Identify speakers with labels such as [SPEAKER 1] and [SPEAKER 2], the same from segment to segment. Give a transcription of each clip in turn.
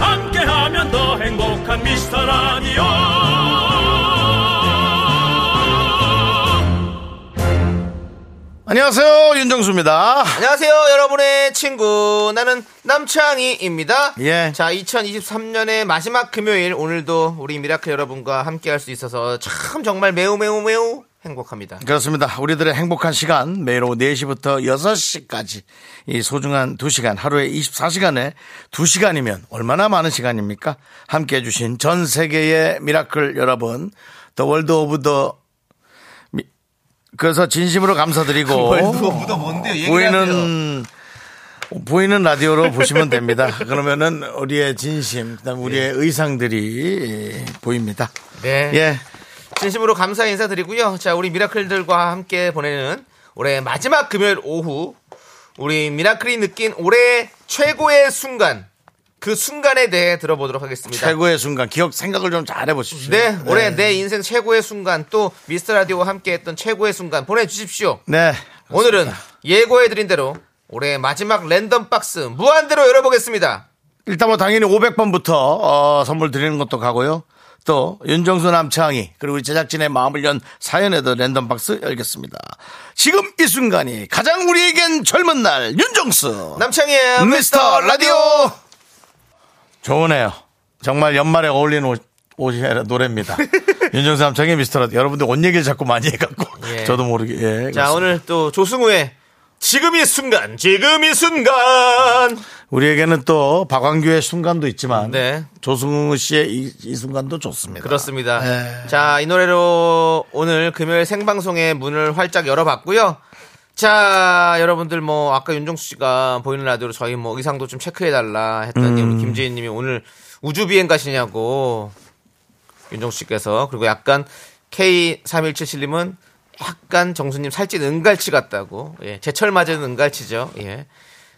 [SPEAKER 1] 함께하면 더 행복한 미스터 라디오
[SPEAKER 2] 안녕하세요 윤정수입니다.
[SPEAKER 3] 안녕하세요, 여러분의 친구. 나는 남창희입니다.
[SPEAKER 2] 예.
[SPEAKER 3] 자, 2023년의 마지막 금요일, 오늘도 우리 미라클 여러분과 함께 할 수 있어서 참 정말 매우 매우 매우 행복합니다.
[SPEAKER 2] 그렇습니다. 우리들의 행복한 시간 매일 오후 4시부터 6시까지 이 소중한 2시간 하루에 24시간에 2시간이면 얼마나 많은 시간입니까? 함께 해주신 전 세계의 미라클 여러분 더 월드 오브 더 미- 그래서 진심으로 감사드리고
[SPEAKER 3] 뭔데요?
[SPEAKER 2] 보이는 보이는 라디오로 보시면 됩니다. 그러면은 우리의 진심, 그다음 우리의 의상들이 보입니다.
[SPEAKER 3] 예. 네.
[SPEAKER 2] 예,
[SPEAKER 3] 진심으로 감사 인사드리고요. 자, 우리 미라클들과 함께 보내는 올해 마지막 금요일 오후, 우리 미라클이 느낀 올해 최고의 순간, 그 순간에 대해 들어보도록 하겠습니다.
[SPEAKER 2] 최고의 순간 기억 생각을 좀 잘 해보십시오.
[SPEAKER 3] 네, 올해 내 인생 최고의 순간 또 미스터 라디오와 함께했던 최고의 순간 보내주십시오.
[SPEAKER 2] 네.
[SPEAKER 3] 오늘은 예고해드린 대로 올해 마지막 랜덤 박스 무한대로 열어보겠습니다.
[SPEAKER 2] 일단 뭐 당연히 500번부터 어, 선물 드리는 것도 가고요. 또 윤정수 남창희 그리고 제작진의 마음을 연 사연에도 랜덤 박스 열겠습니다. 지금 이 순간이 가장 우리에겐 젊은 날 윤정수
[SPEAKER 3] 남창희의 미스터 라디오.
[SPEAKER 2] 좋으네요. 정말 연말에 어울리는 옷, 옷이 아니라 노래입니다. 윤정수 남창희 미스터 라디오 여러분들 옷 얘기를 자꾸 많이 해갖고
[SPEAKER 3] 예.
[SPEAKER 2] 저도 모르게 예,
[SPEAKER 3] 자,
[SPEAKER 2] 그렇습니다.
[SPEAKER 3] 오늘 또 조승우의 지금 이 순간, 지금 이 순간.
[SPEAKER 2] 우리에게는 또 박광규의 순간도 있지만
[SPEAKER 3] 네.
[SPEAKER 2] 조승우 씨의 이, 이 순간도 좋습니다.
[SPEAKER 3] 그렇습니다.
[SPEAKER 2] 네.
[SPEAKER 3] 자, 이 노래로 오늘 금요일 생방송의 문을 활짝 열어봤고요. 자, 여러분들 뭐 아까 윤종수 씨가 보이는 라디오로 저희 뭐 의상도 좀 체크해달라 했더니 우리 김지인 님이 오늘 우주 비행 가시냐고 윤종수 씨께서 그리고 약간 K3177님은 약간 정수님 살찐 은갈치 같다고 예, 제철 맞은 은갈치죠. 예.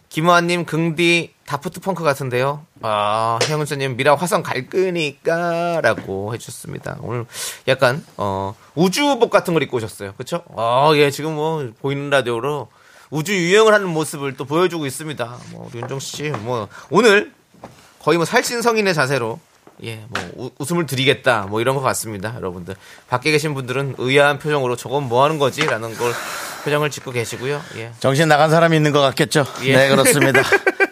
[SPEAKER 3] 김호환님 긍디 다프트 펑크 같은데요. 아 형은수님 미라 화성 갈 거니까라고 해주셨습니다. 오늘 약간 어 우주복 같은 걸 입고 오셨어요. 그렇죠? 아예 지금 뭐 보이는 라디오로 우주 유영을 하는 모습을 또 보여주고 있습니다. 뭐 윤종 씨뭐 오늘 거의 뭐 살찐 성인의 자세로 예, 뭐 우- 웃음을 드리겠다 뭐 이런 것 같습니다, 여러분들. 밖에 계신 분들은 의아한 표정으로 저건 뭐 하는 거지라는 걸 표정을 짓고 계시고요. 예.
[SPEAKER 2] 정신 나간 사람이 있는 것 같겠죠.
[SPEAKER 3] 예.
[SPEAKER 2] 네 그렇습니다.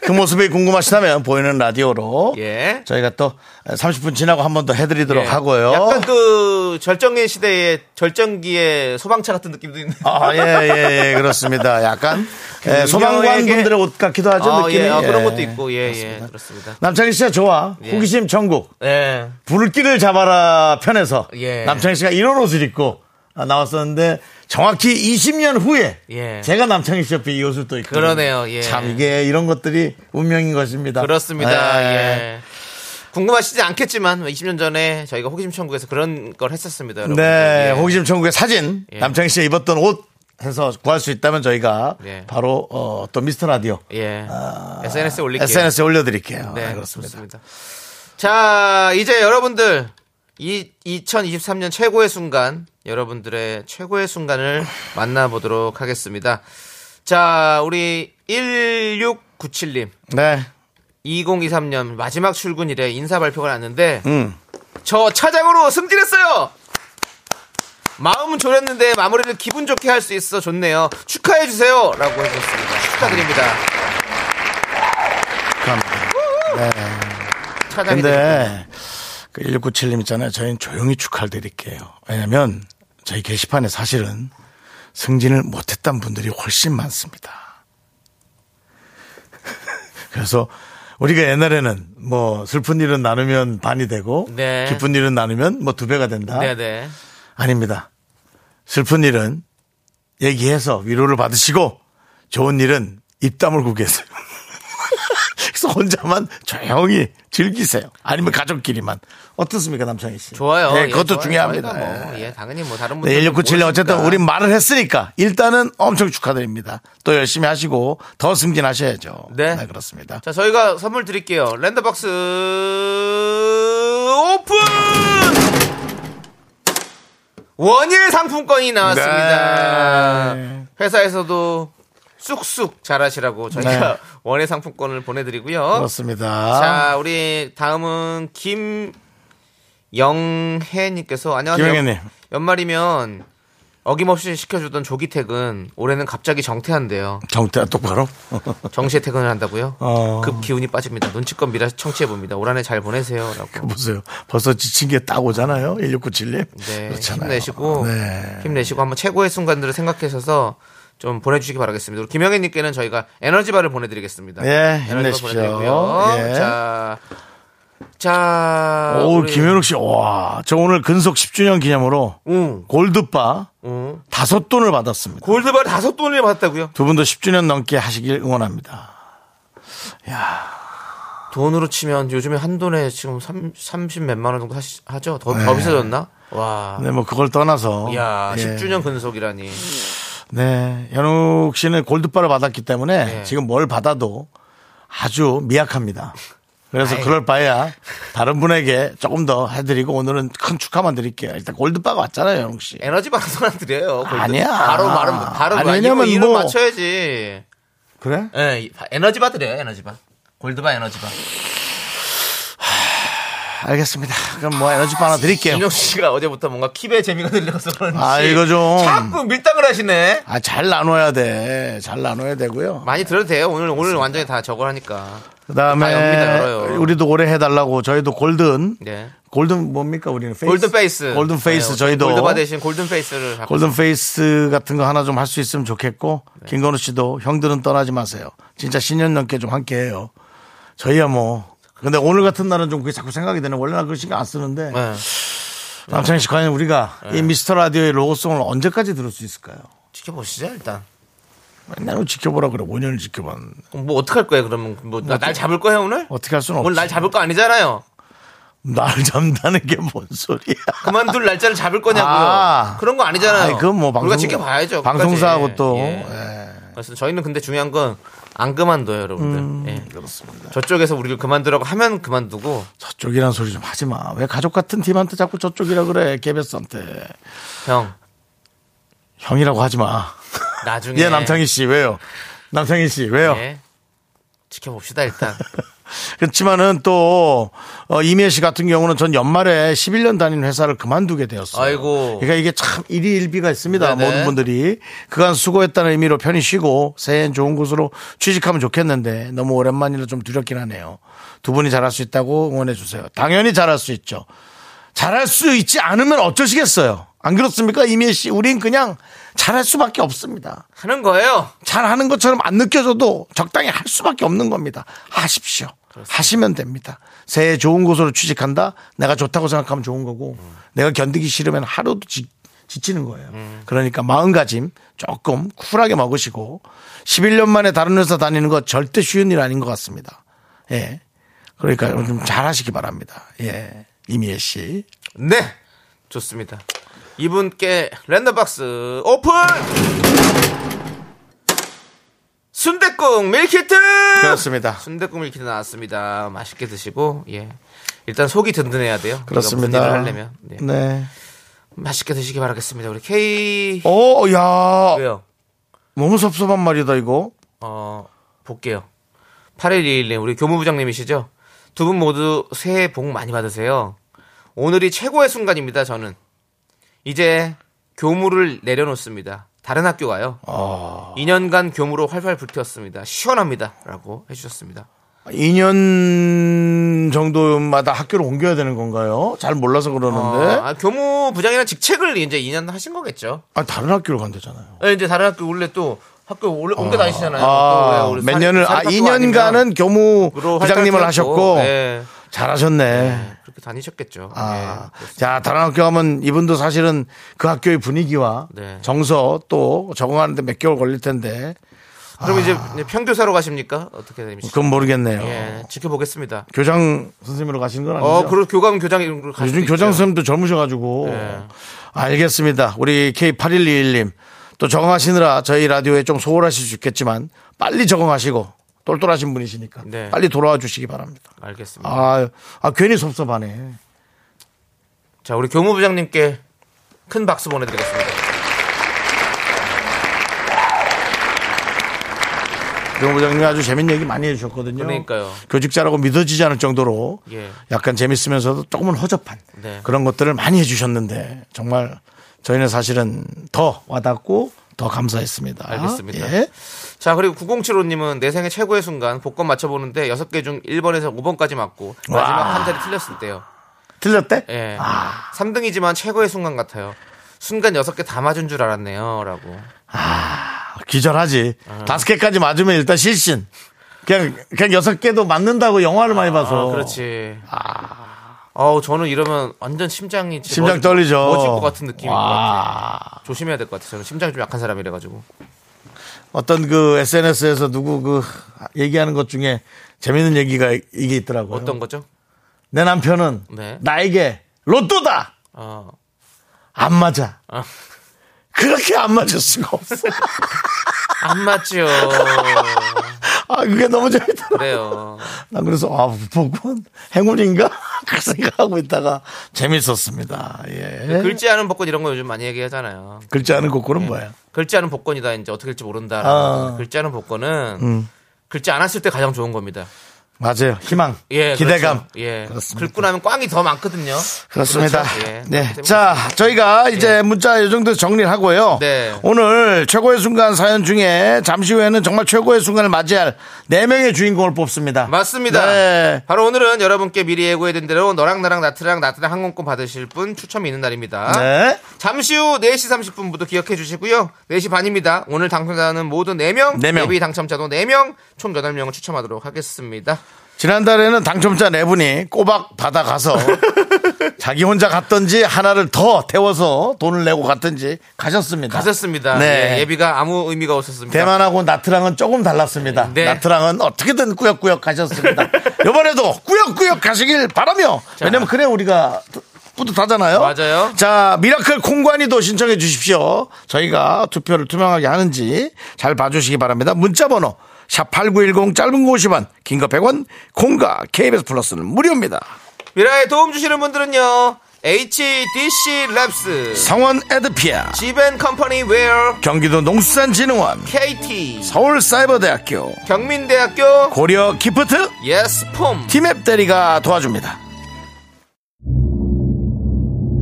[SPEAKER 2] 그 모습이 궁금하시다면 보이는 라디오로
[SPEAKER 3] 예.
[SPEAKER 2] 저희가 또 30분 지나고 한 번 더 해드리도록
[SPEAKER 3] 예.
[SPEAKER 2] 하고요.
[SPEAKER 3] 약간 그 절정의 시대의 절정기의 소방차 같은 느낌도 있는.
[SPEAKER 2] 아, 예, 예, 예, 그렇습니다. 약간, 예, 소방관
[SPEAKER 3] 음녀에게-
[SPEAKER 2] 분들의 옷 같기도 하죠,
[SPEAKER 3] 아,
[SPEAKER 2] 느낌이.
[SPEAKER 3] 예, 아, 그런
[SPEAKER 2] 예.
[SPEAKER 3] 것도 있고, 예, 예, 그렇습니다.
[SPEAKER 2] 남창희 씨가 좋아.
[SPEAKER 3] 예.
[SPEAKER 2] 호기심 천국.
[SPEAKER 3] 예,
[SPEAKER 2] 불길을 잡아라 편에서
[SPEAKER 3] 예.
[SPEAKER 2] 남창희 씨가 이런 옷을 입고 아, 나왔었는데 정확히 20년 후에
[SPEAKER 3] 예.
[SPEAKER 2] 제가 남창희 씨 옆에 이 옷을 또 입고
[SPEAKER 3] 그러네요, 예.
[SPEAKER 2] 참 이게 이런 것들이 운명인 것입니다.
[SPEAKER 3] 그렇습니다.
[SPEAKER 2] 예.
[SPEAKER 3] 예. 궁금하시지 않겠지만 뭐 20년 전에 저희가 호기심 천국에서 그런 걸 했었습니다, 여러분.
[SPEAKER 2] 네,
[SPEAKER 3] 예.
[SPEAKER 2] 호기심 천국의 사진
[SPEAKER 3] 예.
[SPEAKER 2] 남창희 씨가 입었던 옷 해서 구할 수 있다면 저희가
[SPEAKER 3] 예.
[SPEAKER 2] 바로 어, 또 미스터 라디오
[SPEAKER 3] 예.
[SPEAKER 2] 아,
[SPEAKER 3] SNS에 올릴게요.
[SPEAKER 2] SNS에 올려드릴게요.
[SPEAKER 3] 네,
[SPEAKER 2] 네,
[SPEAKER 3] 그렇습니다.
[SPEAKER 2] 그렇습니다.
[SPEAKER 3] 자, 이제 여러분들 이 2023년 최고의 순간, 여러분들의 최고의 순간을 만나보도록 하겠습니다. 자, 우리 1697님,
[SPEAKER 2] 네,
[SPEAKER 3] 2023년 마지막 출근일에 인사 발표가 났는데
[SPEAKER 2] 음.
[SPEAKER 3] 저 차장으로 승진했어요. 마음은 졸였는데 마무리를 기분 좋게 할 수 있어 좋네요. 축하해 주세요라고 해주셨습니다. 축하드립니다.
[SPEAKER 2] 감사합니다. 네.
[SPEAKER 3] 차장이
[SPEAKER 2] 근데 그 1697님 있잖아요. 저희는 조용히 축하를 드릴게요. 왜냐면 저희 게시판에 사실은 승진을 못했던 분들이 훨씬 많습니다. 그래서 우리가 옛날에는 뭐 슬픈 일은 나누면 반이 되고
[SPEAKER 3] 네.
[SPEAKER 2] 기쁜 일은 나누면 뭐 두 배가 된다.
[SPEAKER 3] 네네.
[SPEAKER 2] 아닙니다. 슬픈 일은 얘기해서 위로를 받으시고 좋은 일은 입 다물고 계세요. 그래서 혼자만 조용히 즐기세요. 아니면 가족끼리만. 어떻습니까, 남창희 씨?
[SPEAKER 3] 좋아요.
[SPEAKER 2] 네,
[SPEAKER 3] 예,
[SPEAKER 2] 그것도
[SPEAKER 3] 좋아요.
[SPEAKER 2] 중요합니다.
[SPEAKER 3] 저희가 뭐, 예, 당연히 뭐 다른 분들.
[SPEAKER 2] 네, 1697년 어쨌든 우린 말을 했으니까 일단은 엄청 축하드립니다. 또 열심히 하시고 더 승진하셔야죠.
[SPEAKER 3] 네.
[SPEAKER 2] 그렇습니다.
[SPEAKER 3] 자, 저희가 선물 드릴게요. 랜더박스 오픈! 원일 상품권이 나왔습니다.
[SPEAKER 2] 네.
[SPEAKER 3] 회사에서도 쑥쑥 잘하시라고 저희가 원일 상품권을 보내드리고요.
[SPEAKER 2] 네. 그렇습니다.
[SPEAKER 3] 자, 우리 다음은 김영혜님께서 안녕하세요.
[SPEAKER 2] 김영애님.
[SPEAKER 3] 연말이면 어김없이 시켜주던 조기 퇴근 올해는 갑자기 정태한대요.
[SPEAKER 2] 정태야 똑바로.
[SPEAKER 3] 정시에 퇴근을 한다고요?
[SPEAKER 2] 어.
[SPEAKER 3] 급 기운이 빠집니다. 눈치껏 미라 청취해 봅니다. 올 한 해 잘 보내세요라고.
[SPEAKER 2] 그 보세요. 벌써 지친 게 딱 오잖아요. 1697님.
[SPEAKER 3] 네,
[SPEAKER 2] 그렇잖아요.
[SPEAKER 3] 힘내시고
[SPEAKER 2] 네.
[SPEAKER 3] 힘내시고 한번 최고의 순간들을 생각하셔서 좀 보내주시기 바라겠습니다. 우리 김영애님께는 저희가 에너지바를 보내드리겠습니다.
[SPEAKER 2] 예,
[SPEAKER 3] 에너지바
[SPEAKER 2] 힘내십시오.
[SPEAKER 3] 보내드리고요.
[SPEAKER 2] 예.
[SPEAKER 3] 자, 자,
[SPEAKER 2] 오,
[SPEAKER 3] 우리-
[SPEAKER 2] 김현욱 씨, 와, 저 오늘 근속 10주년 기념으로
[SPEAKER 3] 응,
[SPEAKER 2] 골드바
[SPEAKER 3] 응.
[SPEAKER 2] 다섯 돈을 받았습니다.
[SPEAKER 3] 골드바 다섯 돈을 받았다고요?
[SPEAKER 2] 두 분도 10주년 넘게 하시길 응원합니다.
[SPEAKER 3] 돈으로 치면 요즘에 한 돈에 지금 3 30 몇만 원 정도 하시, 하죠? 더, 더 비싸졌나? 와.
[SPEAKER 2] 네, 뭐 그걸 떠나서.
[SPEAKER 3] 야,
[SPEAKER 2] 예.
[SPEAKER 3] 10주년 근속이라니.
[SPEAKER 2] 네, 현욱 씨는 골드바를 받았기 때문에
[SPEAKER 3] 예.
[SPEAKER 2] 지금 뭘 받아도 아주 미약합니다. 그래서 그럴 바에야 다른 분에게 조금 더 해드리고 오늘은 큰 축하만 드릴게요. 일단 골드바가 왔잖아요, 현욱 씨.
[SPEAKER 3] 에너지 방송 하나 드려요. 골드.
[SPEAKER 2] 아니야.
[SPEAKER 3] 바로 말은 바로 그
[SPEAKER 2] 아니,
[SPEAKER 3] 아니,
[SPEAKER 2] 왜냐면
[SPEAKER 3] 왜냐면 이름
[SPEAKER 2] 뭐-
[SPEAKER 3] 맞춰야지.
[SPEAKER 2] 그래?
[SPEAKER 3] 예, 이- 바- 에너지바 드려요. 에너지바. 골드바 에너지바.
[SPEAKER 2] 알겠습니다. 그럼 뭐 에너지바 하나 드릴게요.
[SPEAKER 3] 윤정 아, 씨가 어제부터 뭔가 킵의 재미가 들려서 그런지
[SPEAKER 2] 아, 이거 좀.
[SPEAKER 3] 자꾸 밀당을 하시네.
[SPEAKER 2] 아, 잘 나눠야 돼. 잘 나눠야 되고요.
[SPEAKER 3] 많이 들어도 돼요. 오늘 오늘 완전히 다 저걸 하니까. 다 엽니다,
[SPEAKER 2] 그다음에
[SPEAKER 3] 열어요.
[SPEAKER 2] 우리도 오래 해달라고 저희도 골든
[SPEAKER 3] 네.
[SPEAKER 2] 골든 뭡니까 우리는 페이스?
[SPEAKER 3] 골든 페이스.
[SPEAKER 2] 골든 페이스
[SPEAKER 3] 네,
[SPEAKER 2] 저희도
[SPEAKER 3] 골드바 대신 골든 페이스를 갖고
[SPEAKER 2] 골든 페이스 같은 거 하나 좀 할 수 있으면 좋겠고
[SPEAKER 3] 네.
[SPEAKER 2] 김건우 씨도 형들은 떠나지 마세요. 진짜 신년 넘게 좀 함께해요. 저희야 뭐 근데 오늘 같은 날은 좀 그게 자꾸 생각이 되네. 원래 는 그런 신경 안 쓰는데
[SPEAKER 3] 네.
[SPEAKER 2] 남창희 씨 과연 우리가 이 미스터 라디오의 로고송을 언제까지 들을 수 있을까요?
[SPEAKER 3] 지켜보시죠, 일단.
[SPEAKER 2] 맨날 지켜보라 그래. 5년을 지켜봤는데
[SPEAKER 3] 그럼 뭐 어떡할 거예요, 그러면? 뭐, 나, 날 잡을 거예요, 오늘?
[SPEAKER 2] 어떻게 할 수는 없지.
[SPEAKER 3] 오늘 날 잡을 거 아니잖아요.
[SPEAKER 2] 날 잡는다는 게 뭔 소리야?
[SPEAKER 3] 그만둘 날짜를 잡을 거냐고요.
[SPEAKER 2] 아.
[SPEAKER 3] 그런 거 아니잖아요.
[SPEAKER 2] 아니, 그건 뭐 방송-
[SPEAKER 3] 우리가 지켜봐야죠.
[SPEAKER 2] 방송사하고
[SPEAKER 3] 끝까지.
[SPEAKER 2] 또,
[SPEAKER 3] 예.
[SPEAKER 2] 예.
[SPEAKER 3] 그래서 저희는 근데 중요한 건 안 그만둬요, 여러분들. 예.
[SPEAKER 2] 음, 그렇습니다.
[SPEAKER 3] 저쪽에서 우리를 그만두라고 하면 그만두고
[SPEAKER 2] 저쪽이란 소리 좀 하지 마. 왜 가족 같은 팀한테 자꾸 저쪽이라 그래? 개베스한테
[SPEAKER 3] 형
[SPEAKER 2] 형이라고 하지 마.
[SPEAKER 3] 나중에
[SPEAKER 2] 예, 남창희 씨 왜요? 남창희 씨 왜요?
[SPEAKER 3] 예. 지켜봅시다 일단.
[SPEAKER 2] 그렇지만은 또 어, 이미혜 씨 같은 경우는 전 연말에 11년 다닌 회사를 그만두게 되었어요.
[SPEAKER 3] 아이고.
[SPEAKER 2] 그러니까 이게 참 일희일비가 있습니다.
[SPEAKER 3] 네네.
[SPEAKER 2] 모든 분들이 그간 수고했다는 의미로 편히 쉬고 새해엔 좋은 곳으로 취직하면 좋겠는데 너무 오랜만이라 좀 두렵긴 하네요. 두 분이 잘할 수 있다고 응원해 주세요. 당연히 잘할 수 있죠. 잘할 수 있지 않으면 어쩌시겠어요? 안 그렇습니까? 이미혜 씨, 우린 그냥 잘할 수밖에 없습니다.
[SPEAKER 3] 하는 거예요.
[SPEAKER 2] 잘하는 것처럼 안 느껴져도 적당히 할 수밖에 없는 겁니다. 하십시오. 하시면 됩니다. 새해 좋은 곳으로 취직한다. 내가 좋다고 생각하면 좋은 거고 내가 견디기 싫으면 하루도 지, 치는 거예요. 그러니까 마음가짐 조금 쿨하게 먹으시고 11년 만에 다른 회사 다니는 거 절대 쉬운 일 아닌 것 같습니다. 예. 그러니까 좀 잘하시기 바랍니다. 예. 이미혜 씨.
[SPEAKER 3] 네 좋습니다. 이분께 랜덤박스 오픈. 순대국 밀키트.
[SPEAKER 2] 그렇습니다.
[SPEAKER 3] 순대국 밀키트 나왔습니다. 맛있게 드시고 예. 일단 속이 든든해야 돼요. 우리가
[SPEAKER 2] 그렇습니다.
[SPEAKER 3] 무슨 일을 하려면 네.
[SPEAKER 2] 네.
[SPEAKER 3] 맛있게 드시기 바라겠습니다. 우리 K
[SPEAKER 2] 어, 야.
[SPEAKER 3] 왜요?
[SPEAKER 2] 너무 섭섭한 말이다, 이거.
[SPEAKER 3] 어, 볼게요. 8121님, 우리 교무부장님이시죠? 두 분 모두 새해 복 많이 받으세요. 오늘이 최고의 순간입니다, 저는. 이제 교무를 내려놓습니다. 다른 학교 가요.
[SPEAKER 2] 아.
[SPEAKER 3] 2년간 교무로 활활 불태웠습니다. 시원합니다. 라고 해주셨습니다.
[SPEAKER 2] 2년 정도마다 학교를 옮겨야 되는 건가요? 잘 몰라서 그러는데.
[SPEAKER 3] 어, 아, 교무부장이라는 직책을 이제 2년 하신 거겠죠.
[SPEAKER 2] 아, 다른 학교를 간대잖아요.
[SPEAKER 3] 네, 이제 다른 학교 원래 또 학교 원래 옮겨 다니시잖아요.
[SPEAKER 2] 어. 아,
[SPEAKER 3] 또 우리
[SPEAKER 2] 몇
[SPEAKER 3] 사립-
[SPEAKER 2] 년을, 아,
[SPEAKER 3] 사립 학교
[SPEAKER 2] 2년간은 교무
[SPEAKER 3] 아니면
[SPEAKER 2] 부장님을
[SPEAKER 3] 활동을
[SPEAKER 2] 하셨고,
[SPEAKER 3] 예,
[SPEAKER 2] 잘하셨네.
[SPEAKER 3] 그렇게 다니셨겠죠.
[SPEAKER 2] 아,
[SPEAKER 3] 예, 그렇습니다.
[SPEAKER 2] 자, 다른 학교 가면 이분도 사실은 그 학교의 분위기와
[SPEAKER 3] 네.
[SPEAKER 2] 정서 또 적응하는데 몇 개월 걸릴 텐데
[SPEAKER 3] 예. 그럼 이제 평교사로 가십니까? 어떻게 됩니까?
[SPEAKER 2] 아. 그건 모르겠네요.
[SPEAKER 3] 예, 지켜보겠습니다.
[SPEAKER 2] 교장 선생님으로 가시는 건 아니죠?
[SPEAKER 3] 어, 그리고 교감 교장님으로 가실
[SPEAKER 2] 요즘
[SPEAKER 3] 수도
[SPEAKER 2] 교장
[SPEAKER 3] 있죠.
[SPEAKER 2] 선생님도 젊으셔가지고.
[SPEAKER 3] 예.
[SPEAKER 2] 알겠습니다. 우리 K8121님. 또 적응하시느라 저희 라디오에 좀 소홀하실 수 있겠지만 빨리 적응하시고 똘똘하신 분이시니까
[SPEAKER 3] 네.
[SPEAKER 2] 빨리 돌아와 주시기 바랍니다.
[SPEAKER 3] 알겠습니다.
[SPEAKER 2] 아, 아 괜히 섭섭하네.
[SPEAKER 3] 자, 우리 교무부장님께 큰 박수 보내드리겠습니다.
[SPEAKER 2] 교무장님이 아주 재밌는 얘기 많이 해주셨거든요.
[SPEAKER 3] 그러니까요.
[SPEAKER 2] 교직자라고 믿어지지 않을 정도로
[SPEAKER 3] 예.
[SPEAKER 2] 약간 재밌으면서도 조금은 허접한
[SPEAKER 3] 네.
[SPEAKER 2] 그런 것들을 많이 해주셨는데 정말 저희는 사실은 더 와닿고 더 감사했습니다.
[SPEAKER 3] 알겠습니다.
[SPEAKER 2] 예.
[SPEAKER 3] 자, 그리고 9075님은 내 생애 최고의 순간 복권 맞춰보는데 6개 중 1번에서 5번까지 맞고 마지막
[SPEAKER 2] 와.
[SPEAKER 3] 한 자리 틀렸을 때요.
[SPEAKER 2] 틀렸대?
[SPEAKER 3] 예.
[SPEAKER 2] 아.
[SPEAKER 3] 3등이지만 최고의 순간 같아요. 순간 6개 다 맞은 줄 알았네요. 라고.
[SPEAKER 2] 기절하지.
[SPEAKER 3] 아.
[SPEAKER 2] 다섯 개까지 맞으면 일단 실신. 그냥 그냥 여섯 개도 맞는다고 영화를 많이 봐서.
[SPEAKER 3] 아, 그렇지. 아. 어우, 저는 이러면 완전 심장이 지금
[SPEAKER 2] 심장
[SPEAKER 3] 멎-
[SPEAKER 2] 떨리죠.
[SPEAKER 3] 멎을 것 같은 느낌인 것 같아요.
[SPEAKER 2] 와.
[SPEAKER 3] 조심해야 될 것 같아요. 저는 심장이 좀 약한 사람이라가지고.
[SPEAKER 2] 어떤 그 SNS에서 누구 그 얘기하는 것 중에 재밌는 얘기가 이게 있더라고요.
[SPEAKER 3] 어떤 거죠?
[SPEAKER 2] 내 남편은
[SPEAKER 3] 네.
[SPEAKER 2] 나에게 로또다
[SPEAKER 3] 어.
[SPEAKER 2] 안 맞아.
[SPEAKER 3] 아.
[SPEAKER 2] 그렇게 안 맞을 수가 없어.
[SPEAKER 3] 안 맞죠.
[SPEAKER 2] 아 그게 너무 재밌더라.
[SPEAKER 3] 그래요.
[SPEAKER 2] 난 그래서 아 복권 행운인가 그 생각하고 있다가 재밌었습니다. 예.
[SPEAKER 3] 네, 글지 네. 않은 복권 이런 거 요즘 많이 얘기하잖아요.
[SPEAKER 2] 글자 하는 곡고는 뭐야?
[SPEAKER 3] 글지 않은 복권이다 이제 어떻게 될지 모른다.
[SPEAKER 2] 아. 음.
[SPEAKER 3] 라는 글지 않은 복권은 글지 않았을 때 가장 좋은 겁니다.
[SPEAKER 2] 맞아요. 희망,
[SPEAKER 3] 예,
[SPEAKER 2] 기대감.
[SPEAKER 3] 그렇죠. 예,
[SPEAKER 2] 그렇습니다.
[SPEAKER 3] 긁고 나면 꽝이 더 많거든요.
[SPEAKER 2] 그렇습니다.
[SPEAKER 3] 그렇죠. 예.
[SPEAKER 2] 네.
[SPEAKER 3] 재밌-
[SPEAKER 2] 자, 저희가 이제 문자 요 정도 정리를 하고요.
[SPEAKER 3] 네.
[SPEAKER 2] 오늘 최고의 순간 사연 중에 잠시 후에는 정말 최고의 순간을 맞이할 네명의 주인공을 뽑습니다.
[SPEAKER 3] 맞습니다.
[SPEAKER 2] 네.
[SPEAKER 3] 바로 오늘은 여러분께 미리 예고해드린 대로 너랑 나랑 나트랑 나트랑 항공권 받으실 분 추첨이 있는 날입니다.
[SPEAKER 2] 네.
[SPEAKER 3] 잠시 후 4시 30분부터 기억해 주시고요. 4시 반입니다. 오늘 당첨자는 모두 4명,
[SPEAKER 2] 네 명.
[SPEAKER 3] 예비 당첨자도 4명, 총 8명을 추첨하도록 하겠습니다.
[SPEAKER 2] 지난달에는 당첨자 네 분이 꼬박 받아가서 자기 혼자 갔던지 하나를 더 태워서 돈을 내고 갔던지 가셨습니다.
[SPEAKER 3] 가셨습니다.
[SPEAKER 2] 네.
[SPEAKER 3] 예, 예비가 아무 의미가 없었습니다.
[SPEAKER 2] 대만하고 나트랑은 조금 달랐습니다.
[SPEAKER 3] 네.
[SPEAKER 2] 나트랑은 어떻게든 꾸역꾸역 가셨습니다. 이번에도 꾸역꾸역 가시길 바라며 왜냐면 그래 우리가 뿌듯하잖아요.
[SPEAKER 3] 맞아요.
[SPEAKER 2] 자 미라클 콩관이도 신청해 주십시오. 저희가 투표를 투명하게 하는지 잘 봐주시기 바랍니다. 문자번호 샵 #8910 짧은 거 50원, 긴 거 100원, 콩과 KBS 플러스는 무료입니다.
[SPEAKER 3] 미라에 도움 주시는 분들은요. HDC 랩스,
[SPEAKER 2] 성원 에드피아,
[SPEAKER 3] 지벤 컴퍼니 웨어,
[SPEAKER 2] 경기도 농수산진흥원,
[SPEAKER 3] KT,
[SPEAKER 2] 서울사이버대학교,
[SPEAKER 3] 경민대학교,
[SPEAKER 2] 고려 기프트,
[SPEAKER 3] 예스폼,
[SPEAKER 2] 티맵 대리가 도와줍니다.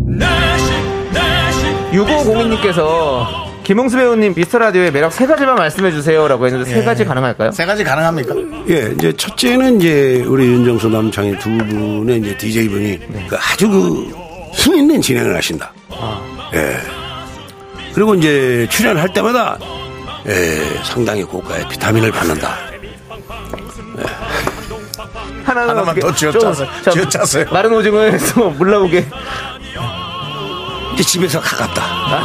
[SPEAKER 1] 4시 4시
[SPEAKER 3] 6502님께서 김홍수 배우님 미스터 라디오의 매력 세 가지만 말씀해 주세요라고 했는데
[SPEAKER 2] 예.
[SPEAKER 3] 세 가지 가능할까요?
[SPEAKER 2] 세 가지 가능합니까?
[SPEAKER 4] 예, 이제 첫째는 이제 우리 윤정수 남창희 두 분의 이제 DJ 분이 그 아주 그힘 있는 진행을 하신다. 예. 그리고 이제 출연할 때마다 예, 상당히 고가의 비타민을 받는다.
[SPEAKER 3] 하나는
[SPEAKER 2] 하나만
[SPEAKER 3] 어떻게-
[SPEAKER 2] 더 쥐어짜서-
[SPEAKER 3] 좀- 자,
[SPEAKER 2] 쥐어짜세요.
[SPEAKER 3] 마른 오징어에서 물나오게
[SPEAKER 4] 이제 집에서 가깝다.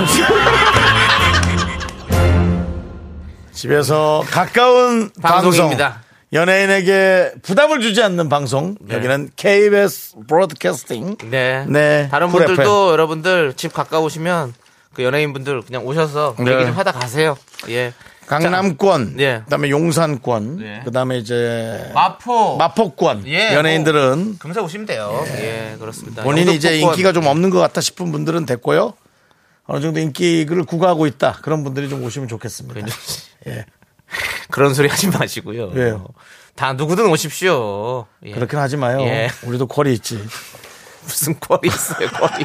[SPEAKER 2] 집에서 가까운
[SPEAKER 3] 방송입니다.
[SPEAKER 2] 방송, 연예인에게 부담을 주지 않는 방송. 여기는 KBS 브로드캐스팅.
[SPEAKER 3] 네.
[SPEAKER 2] 네,
[SPEAKER 3] 다른
[SPEAKER 2] 쿨
[SPEAKER 3] 분들도 여러분들 집 가까우시면 그 연예인분들 그냥 오셔서
[SPEAKER 2] 네.
[SPEAKER 3] 얘기 좀 하다 가세요. 예.
[SPEAKER 2] 강남권,
[SPEAKER 3] 예.
[SPEAKER 2] 그다음에 용산권,
[SPEAKER 3] 네.
[SPEAKER 2] 그다음에 이제
[SPEAKER 3] 마포.
[SPEAKER 2] 마포권
[SPEAKER 3] 예,
[SPEAKER 2] 연예인들은
[SPEAKER 3] 금세 오시면 돼요. 예, 그렇습니다.
[SPEAKER 2] 본인이
[SPEAKER 3] 영등
[SPEAKER 2] 이제
[SPEAKER 3] 복권.
[SPEAKER 2] 인기가 좀 없는 것 같다 싶은 분들은 됐고요. 어느 정도 인기를 구가하고 있다. 그런 분들이 좀 오시면 좋겠습니다.
[SPEAKER 3] 그렇죠.
[SPEAKER 2] 예.
[SPEAKER 3] 그런 소리 하지 마시고요.
[SPEAKER 2] 왜요?
[SPEAKER 3] 다 누구든 오십시오. 예.
[SPEAKER 2] 그렇긴 하지 마요.
[SPEAKER 3] 예.
[SPEAKER 2] 우리도 퀄이 있지.
[SPEAKER 3] 무슨 꼴이 있어요, 꼴이.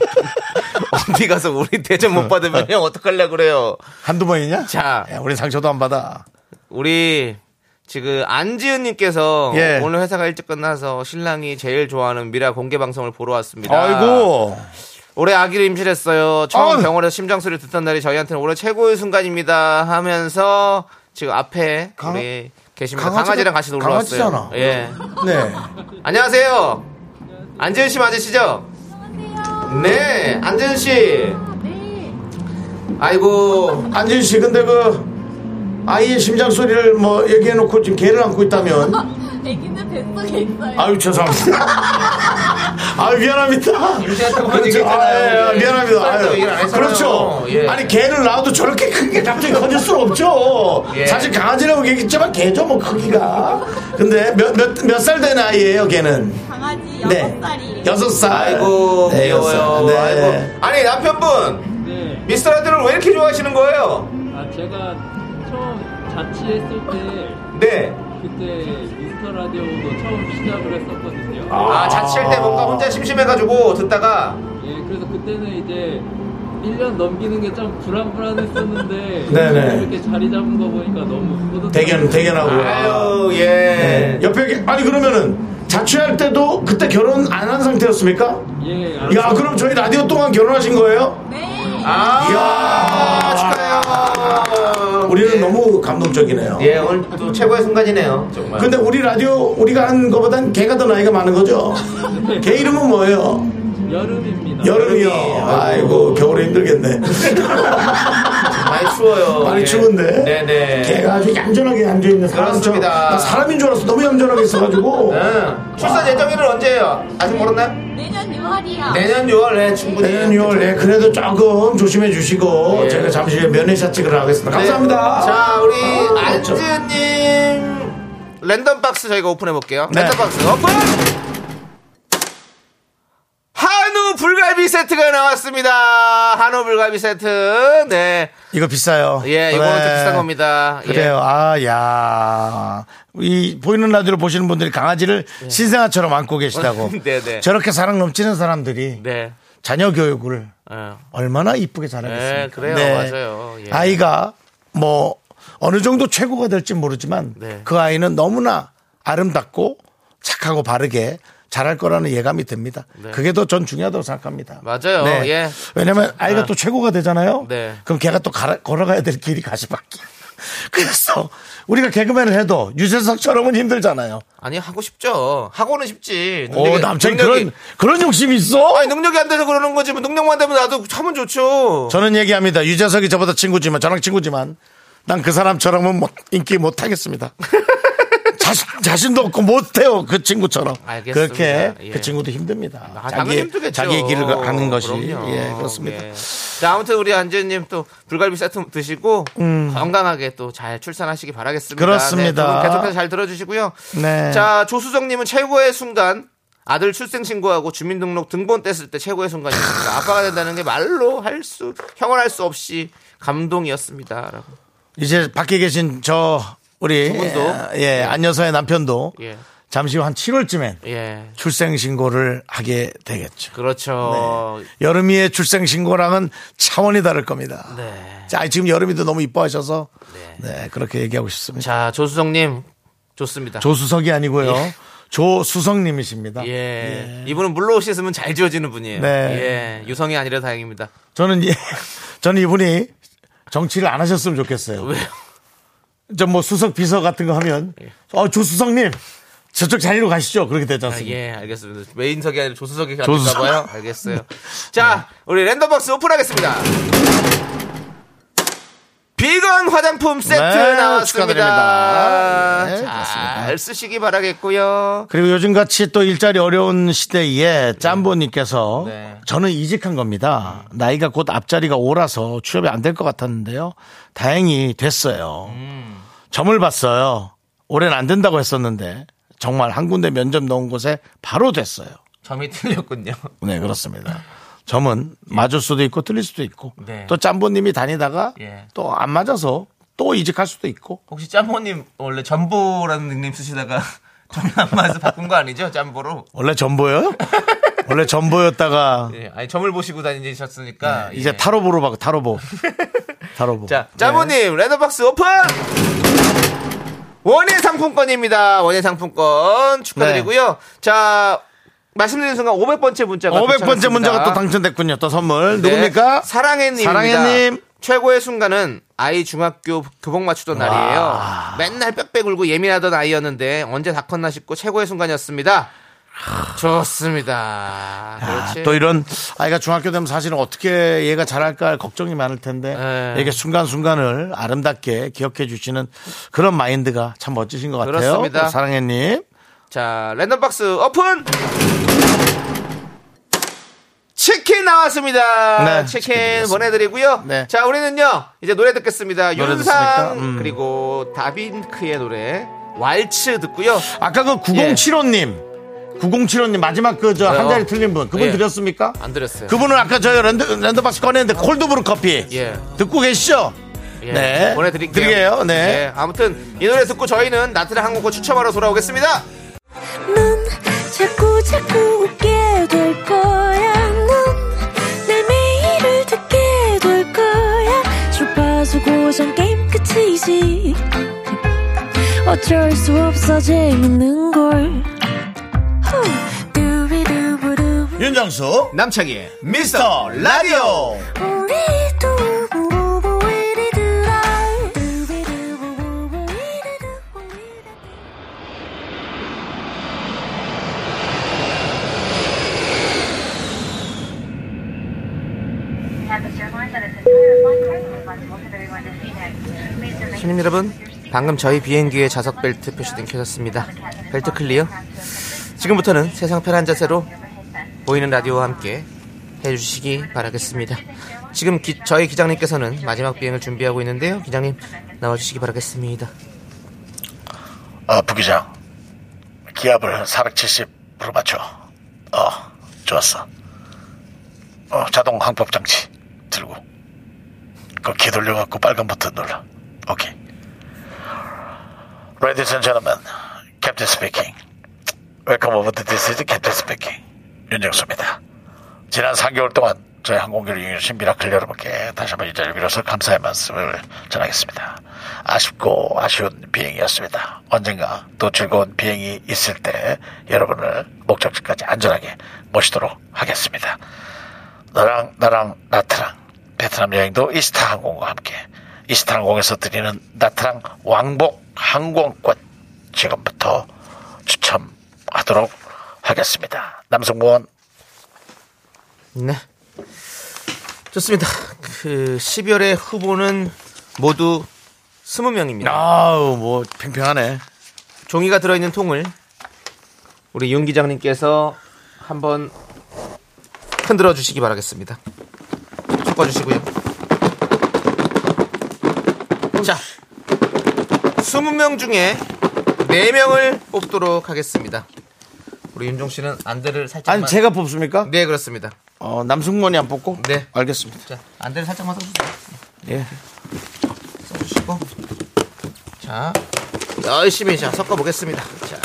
[SPEAKER 3] 어디 가서 우리 대접 못 받으면 형 어떡하려고 그래요.
[SPEAKER 2] 한두 번이냐?
[SPEAKER 3] 자.
[SPEAKER 2] 예, 우린 상처도 안 받아.
[SPEAKER 3] 우리 지금 안지은님께서
[SPEAKER 2] 예.
[SPEAKER 3] 오늘 회사가 일찍 끝나서 신랑이 제일 좋아하는 미라 공개 방송을 보러 왔습니다.
[SPEAKER 2] 아이고.
[SPEAKER 3] 올해 아기를 임신했어요. 처음
[SPEAKER 2] 아유.
[SPEAKER 3] 병원에서 심장 소리 듣던 날이 저희한테는 올해 최고의 순간입니다. 하면서 지금 앞에
[SPEAKER 2] 강-
[SPEAKER 3] 우리 계신 분
[SPEAKER 2] 강아지가-
[SPEAKER 3] 강아지랑 같이 놀러 왔어요.
[SPEAKER 2] 강아지잖아.
[SPEAKER 3] 예.
[SPEAKER 2] 네.
[SPEAKER 3] 안녕하세요. 안재현 씨 맞으시죠? 네, 안재현 씨. 아이고,
[SPEAKER 2] 안진 씨, 근데 그 아이의 심장 소리를 뭐 얘기해놓고 지금 개를 안고 있다면
[SPEAKER 5] 애기는 뱃속에 있어요.
[SPEAKER 2] 아유 죄송합니다. 아유 미안합니다.
[SPEAKER 3] 유지하다고
[SPEAKER 2] 그렇죠.
[SPEAKER 3] 하니까
[SPEAKER 2] 아, 예, 예, 미안합니다.
[SPEAKER 3] 똑바로
[SPEAKER 2] 아유,
[SPEAKER 3] 일을 안 했잖아요.
[SPEAKER 2] 그렇죠.
[SPEAKER 3] 예.
[SPEAKER 2] 아니 개를 낳아도 저렇게 큰 게 갑자기 커질 수는 없죠.
[SPEAKER 3] 예.
[SPEAKER 2] 사실 강아지라고 얘기했지만 개죠 뭐 크기가. 근데 몇 몇 몇 살 된 아이예요 걔는?
[SPEAKER 5] 강아지
[SPEAKER 2] 네.
[SPEAKER 5] 6살이에요.
[SPEAKER 2] 여섯 살.
[SPEAKER 3] 어, 아이고
[SPEAKER 2] 네, 여섯 살.
[SPEAKER 3] 귀여워요.
[SPEAKER 2] 네.
[SPEAKER 3] 아이고. 아니 남편분
[SPEAKER 6] 네.
[SPEAKER 3] 미스터 라디오를 왜 이렇게 좋아하시는 거예요?
[SPEAKER 6] 아, 제가 처음 자취했을 때
[SPEAKER 3] 네.
[SPEAKER 6] 그때 미스터 라디오도 처음 시작을 했었거든요.
[SPEAKER 3] 아 자취할 때 뭔가 혼자 심심해가지고 듣다가
[SPEAKER 6] 예, 그래서 그때는 이제 1년 넘기는 게 좀 불안불안했었는데
[SPEAKER 2] 네네.
[SPEAKER 6] 이렇게 자리 잡은 거 보니까 너무 뿌듯해요.
[SPEAKER 2] 대견 대견하고.
[SPEAKER 3] 아유 예.
[SPEAKER 2] 네. 옆에 게- 아니 그러면은 자취할 때도 그때 결혼 안 한 상태였습니까?
[SPEAKER 6] 예,
[SPEAKER 2] 야 그럼 저희 라디오 동안 결혼하신 거예요?
[SPEAKER 5] 네.
[SPEAKER 3] 아
[SPEAKER 2] 이야.
[SPEAKER 3] 축하해요.
[SPEAKER 2] 우리는
[SPEAKER 3] 예.
[SPEAKER 2] 너무 감동적이네요.
[SPEAKER 3] 예 오늘 또 최고의 순간이네요 그, 정말.
[SPEAKER 2] 근데 우리 라디오 우리가 한 거보단 걔가 더 나이가 많은 거죠? 걔 이름은 뭐예요?
[SPEAKER 6] 여름입니다.
[SPEAKER 2] 여름이요.
[SPEAKER 3] 여름이.
[SPEAKER 2] 아이고 겨울에 힘들겠네.
[SPEAKER 3] 많이 추워요.
[SPEAKER 2] 많이
[SPEAKER 3] 예.
[SPEAKER 2] 추운데.
[SPEAKER 3] 네네.
[SPEAKER 2] 걔가 아주 얌전하게 앉아 있는 사람처럼.
[SPEAKER 3] 그렇습니다. 네.
[SPEAKER 2] 나 사람인 줄 알았어. 너무 얌전하게 있어가지고.
[SPEAKER 3] 응. 출산 예정일은 언제예요? 아직 모르나요?
[SPEAKER 5] 내년 6월이요.
[SPEAKER 3] 내년 6월에 충분히.
[SPEAKER 2] 내년 6월 에 예, 그래도 조금 조심해 주시고
[SPEAKER 3] 예.
[SPEAKER 2] 제가 잠시 후에 면회샷 찍으러 가겠습니다.
[SPEAKER 3] 네.
[SPEAKER 2] 감사합니다.
[SPEAKER 3] 자, 우리
[SPEAKER 2] 아, 그렇죠.
[SPEAKER 3] 안즈님 랜덤 박스 저희가 오픈해 볼게요.
[SPEAKER 2] 네.
[SPEAKER 3] 랜덤 박스 오픈. 한우 불갈비 세트가 나왔습니다. 한우 불갈비 세트. 네.
[SPEAKER 2] 이거 비싸요.
[SPEAKER 3] 예, 이거는 좀 비싼 겁니다. 예.
[SPEAKER 2] 네. 그래요. 아, 야. 이 보이는 라디오를 보시는 분들이 강아지를 신생아처럼 안고 계시다고.
[SPEAKER 3] 예. 네, 네.
[SPEAKER 2] 저렇게 사랑 넘치는 사람들이
[SPEAKER 3] 네.
[SPEAKER 2] 자녀 교육을
[SPEAKER 3] 어.
[SPEAKER 2] 얼마나 이쁘게 잘하겠습니까?
[SPEAKER 3] 네, 그래요. 맞아요. 예.
[SPEAKER 2] 아이가 뭐 어느 정도 최고가 될지 모르지만
[SPEAKER 3] 네.
[SPEAKER 2] 그 아이는 너무나 아름답고 착하고 바르게 잘할 거라는 예감이 듭니다. 그게 더 전 중요하다고 생각합니다.
[SPEAKER 3] 네.
[SPEAKER 2] 네.
[SPEAKER 3] 맞아요. 예.
[SPEAKER 2] 왜냐면 아이가 또 최고가 되잖아요.
[SPEAKER 3] 네.
[SPEAKER 2] 그럼 걔가 또 갈아- 걸어가야 될 길이 가시밭길. 그래서 우리가 개그맨을 해도 유재석처럼은 힘들잖아요.
[SPEAKER 3] 아니 하고 싶죠. 하고는 싶지.
[SPEAKER 2] 오,
[SPEAKER 3] 능력이-
[SPEAKER 2] 어, 남창이
[SPEAKER 3] 능력이-
[SPEAKER 2] 그런 그런 욕심이 있어?
[SPEAKER 3] 아니 능력이 안 돼서 그러는 거지. 뭐 능력만 되면 나도 하면 좋죠.
[SPEAKER 2] 저는 얘기합니다. 유재석이 저보다 친구지만 저랑 친구지만 난 그 사람처럼은 못- 인기 못 하겠습니다. 자신, 자신도 없고 못해요 그 친구처럼
[SPEAKER 3] 알겠습니다.
[SPEAKER 2] 그렇게
[SPEAKER 3] 예.
[SPEAKER 2] 그 친구도 힘듭니다
[SPEAKER 3] 아, 당연히
[SPEAKER 2] 자기,
[SPEAKER 3] 힘들겠죠.
[SPEAKER 2] 자기의 길을 가- 가는 것이
[SPEAKER 3] 그럼요.
[SPEAKER 2] 예 그렇습니다
[SPEAKER 3] 예. 자, 아무튼 우리 안재님 또 불갈비 세트 드시고 건강하게 또 잘 출산하시기 바라겠습니다.
[SPEAKER 2] 음. 그렇습니다.
[SPEAKER 3] 네, 두분 계속해서 잘 들어주시고요.
[SPEAKER 2] 네.
[SPEAKER 3] 자, 조수정님은 최고의 순간. 아들 출생 신고하고 주민등록 등본 뗐을 때 최고의 순간이었습니다. 아빠가 된다는 게 말로 할 수, 형언할 수 없이 감동이었습니다. 라고.
[SPEAKER 2] 이제 밖에 계신 저 우리
[SPEAKER 3] 분도.
[SPEAKER 2] 예, 예, 안여사의 남편도
[SPEAKER 3] 예.
[SPEAKER 2] 잠시 후 한 7월쯤엔
[SPEAKER 3] 예.
[SPEAKER 2] 출생신고를 하게 되겠죠
[SPEAKER 3] 그렇죠.
[SPEAKER 2] 네. 여름이의 출생신고랑은 차원이 다를 겁니다
[SPEAKER 3] 네.
[SPEAKER 2] 자 지금 여름이도 너무 이뻐하셔서 네 그렇게 얘기하고 싶습니다
[SPEAKER 3] 자, 조수정님 좋습니다.
[SPEAKER 2] 조수석이 아니고요.
[SPEAKER 3] 예.
[SPEAKER 2] 조수석님이십니다.
[SPEAKER 3] 예. 이분은 물로 씻으면 잘 지워지는 분이에요.
[SPEAKER 2] 네.
[SPEAKER 3] 예. 유성이 아니라 다행입니다.
[SPEAKER 2] 저는 예, 저는 이분이 정치를 안 하셨으면 좋겠어요.
[SPEAKER 3] 왜요?
[SPEAKER 2] 저 뭐 수석 비서 같은 거 하면
[SPEAKER 3] 예.
[SPEAKER 2] 어 조수석님 저쪽 자리로 가시죠. 그렇게 되지
[SPEAKER 3] 아,
[SPEAKER 2] 않습니까?
[SPEAKER 3] 예, 알겠습니다. 메인석이 아니라 조수석이 네.
[SPEAKER 2] 조수석.
[SPEAKER 3] 가볼까봐요. 알겠어요. 자, 우리 랜덤박스 오픈하겠습니다. 비건 화장품 세트
[SPEAKER 2] 네, 축하드립니다.
[SPEAKER 3] 나왔습니다.
[SPEAKER 2] 네,
[SPEAKER 3] 잘 쓰시기 바라겠고요.
[SPEAKER 2] 그리고 요즘같이 또 일자리 어려운 시대에 짬보님께서
[SPEAKER 3] 네.
[SPEAKER 2] 저는 이직한 겁니다. 나이가 곧 앞자리가 오라서 취업이 안 될 것 같았는데요. 다행히 됐어요.
[SPEAKER 3] 음.
[SPEAKER 2] 점을 봤어요. 올해는 안 된다고 했었는데 정말 한 군데 면접 넣은 곳에 바로 됐어요.
[SPEAKER 3] 점이 틀렸군요. 예.
[SPEAKER 2] 네 그렇습니다. 점은 맞을 수도 있고 틀릴 수도 있고
[SPEAKER 3] 네.
[SPEAKER 2] 또 짬보님이 다니다가
[SPEAKER 3] 예.
[SPEAKER 2] 또 안 맞아서 또 이직할 수도 있고
[SPEAKER 3] 혹시 짬보님 원래 전보라는 닉네임 쓰시다가 점이 안 맞아서 바꾼 거 아니죠? 짬보로?
[SPEAKER 2] 원래 전보요? 원래 전보였다가
[SPEAKER 3] 예, 아니 점을 보시고 다니셨으니까
[SPEAKER 2] 네, 이제
[SPEAKER 3] 예.
[SPEAKER 2] 타로보로 봐 타로보 타로보
[SPEAKER 3] 자, 짜모님
[SPEAKER 2] 네.
[SPEAKER 3] 레더박스 오픈. 원예 상품권입니다. 원예 상품권 축하드리고요. 자, 말씀드린 순간 500번째 문자가
[SPEAKER 2] 네. 500번째
[SPEAKER 3] 도착했습니다.
[SPEAKER 2] 문자가 또 당첨됐군요. 또 선물
[SPEAKER 3] 네,
[SPEAKER 2] 누굽니까?
[SPEAKER 3] 사랑해님.
[SPEAKER 2] 사랑해님.
[SPEAKER 3] 최고의 순간은 아이 중학교 교복 맞추던
[SPEAKER 2] 아.
[SPEAKER 3] 날이에요. 맨날 빽빽 울고 예민하던 아이였는데 언제 다 컸나 싶고 최고의 순간이었습니다. 좋습니다. 그렇지.
[SPEAKER 2] 아, 또 이런 아이가 중학교 되면 사실은 어떻게 얘가 잘할까 할 걱정이 많을 텐데
[SPEAKER 3] 네.
[SPEAKER 2] 이게 순간순간을 아름답게 기억해 주시는 그런 마인드가 참 멋지신 것 같아요.
[SPEAKER 3] 그렇습니다.
[SPEAKER 2] 사랑해님.
[SPEAKER 3] 자, 랜덤박스 오픈! 치킨 나왔습니다.
[SPEAKER 2] 네, 치킨
[SPEAKER 3] 치킨
[SPEAKER 2] 드리겠습니다.
[SPEAKER 3] 보내드리고요.
[SPEAKER 2] 네.
[SPEAKER 3] 자, 우리는요, 이제 노래 듣겠습니다.
[SPEAKER 2] 노래
[SPEAKER 3] 윤상,
[SPEAKER 2] 듣습니까? 음.
[SPEAKER 3] 그리고 다빈크의 노래, 왈츠 듣고요.
[SPEAKER 2] 아까 그 9075님. 9075님 마지막 그 저 한
[SPEAKER 3] 예. 왜요?
[SPEAKER 2] 자리 틀린 분 그분
[SPEAKER 3] 예.
[SPEAKER 2] 드렸습니까?
[SPEAKER 3] 안 드렸어요. 아.
[SPEAKER 2] 그분은 아까 저희 랜드, 랜드박스 꺼냈는데 콜드브루 커피
[SPEAKER 3] 예.
[SPEAKER 2] 듣고 계시죠?
[SPEAKER 3] 예,
[SPEAKER 2] 네.
[SPEAKER 3] 보내드릴게요.
[SPEAKER 2] 드리게요. 네.
[SPEAKER 3] 예, 아무튼, 이 노래 듣고 저희는 나트랑 한국어 추첨하러 돌아오겠습니다.
[SPEAKER 7] 넌 자꾸 자꾸 웃게 될 거야. 넌내 매일을 듣게 될 거야. 주파수 고정 게임 끝이지. 어쩔 수 없어 재밌는 걸. 후. 두비두부두.
[SPEAKER 2] 윤정수
[SPEAKER 3] 남창희의 미스터 라디오!
[SPEAKER 7] 우리 두부부부 우리 두라. 두비두부부부 우리 두부 우리 두부.
[SPEAKER 3] 시민 여러분, 방금 저희 비행기의 좌석 벨트 표시등 켜졌습니다. 벨트 클리어. 지금부터는 세상 편한 자세로 보이는 라디오와 함께 해주시기 바라겠습니다. 지금 기- 저희 기장님께서는 마지막 비행을 준비하고 있는데요. 기장님 나와주시기 바라겠습니다.
[SPEAKER 8] 어, 부기장. 기압을 470으로 맞춰. 어, 좋았어. 어, 자동 항법 장치 들고. 그키 돌려갖고 빨간 버튼 눌러. 오케이. Ladies and gentlemen, Captain speaking. Welcome over to this is Captain speaking. 윤정수입니다. 지난 3개월 동안 저희 항공기를 이용해주신 미라클 여러분께 다시 한번 이 자리를 빌어서 감사의 말씀을 전하겠습니다. 아쉽고 아쉬운 비행이었습니다. 언젠가 또 즐거운 비행이 있을 때 여러분을 목적지까지 안전하게 모시도록 하겠습니다. 너랑 나랑 나트랑 베트남 여행도 이스타 항공과 함께 이스타 항공에서 드리는 나트랑 왕복 항공권 지금부터 추첨하도록 하겠습니다. 남성무원
[SPEAKER 3] 네. 좋습니다. 그 12월의 후보는 모두 20명입니다.
[SPEAKER 2] 아우 뭐 팽팽하네.
[SPEAKER 3] 종이가 들어있는 통을 우리 윤 기장님께서 한번 흔들어 주시기 바라겠습니다. 섞어 주시고요. 자, 20명 중에 4명을 뽑도록 하겠습니다. 우리 윤종 씨는 안대를 살짝만
[SPEAKER 2] 아니 제가 뽑습니까?
[SPEAKER 3] 네, 그렇습니다.
[SPEAKER 2] 어, 남승권이 안 뽑고?
[SPEAKER 3] 네.
[SPEAKER 2] 알겠습니다.
[SPEAKER 3] 자, 안대를 살짝만 써 주세요.
[SPEAKER 2] 예.
[SPEAKER 3] 주시고 자 열심히 자 섞어 보겠습니다 자,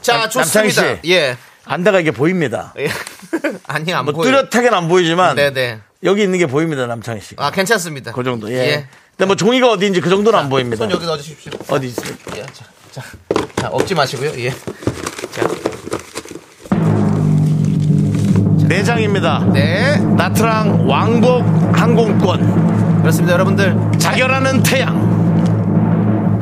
[SPEAKER 3] 자
[SPEAKER 2] 남창희
[SPEAKER 3] 좋습니다
[SPEAKER 2] 씨.
[SPEAKER 3] 예
[SPEAKER 2] 안다가 이게 보입니다.
[SPEAKER 3] 예. 아니 안
[SPEAKER 2] 뭐
[SPEAKER 3] 보여
[SPEAKER 2] 뚜렷하게는 안 보이지만
[SPEAKER 3] 네네
[SPEAKER 2] 여기 있는 게 보입니다, 남창희 씨.
[SPEAKER 3] 아 괜찮습니다
[SPEAKER 2] 그 정도. 예. 근데 뭐 종이가 어디인지 그 정도는 안 보입니다.
[SPEAKER 3] 손 여기 넣어주십시오
[SPEAKER 2] 어디 있어요?
[SPEAKER 3] 예, 자, 자, 자 없지 마시고요 예.
[SPEAKER 2] 네 장입니다.
[SPEAKER 3] 예네
[SPEAKER 2] 나트랑 왕복 항공권
[SPEAKER 3] 그렇습니다 여러분들
[SPEAKER 2] 자결하는 태양.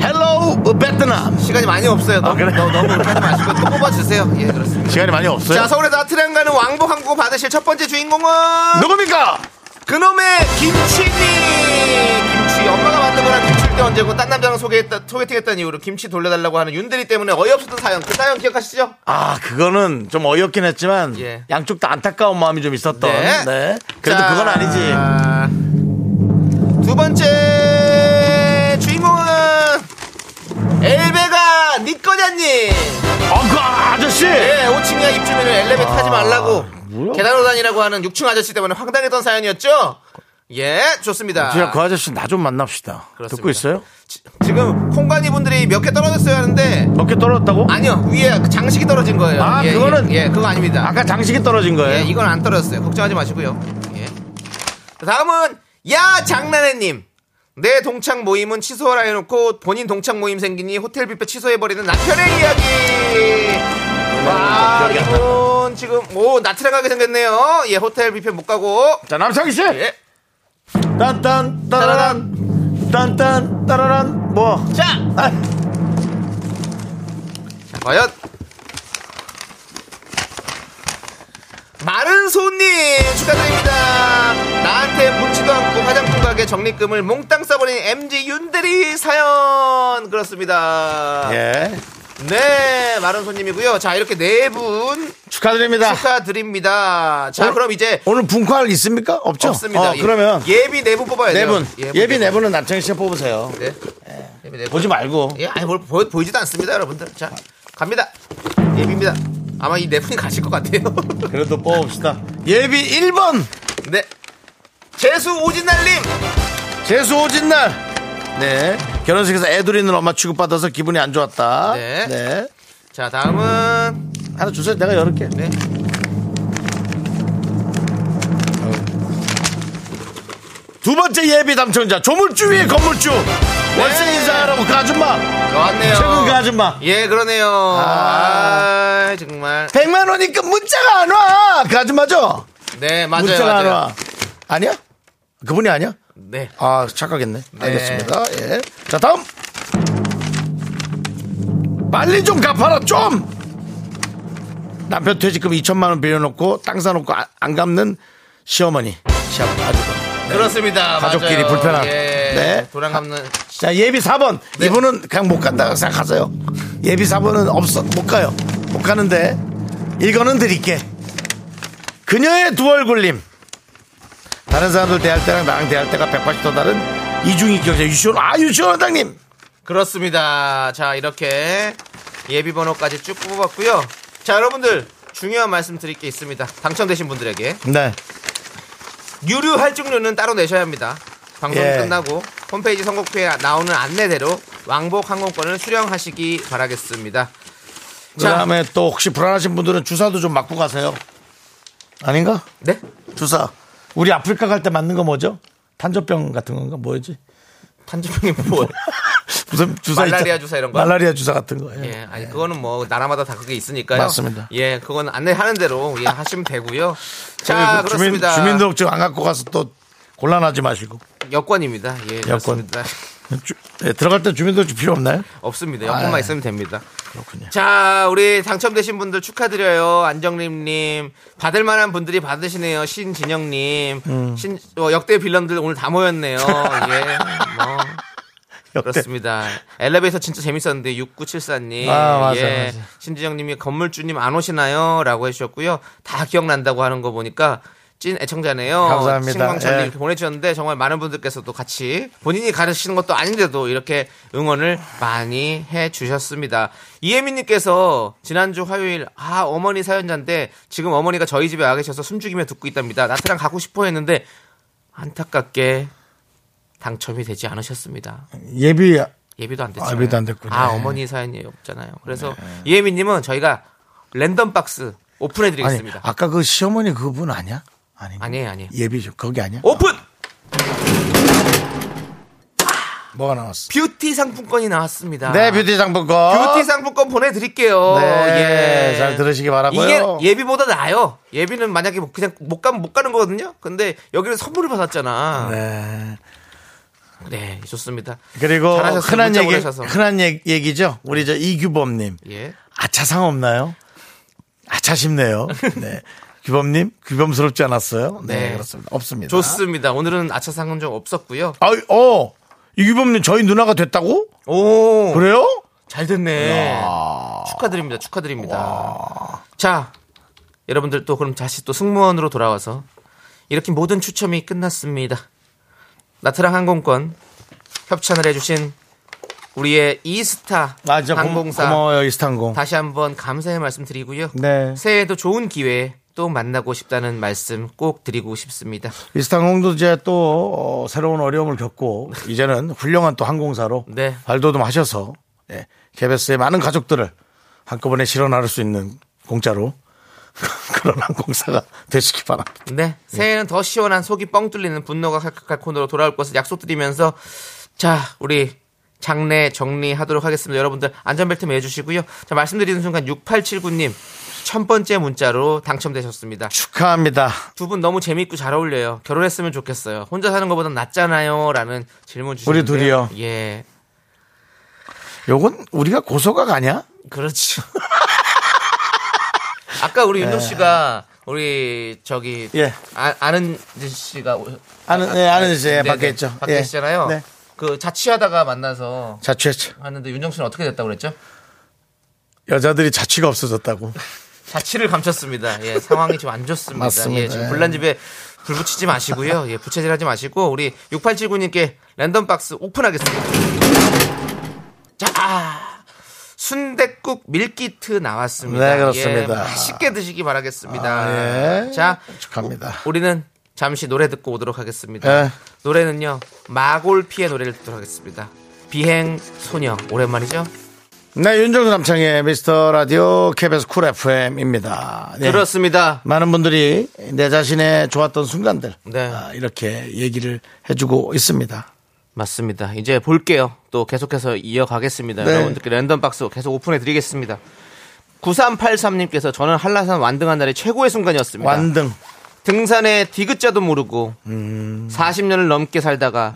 [SPEAKER 2] 헬로우 베트남.
[SPEAKER 3] 시간이 많이 없어요
[SPEAKER 2] 아,
[SPEAKER 3] 너무
[SPEAKER 2] 그래?
[SPEAKER 3] 너무, 너무 그렇게 하지 마시고 또 뽑아주세요 예 그렇습니다
[SPEAKER 2] 시간이 많이 없어요.
[SPEAKER 3] 자 서울에서 아트랑 가는 왕복 항공 받으실 첫 번째 주인공은
[SPEAKER 2] 누굽니까?
[SPEAKER 3] 그놈의 김치님! 김치 엄마가 만든 거랑 김치일 때 언제고 딴 남자랑 소개했다, 소개팅했다는 이유로 김치 돌려달라고 하는 윤대리 때문에 어이없었던 사연 그 사연 기억하시죠?
[SPEAKER 2] 아, 그거는 좀 어이없긴 했지만
[SPEAKER 3] 예.
[SPEAKER 2] 양쪽 다 안타까운 마음이 좀 있었던.
[SPEAKER 3] 네.
[SPEAKER 2] 네. 그래도
[SPEAKER 3] 자,
[SPEAKER 2] 그건 아니지.
[SPEAKER 3] 두 번째 주인공은 엘베가 니 거냐님
[SPEAKER 2] 어, 그 아- 아저씨.
[SPEAKER 3] 예, 5층이야 입주민을 엘리베이터
[SPEAKER 2] 아,
[SPEAKER 3] 타지 말라고 계단으로 다니라고 하는 6층 아저씨 때문에 황당했던 사연이었죠? 예 좋습니다
[SPEAKER 2] 제가 그 아저씨 나 좀 만납시다.
[SPEAKER 3] 그렇습니다.
[SPEAKER 2] 듣고 있어요?
[SPEAKER 3] 지- 지금 콩관이 분들이 몇 개 떨어졌어야 하는데
[SPEAKER 2] 몇 개 떨어졌다고?
[SPEAKER 3] 아니요 위에 그 장식이 떨어진 거예요.
[SPEAKER 2] 아,
[SPEAKER 3] 예,
[SPEAKER 2] 그거는-
[SPEAKER 3] 예, 예, 그거 아닙니다.
[SPEAKER 2] 아까 장식이 떨어진
[SPEAKER 3] 예,
[SPEAKER 2] 거예요.
[SPEAKER 3] 이건 안 떨어졌어요. 걱정하지 마시고요. 예. 다음은 야 장난해님. 내 동창 모임은 취소하라 해놓고 본인 동창 모임 생기니 호텔비페 취소해버리는 남편의 이야기.
[SPEAKER 2] 어,
[SPEAKER 3] 와 이분 지금 오 나트랑하게 생겼네요. 예 호텔비페 못 가고
[SPEAKER 2] 자, 남창희 씨.
[SPEAKER 3] 예.
[SPEAKER 2] 딴딴 따라란 딴딴 따라란 뭐
[SPEAKER 3] 자
[SPEAKER 2] 아,
[SPEAKER 3] 과연 마른 손님 축하드립니다. 나한테 묻지도 않고 화장품 가게 적립금을 몽땅 써버린 MG 윤대리 사연 그렇습니다.
[SPEAKER 2] 예.
[SPEAKER 3] 네, 마른 손님이고요. 자 이렇게 네 분
[SPEAKER 2] 축하드립니다.
[SPEAKER 3] 축하드립니다. 자
[SPEAKER 2] 오늘-
[SPEAKER 3] 그럼 이제
[SPEAKER 2] 오늘 분칼 있습니까? 없죠?
[SPEAKER 3] 없습니다.
[SPEAKER 2] 어,
[SPEAKER 3] 예.
[SPEAKER 2] 그러면
[SPEAKER 3] 예비 내부 뽑아야
[SPEAKER 2] 네
[SPEAKER 3] 돼요.
[SPEAKER 2] 분. 예비 네 분은 남창희 씨가 뽑으세요.
[SPEAKER 3] 네. 예비 내부.
[SPEAKER 2] 보지 말고.
[SPEAKER 3] 예, 아니 뭘 보, 보이지도 않습니다, 여러분들. 자 갑니다. 예비입니다. 아마 이 네 분이 가실 것 같아요.
[SPEAKER 2] 그래도 뽑읍시다. 예비 1번.
[SPEAKER 3] 네. 재수 오진날님
[SPEAKER 2] 재수 오진 날. 네. 결혼식에서 애돌이는 엄마 취급받아서 기분이 안 좋았다.
[SPEAKER 3] 네.
[SPEAKER 2] 네.
[SPEAKER 3] 자 다음은
[SPEAKER 2] 하나 주세요. 내가 열을게.
[SPEAKER 3] 네.
[SPEAKER 2] 두 번째 예비 당첨자 조물주 위에 건물주 월세
[SPEAKER 3] 네.
[SPEAKER 2] 인사하라고 그 아줌마
[SPEAKER 3] 어. 왔네요.
[SPEAKER 2] 최근 그 아줌마
[SPEAKER 3] 예 그러네요. 아... 정말
[SPEAKER 2] 100만 원이니까 문자가 안 와 그 아줌마죠
[SPEAKER 3] 네 맞아요.
[SPEAKER 2] 문자가
[SPEAKER 3] 맞아요.
[SPEAKER 2] 안 와 아니야 그분이 아니야
[SPEAKER 3] 네.
[SPEAKER 2] 아 착각했네 알겠습니다 예자 다음 빨리 좀 갚아라 좀 남편 퇴직금 2천만 원 빌려놓고 땅 사놓고 아- 안 갚는 시어머니 시아버지 아주버
[SPEAKER 3] 그렇습니다.
[SPEAKER 2] 가족끼리
[SPEAKER 3] 맞아요.
[SPEAKER 2] 불편한.
[SPEAKER 3] 예.
[SPEAKER 2] 네.
[SPEAKER 3] 도랑 감는
[SPEAKER 2] 자 예비 4번 이분은 그냥 못 간다고 생각하세요 예비 4번은 없어 못 가요 못 가는데 이거는 드릴게 그녀의 두 얼굴님 다른 사람들 대할 때랑 나랑 대할 때가 180도 다른 이중이 경제 유시원 아 유시원 원장님
[SPEAKER 3] 그렇습니다. 자, 이렇게 예비 번호까지 쭉 뽑았고요. 자, 여러분들 중요한 말씀 드릴 게 있습니다. 당첨되신 분들에게
[SPEAKER 2] 네
[SPEAKER 3] 유료 할증료는 따로 내셔야 합니다. 방송
[SPEAKER 2] 예.
[SPEAKER 3] 끝나고 홈페이지 선곡표에 나오는 안내대로 왕복 항공권을 수령하시기 바라겠습니다. 자.
[SPEAKER 2] 그다음에 또 혹시 불안하신 분들은 주사도 좀 맞고 가세요 아닌가
[SPEAKER 3] 네?
[SPEAKER 2] 주사 우리 아프리카 갈 때 맞는 거 뭐죠 탄저병 같은 건가 뭐였지
[SPEAKER 3] 탄저병이 뭐?
[SPEAKER 2] 무슨 주사
[SPEAKER 3] 말라리아
[SPEAKER 2] 있잖아.
[SPEAKER 3] 주사 이런 거?
[SPEAKER 2] 말라리아 주사 같은 거 예.
[SPEAKER 3] 예, 아니 그거는 뭐 나라마다 다 그게 있으니까요.
[SPEAKER 2] 맞습니다.
[SPEAKER 3] 예, 그건 안내하는 대로 예, 하시면 되고요. 자,
[SPEAKER 2] 그리고
[SPEAKER 3] 그렇습니다.
[SPEAKER 2] 주민, 주민등록증 안 갖고 가서 또 곤란하지 마시고
[SPEAKER 3] 여권입니다. 예,
[SPEAKER 2] 여권.
[SPEAKER 3] 그렇습니다.
[SPEAKER 2] 주- 예, 들어갈 때 주민등록증 필요 없나요?
[SPEAKER 3] 없습니다. 여권만
[SPEAKER 2] 아,
[SPEAKER 3] 있으면 됩니다.
[SPEAKER 2] 그렇군요.
[SPEAKER 3] 자, 우리 당첨되신 분들 축하드려요. 안정림님. 받을 만한 분들이 받으시네요. 신진영님.
[SPEAKER 2] 음.
[SPEAKER 3] 신, 어, 역대 빌런들 오늘 다 모였네요. 예. 뭐.
[SPEAKER 2] 역대.
[SPEAKER 3] 그렇습니다. 엘리베이터 진짜 재밌었는데 6974님,
[SPEAKER 2] 아, 맞아,
[SPEAKER 3] 예,
[SPEAKER 2] 맞아.
[SPEAKER 3] 신지영님이 건물주님 안 오시나요?라고 해주셨고요. 다 기억난다고 하는 거 보니까 찐 애청자네요.
[SPEAKER 2] 감사합니다.
[SPEAKER 3] 신광철님
[SPEAKER 2] 예.
[SPEAKER 3] 이렇게 보내주셨는데 정말 많은 분들께서도 같이 본인이 가르치는 것도 아닌데도 이렇게 응원을 많이 해주셨습니다. 이혜민님께서 지난주 화요일 아 어머니 사연자인데 지금 어머니가 저희 집에 와 계셔서 숨죽이며 듣고 있답니다. 나트랑 가고 싶어 했는데 안타깝게 당첨이 되지 않으셨습니다.
[SPEAKER 2] 네. 예비
[SPEAKER 3] 예비도 안 됐죠.
[SPEAKER 2] 예비도 안 됐군요. 네.
[SPEAKER 3] 아, 어머니 사연이 없잖아요. 그래서 이혜민님은 저희가 랜덤 박스
[SPEAKER 2] 아니
[SPEAKER 3] 오픈해드리겠습니다. 아니,
[SPEAKER 2] 아까 그 시어머니 그분 아니야? 아니
[SPEAKER 3] 에요 어? 아니에요.
[SPEAKER 2] 예비죠 거기 아니야?
[SPEAKER 3] 오픈!
[SPEAKER 2] 뭐가 나왔어?
[SPEAKER 3] 뷰티 상품권이 나왔습니다.
[SPEAKER 2] 네 뷰티 상품권.
[SPEAKER 3] 아. 뷰티 상품권 보내드릴게요.
[SPEAKER 2] 네,
[SPEAKER 3] 예.
[SPEAKER 2] 잘 들으시기 바라고요.
[SPEAKER 3] 이게 예비보다 나아요. 예비는 만약에 뭐 그냥 못 가면 못 가는 거거든요. 근데 여기는 선물을 받았잖아. 네,
[SPEAKER 2] 네.
[SPEAKER 3] 좋습니다.
[SPEAKER 2] 그리고
[SPEAKER 3] 잘하셨어요.
[SPEAKER 2] 흔한
[SPEAKER 3] 문자
[SPEAKER 2] 얘기
[SPEAKER 3] 보내셔서.
[SPEAKER 2] 흔한 얘- 얘기죠. 우리 저 이규범님
[SPEAKER 3] 예.
[SPEAKER 2] 아차상 없나요? 아차 싶네요. 네. 규범님 규범스럽지 않았어요? 네,
[SPEAKER 3] 네.
[SPEAKER 2] 그렇습니다. 없습니다.
[SPEAKER 3] 좋습니다. 오늘은 아차상은 좀 없었고요.
[SPEAKER 2] 아, 어 이규범님 저희 누나가 됐다고?
[SPEAKER 3] 오.
[SPEAKER 2] 그래요?
[SPEAKER 3] 잘 됐네. 축하드립니다. 축하드립니다. 자, 여러분들 또 그럼 다시 또 승무원으로 돌아와서 이렇게 모든 추첨이 끝났습니다. 나트랑 항공권 협찬을 해주신 우리의 이스타
[SPEAKER 2] 아, 진짜 고-
[SPEAKER 3] 항공사
[SPEAKER 2] 고마워요 이스탄공.
[SPEAKER 3] 다시 한번 감사의 말씀드리고요.
[SPEAKER 2] 네.
[SPEAKER 3] 새해에도 좋은 기회에 또 만나고 싶다는 말씀 꼭 드리고 싶습니다.
[SPEAKER 2] 이스탄공도 이제 또 어, 새로운 어려움을 겪고 이제는 훌륭한 또 항공사로
[SPEAKER 3] 네.
[SPEAKER 2] 발돋움하셔서 예, KBS의 많은 가족들을 한꺼번에 실어 나를 수 있는 공짜로 그런 항공사가 되시기 바랍니다.
[SPEAKER 3] 네. 새해에는 더 시원한 속이 뻥 뚫리는 분노가 칼칼칼 코너로 돌아올 것을 약속드리면서 자, 우리 장례 정리하도록 하겠습니다. 여러분들 안전벨트 매주시고요. 자, 말씀드리는 순간 6879님 첫 번째 문자로 당첨되셨습니다.
[SPEAKER 2] 축하합니다.
[SPEAKER 3] 두 분 너무 재밌고 잘 어울려요. 결혼했으면 좋겠어요. 혼자 사는 것보단 낫잖아요. 라는 질문 주셨는데
[SPEAKER 2] 우리 둘이요.
[SPEAKER 3] 예.
[SPEAKER 2] 요건 우리가 고소가 가냐?
[SPEAKER 3] 그렇죠. 아까 우리 윤종 씨가 우리 저기
[SPEAKER 2] 예.
[SPEAKER 3] 아, 는 씨가 오-
[SPEAKER 2] 아는- 예, 아는 씨, 예,
[SPEAKER 3] 네,
[SPEAKER 2] 밖에
[SPEAKER 3] 네.
[SPEAKER 2] 있죠.
[SPEAKER 3] 밖에
[SPEAKER 2] 예.
[SPEAKER 3] 있잖아요.
[SPEAKER 2] 네.
[SPEAKER 3] 그 자취하다가 만나서
[SPEAKER 2] 자취했죠.
[SPEAKER 3] 하는데 윤정수는 어떻게 됐다고 그랬죠?
[SPEAKER 2] 여자들이 자취가 없어졌다고.
[SPEAKER 3] 자취를 감췄습니다. 예, 상황이 지금 안 좋습니다.
[SPEAKER 2] 맞습니다.
[SPEAKER 3] 예, 지금
[SPEAKER 2] 예.
[SPEAKER 3] 불난 집에 불 붙이지 마시고요. 예, 부채질하지 마시고 우리 6879님께 랜덤 박스 오픈하겠습니다. 자, 순대국 밀키트 나왔습니다.
[SPEAKER 2] 네, 그렇습니다.
[SPEAKER 3] 예, 맛있게 드시기 바라겠습니다.
[SPEAKER 2] 아, 예.
[SPEAKER 3] 자,
[SPEAKER 2] 축하합니다.
[SPEAKER 3] 우- 우리는 잠시 노래 듣고 오도록 하겠습니다.
[SPEAKER 2] 예.
[SPEAKER 3] 노래는요 마골피의 노래를 듣도록 하겠습니다. 비행 소녀 오랜만이죠?
[SPEAKER 2] 네, 윤정수 남창의 미스터 라디오 KBS 쿨 FM입니다. 네.
[SPEAKER 3] 그렇습니다.
[SPEAKER 2] 많은 분들이 내 자신의 좋았던 순간들
[SPEAKER 3] 네.
[SPEAKER 2] 아, 이렇게 얘기를 해주고 있습니다.
[SPEAKER 3] 맞습니다. 이제 볼게요. 또 계속해서 이어가겠습니다.
[SPEAKER 2] 네.
[SPEAKER 3] 여러분들께 랜덤 박스 계속 오픈해 드리겠습니다. 9383님께서 저는 한라산 완등한 날이 최고의 순간이었습니다.
[SPEAKER 2] 완등.
[SPEAKER 3] 등산의 디귿자도 모르고
[SPEAKER 2] 음.
[SPEAKER 3] 40년을 넘게 살다가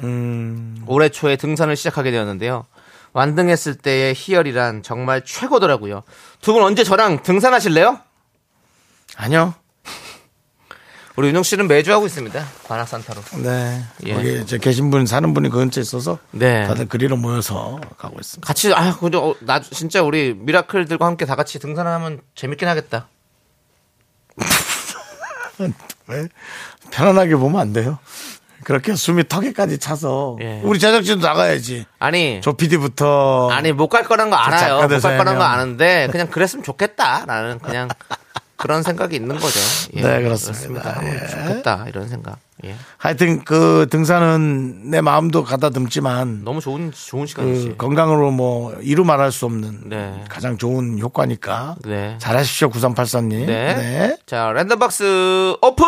[SPEAKER 3] 올해 초에 등산을 시작하게 되었는데요. 완등했을 때의 희열이란 정말 최고더라고요. 두 분 언제 저랑 등산하실래요?
[SPEAKER 2] 아니요.
[SPEAKER 3] 우리 윤영 씨는 매주 하고 있습니다. 관악산타로.
[SPEAKER 2] 네.
[SPEAKER 3] 예.
[SPEAKER 2] 거기 이제 계신 분 사는 분이 그 근처에 있어서
[SPEAKER 3] 네.
[SPEAKER 2] 다들 그리로 모여서 가고 있습니다.
[SPEAKER 3] 같이 아 근데 어, 나 진짜 우리 미라클들과 함께 다 같이 등산하면 재밌긴 하겠다.
[SPEAKER 2] 네. 편안하게 보면 안 돼요. 그렇게 숨이 턱에까지 차서
[SPEAKER 3] 예.
[SPEAKER 2] 우리 제작진도 나가야지.
[SPEAKER 3] 아니
[SPEAKER 2] 조 PD부터
[SPEAKER 3] 아니 못 갈 거란 거 알아요.
[SPEAKER 2] 작가들
[SPEAKER 3] 못 갈 거란 거
[SPEAKER 2] 사이면.
[SPEAKER 3] 아는데 그냥 그랬으면 좋겠다라는 그냥 그런 생각이 있는 거죠. 예,
[SPEAKER 2] 네, 그렇습니다.
[SPEAKER 3] 그렇습니다.
[SPEAKER 2] 예.
[SPEAKER 3] 하면 좋겠다 이런 생각. 예.
[SPEAKER 2] 하여튼 그 등산은 내 마음도 가다듬지만
[SPEAKER 3] 너무 좋은 좋은 시간이지.
[SPEAKER 2] 그 건강으로 뭐 이루 말할 수 없는
[SPEAKER 3] 음. 네.
[SPEAKER 2] 가장 좋은 효과니까
[SPEAKER 3] 네.
[SPEAKER 2] 잘하십시오 9384님.
[SPEAKER 3] 네. 자, 랜덤박스 오픈!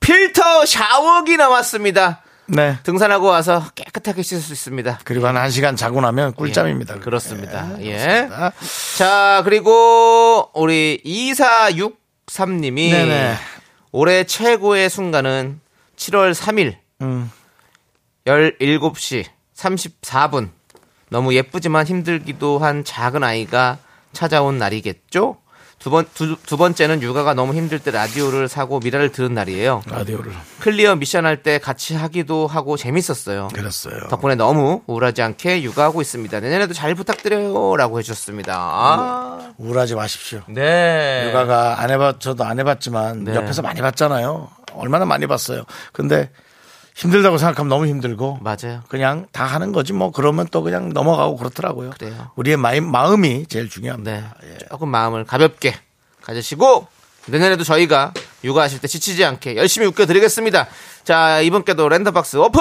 [SPEAKER 3] 필터 샤워기 나왔습니다.
[SPEAKER 2] 네.
[SPEAKER 3] 등산하고 와서 깨끗하게 씻을 수 있습니다.
[SPEAKER 2] 그리고 한 1시간 자고 나면 꿀잠입니다.
[SPEAKER 3] 예, 그렇습니다.
[SPEAKER 2] 네,
[SPEAKER 3] 예.
[SPEAKER 2] 그렇습니다.
[SPEAKER 3] 자, 그리고 우리 2463님이
[SPEAKER 2] 네네.
[SPEAKER 3] 올해 최고의 순간은 7월 3일
[SPEAKER 2] 음.
[SPEAKER 3] 17시 34분 너무 예쁘지만 힘들기도 한 작은 아이가 찾아온 날이겠죠? 두, 번, 두, 두 번째는 육아가 너무 힘들 때 라디오를 사고 미라를 들은 날이에요.
[SPEAKER 2] 라디오를
[SPEAKER 3] 클리어 미션 할 때 같이 하기도 하고 재밌었어요.
[SPEAKER 2] 그랬어요.
[SPEAKER 3] 덕분에 너무 우울하지 않게 육아하고 있습니다. 내년에도 잘 부탁드려요라고 해주셨습니다. 아,
[SPEAKER 2] 우울하지 마십시오.
[SPEAKER 3] 네.
[SPEAKER 2] 육아가 안 해봤 저도 안 해봤지만
[SPEAKER 3] 네.
[SPEAKER 2] 옆에서 많이 봤잖아요. 얼마나 많이 봤어요. 근데 힘들다고 생각하면 너무 힘들고
[SPEAKER 3] 맞아요.
[SPEAKER 2] 그냥 다 하는 거지 뭐 그러면 또 그냥 넘어가고 그렇더라고요.
[SPEAKER 3] 그래요.
[SPEAKER 2] 우리의 마이- 마음이 제일 중요합니다.
[SPEAKER 3] 네. 조금 마음을 가볍게 가지시고 내년에도 저희가 육아하실 때 지치지 않게 열심히 웃겨드리겠습니다. 자 이번께도 랜덤박스 오픈.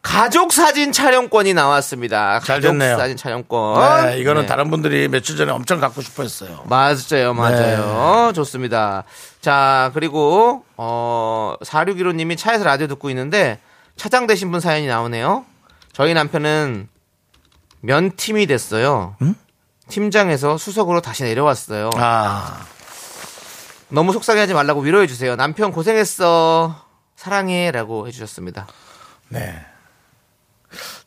[SPEAKER 3] 가족 사진 촬영권이 나왔습니다.
[SPEAKER 2] 잘
[SPEAKER 3] 가족
[SPEAKER 2] 됐네요.
[SPEAKER 3] 사진 촬영권.
[SPEAKER 2] 네, 이거는
[SPEAKER 3] 네.
[SPEAKER 2] 다른 분들이 며칠 전에 엄청 갖고 싶어 했어요. 네.
[SPEAKER 3] 맞아요, 맞아요. 좋습니다. 자, 그리고, 어, 4615님이 차에서 라디오 듣고 있는데, 차장 되신 분 사연이 나오네요. 저희 남편은 면팀이 됐어요. 팀장에서 수석으로 다시 내려왔어요.
[SPEAKER 2] 아,
[SPEAKER 3] 너무 속상해하지 말라고 위로해주세요. 남편 고생했어. 사랑해. 라고 해주셨습니다.
[SPEAKER 2] 네.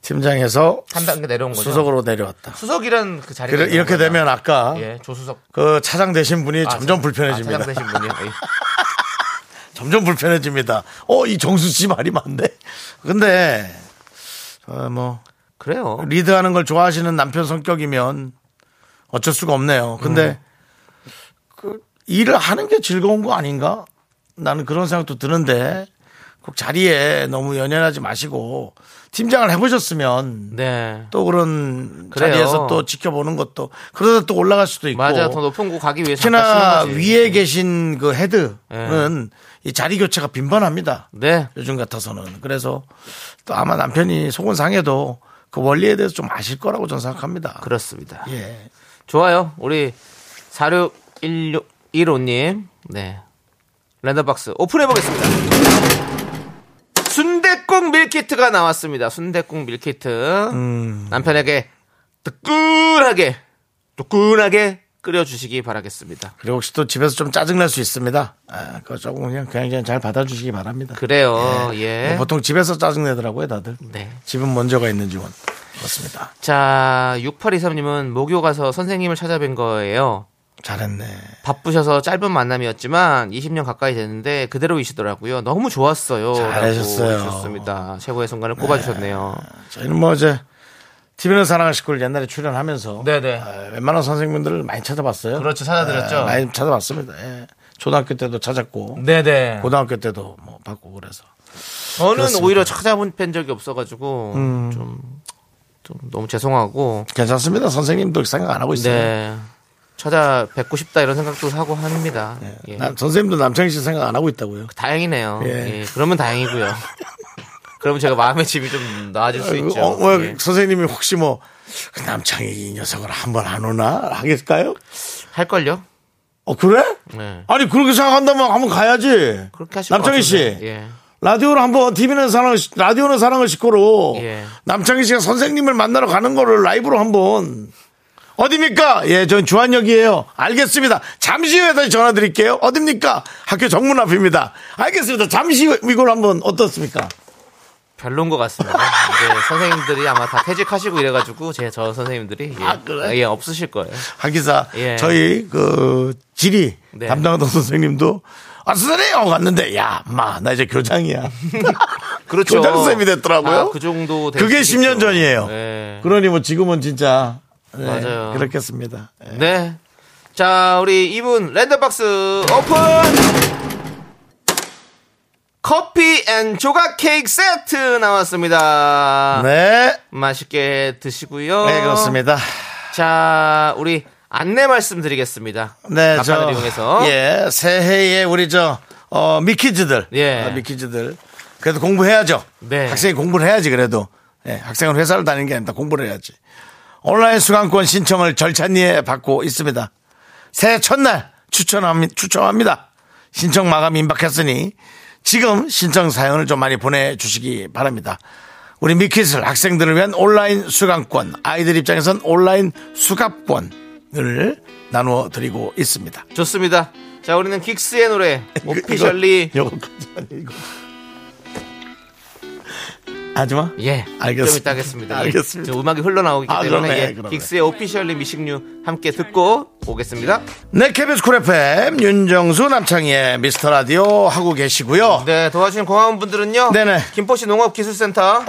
[SPEAKER 2] 팀장에서
[SPEAKER 3] 한 단계 내려온 거죠.
[SPEAKER 2] 수석으로 내려왔다.
[SPEAKER 3] 수석이란 그 자리가.
[SPEAKER 2] 그래-
[SPEAKER 3] 있는
[SPEAKER 2] 이렇게
[SPEAKER 3] 거구나.
[SPEAKER 2] 되면 아까
[SPEAKER 3] 예, 조수석.
[SPEAKER 2] 그 차장 되신 분이
[SPEAKER 3] 아,
[SPEAKER 2] 점점
[SPEAKER 3] 사-
[SPEAKER 2] 불편해집니다.
[SPEAKER 3] 아, 차장 되신 분이요. 예.
[SPEAKER 2] 점점 불편해집니다. 어, 이 정수 씨 말이 맞네. 근데 어, 뭐
[SPEAKER 3] 그래요.
[SPEAKER 2] 리드하는 걸 좋아하시는 남편 성격이면 어쩔 수가 없네요. 근데
[SPEAKER 3] 음.
[SPEAKER 2] 그 일을 하는 게 즐거운 거 아닌가? 나는 그런 생각도 드는데 꼭 자리에 너무 연연하지 마시고 팀장을 해보셨으면
[SPEAKER 3] 네.
[SPEAKER 2] 또 그런
[SPEAKER 3] 그래요.
[SPEAKER 2] 자리에서 또 지켜보는 것도 그러다 또 올라갈 수도 있고
[SPEAKER 3] 맞아. 더 높은 곳 가기 위해서.
[SPEAKER 2] 특히나
[SPEAKER 3] 잠깐 쓰는 거지.
[SPEAKER 2] 위에 계신 그 헤드는 이 자리 교체가 빈번합니다.
[SPEAKER 3] 네.
[SPEAKER 2] 요즘 같아서는 그래서 또 아마 남편이 속은 상해도 그 원리에 대해서 좀 아실 거라고 저는 생각합니다.
[SPEAKER 3] 그렇습니다.
[SPEAKER 2] 예.
[SPEAKER 3] 좋아요. 우리 4615님. 네. 랜덤박스 오픈해 보겠습니다. 순대국 밀키트가 나왔습니다. 순대국 밀키트.
[SPEAKER 2] 음.
[SPEAKER 3] 남편에게 뜨끈하게 뜨끈하게 끓여 주시기 바라겠습니다.
[SPEAKER 2] 그리고 혹시 또 집에서 좀 짜증날 수 있습니다. 아, 그거 조금 그냥 그냥 그냥 잘 받아주시기 바랍니다. 네.
[SPEAKER 3] 그래요. 예.
[SPEAKER 2] 뭐 보통 집에서 짜증내더라고요, 다들.
[SPEAKER 3] 네.
[SPEAKER 2] 집은 먼저가 있는 집은. 그렇습니다.
[SPEAKER 3] 자, 6823님은 목요 가서 선생님을 찾아뵌 거예요.
[SPEAKER 2] 잘했네.
[SPEAKER 3] 바쁘셔서 짧은 만남이었지만 20년 가까이 됐는데 그대로이시더라고요. 너무 좋았어요.
[SPEAKER 2] 잘하셨어요.
[SPEAKER 3] 좋습니다. 최고의 순간을 꼽아주셨네요.
[SPEAKER 2] 저희는 뭐 이제 TV는 사랑할 식구를 옛날에 출연하면서
[SPEAKER 3] 네네.
[SPEAKER 2] 아, 웬만한 선생님들을 많이 찾아봤어요.
[SPEAKER 3] 그렇죠. 찾아드렸죠. 음.
[SPEAKER 2] 예, 많이 찾아봤습니다. 예. 초등학교 때도 찾았고
[SPEAKER 3] 네네.
[SPEAKER 2] 고등학교 때도 뭐 받고 그래서
[SPEAKER 3] 저는
[SPEAKER 2] 그렇습니다. 음.
[SPEAKER 3] 오히려 찾아본 뵌 적이 없어가지고 좀, 좀 너무 죄송하고
[SPEAKER 2] 괜찮습니다. 선생님도 생각 안 하고 있어요.
[SPEAKER 3] 네 찾아뵙고 싶다 이런 생각도 하고 합니다. 예.
[SPEAKER 2] 난 선생님도 남창희 씨 생각 안 하고 있다고요.
[SPEAKER 3] 다행이네요.
[SPEAKER 2] 네. 예.
[SPEAKER 3] 예, 그러면 다행이고요. 그러면 제가 마음의 집이 좀 나아질 수 있죠.
[SPEAKER 2] 어, 왜
[SPEAKER 3] 예.
[SPEAKER 2] 선생님이 혹시 뭐 남창희 이 녀석을 한번 안 오나 하겠을까요?
[SPEAKER 3] 할걸요?
[SPEAKER 2] 어 그래?
[SPEAKER 3] 네.
[SPEAKER 2] 아니 그렇게 생각한다면 한번 가야지.
[SPEAKER 3] 그렇게 하실
[SPEAKER 2] 남창희
[SPEAKER 3] 것
[SPEAKER 2] 씨
[SPEAKER 3] 같은데. 예.
[SPEAKER 2] 라디오를 한번 TV는 사랑 라디오는 사랑을 식고로
[SPEAKER 3] 예.
[SPEAKER 2] 남창희 씨가 선생님을 만나러 가는 거를 라이브로 한번 어딥니까? 예, 전 주한역이에요. 알겠습니다. 잠시 후에 다시 전화 드릴게요. 어딥니까? 학교 정문 앞입니다. 알겠습니다. 잠시 후 이걸 한번 어떻습니까?
[SPEAKER 3] 별론 것 같습니다. 이제 선생님들이 아마 다 퇴직하시고 이래가지고 제 저 선생님들이 예.
[SPEAKER 2] 아, 그래?
[SPEAKER 3] 예, 없으실 거예요.
[SPEAKER 2] 하기사
[SPEAKER 3] 예.
[SPEAKER 2] 저희 그 지리
[SPEAKER 3] 네.
[SPEAKER 2] 담당하던 선생님도 아 선생님 하고 갔는데 야마나 이제 교장이야
[SPEAKER 3] 그렇죠.
[SPEAKER 2] 교장 쌤이 됐더라고요.
[SPEAKER 3] 아, 그 정도 될
[SPEAKER 2] 그게
[SPEAKER 3] 수
[SPEAKER 2] 10년
[SPEAKER 3] 있겠죠.
[SPEAKER 2] 전이에요.
[SPEAKER 3] 예.
[SPEAKER 2] 그러니 뭐 지금은 진짜 네,
[SPEAKER 3] 맞아요.
[SPEAKER 2] 그렇겠습니다. 예.
[SPEAKER 3] 네. 자, 우리 이분 랜덤박스 오픈! 커피 앤 조각 케이크 세트 나왔습니다.
[SPEAKER 2] 네,
[SPEAKER 3] 맛있게 드시고요.
[SPEAKER 2] 네 그렇습니다.
[SPEAKER 3] 자, 우리 안내 말씀드리겠습니다.
[SPEAKER 2] 네,
[SPEAKER 3] 간판을 이용해서.
[SPEAKER 2] 예 새해에 우리 저 어, 미키즈들
[SPEAKER 3] 예.
[SPEAKER 2] 어, 미키즈들 그래도 공부해야죠.
[SPEAKER 3] 네.
[SPEAKER 2] 학생이 공부를 해야지 그래도 예, 학생은 회사를 다니는 게 아니다 공부를 해야지. 온라인 수강권 신청을 절찬리에 받고 있습니다. 새해 첫날 추천합니다. 추천합니다. 신청 마감 임박했으니 지금 신청 사연을 좀 많이 보내주시기 바랍니다. 우리 미키슬 학생들을 위한 온라인 수강권, 아이들 입장에선 온라인 수강권을 나누어 드리고 있습니다.
[SPEAKER 3] 좋습니다. 자, 우리는 긱스의 노래 뭐 오피셜리
[SPEAKER 2] 그, 이거, 이거, 이거. 하지마.
[SPEAKER 3] 예,
[SPEAKER 2] 알겠습니다.
[SPEAKER 3] 좀 이따 하겠습니다. 예.
[SPEAKER 2] 알겠습니다.
[SPEAKER 3] 저 음악이 흘러나오기
[SPEAKER 2] 아,
[SPEAKER 3] 때문에
[SPEAKER 2] 그러네,
[SPEAKER 3] 예,
[SPEAKER 2] 그러네.
[SPEAKER 3] 긱스의 오피셜리 미식류 함께 듣고 오겠습니다.
[SPEAKER 2] 네, 케빈스 쿨 FM, 윤정수, 남창희의 미스터 라디오 하고 계시고요.
[SPEAKER 3] 네, 도와주신 고마운 분들은요.
[SPEAKER 2] 네네.
[SPEAKER 3] 김포시 농업기술센터,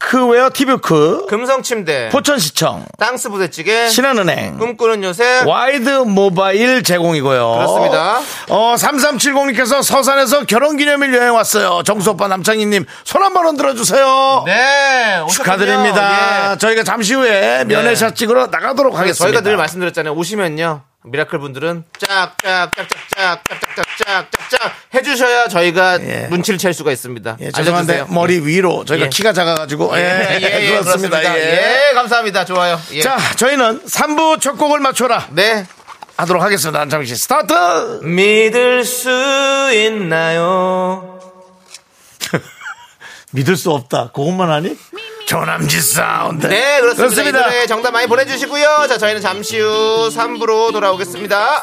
[SPEAKER 2] 워크웨어 티뷰크,
[SPEAKER 3] 금성침대,
[SPEAKER 2] 포천시청,
[SPEAKER 3] 땅스 부대찌개,
[SPEAKER 2] 신한은행,
[SPEAKER 3] 꿈꾸는 요새,
[SPEAKER 2] 와이드 모바일 제공이고요.
[SPEAKER 3] 그렇습니다.
[SPEAKER 2] 어, 3370님께서 서산에서 결혼기념일 여행 왔어요. 정수오빠 남창희님, 손 한 번 흔들어 주세요.
[SPEAKER 3] 네, 오셨군요.
[SPEAKER 2] 축하드립니다.
[SPEAKER 3] 예. 네.
[SPEAKER 2] 저희가 잠시 후에 면회샷 찍으러 나가도록 하겠습니다.
[SPEAKER 3] 저희가 늘 말씀드렸잖아요. 오시면요. 미라클 분들은 짝짝짝짝짝짝짝짝짝짝 해주셔야 저희가
[SPEAKER 2] 예.
[SPEAKER 3] 눈치를 챌 수가 있습니다.
[SPEAKER 2] 예, 죄송한데
[SPEAKER 3] 알려주세요. 네.
[SPEAKER 2] 머리 위로 저희가
[SPEAKER 3] 예.
[SPEAKER 2] 키가 작아가지고
[SPEAKER 3] 예,
[SPEAKER 2] 예,
[SPEAKER 3] 예, 예,
[SPEAKER 2] 그렇습니다.
[SPEAKER 3] 그렇습니다.
[SPEAKER 2] 예.
[SPEAKER 3] 예, 감사합니다. 좋아요. 예.
[SPEAKER 2] 자, 저희는 3부 첫 곡을 맞춰라
[SPEAKER 3] 네.
[SPEAKER 2] 하도록 하겠습니다. 안창희 씨, 스타트!
[SPEAKER 3] 믿을 수 있나요?
[SPEAKER 2] 믿을 수 없다. 그것만 하니? 조남지 사운드.
[SPEAKER 3] 네, 그렇습니다. 이 노래 정답 많이 보내주시고요. 자, 저희는 잠시 후 3부로 돌아오겠습니다.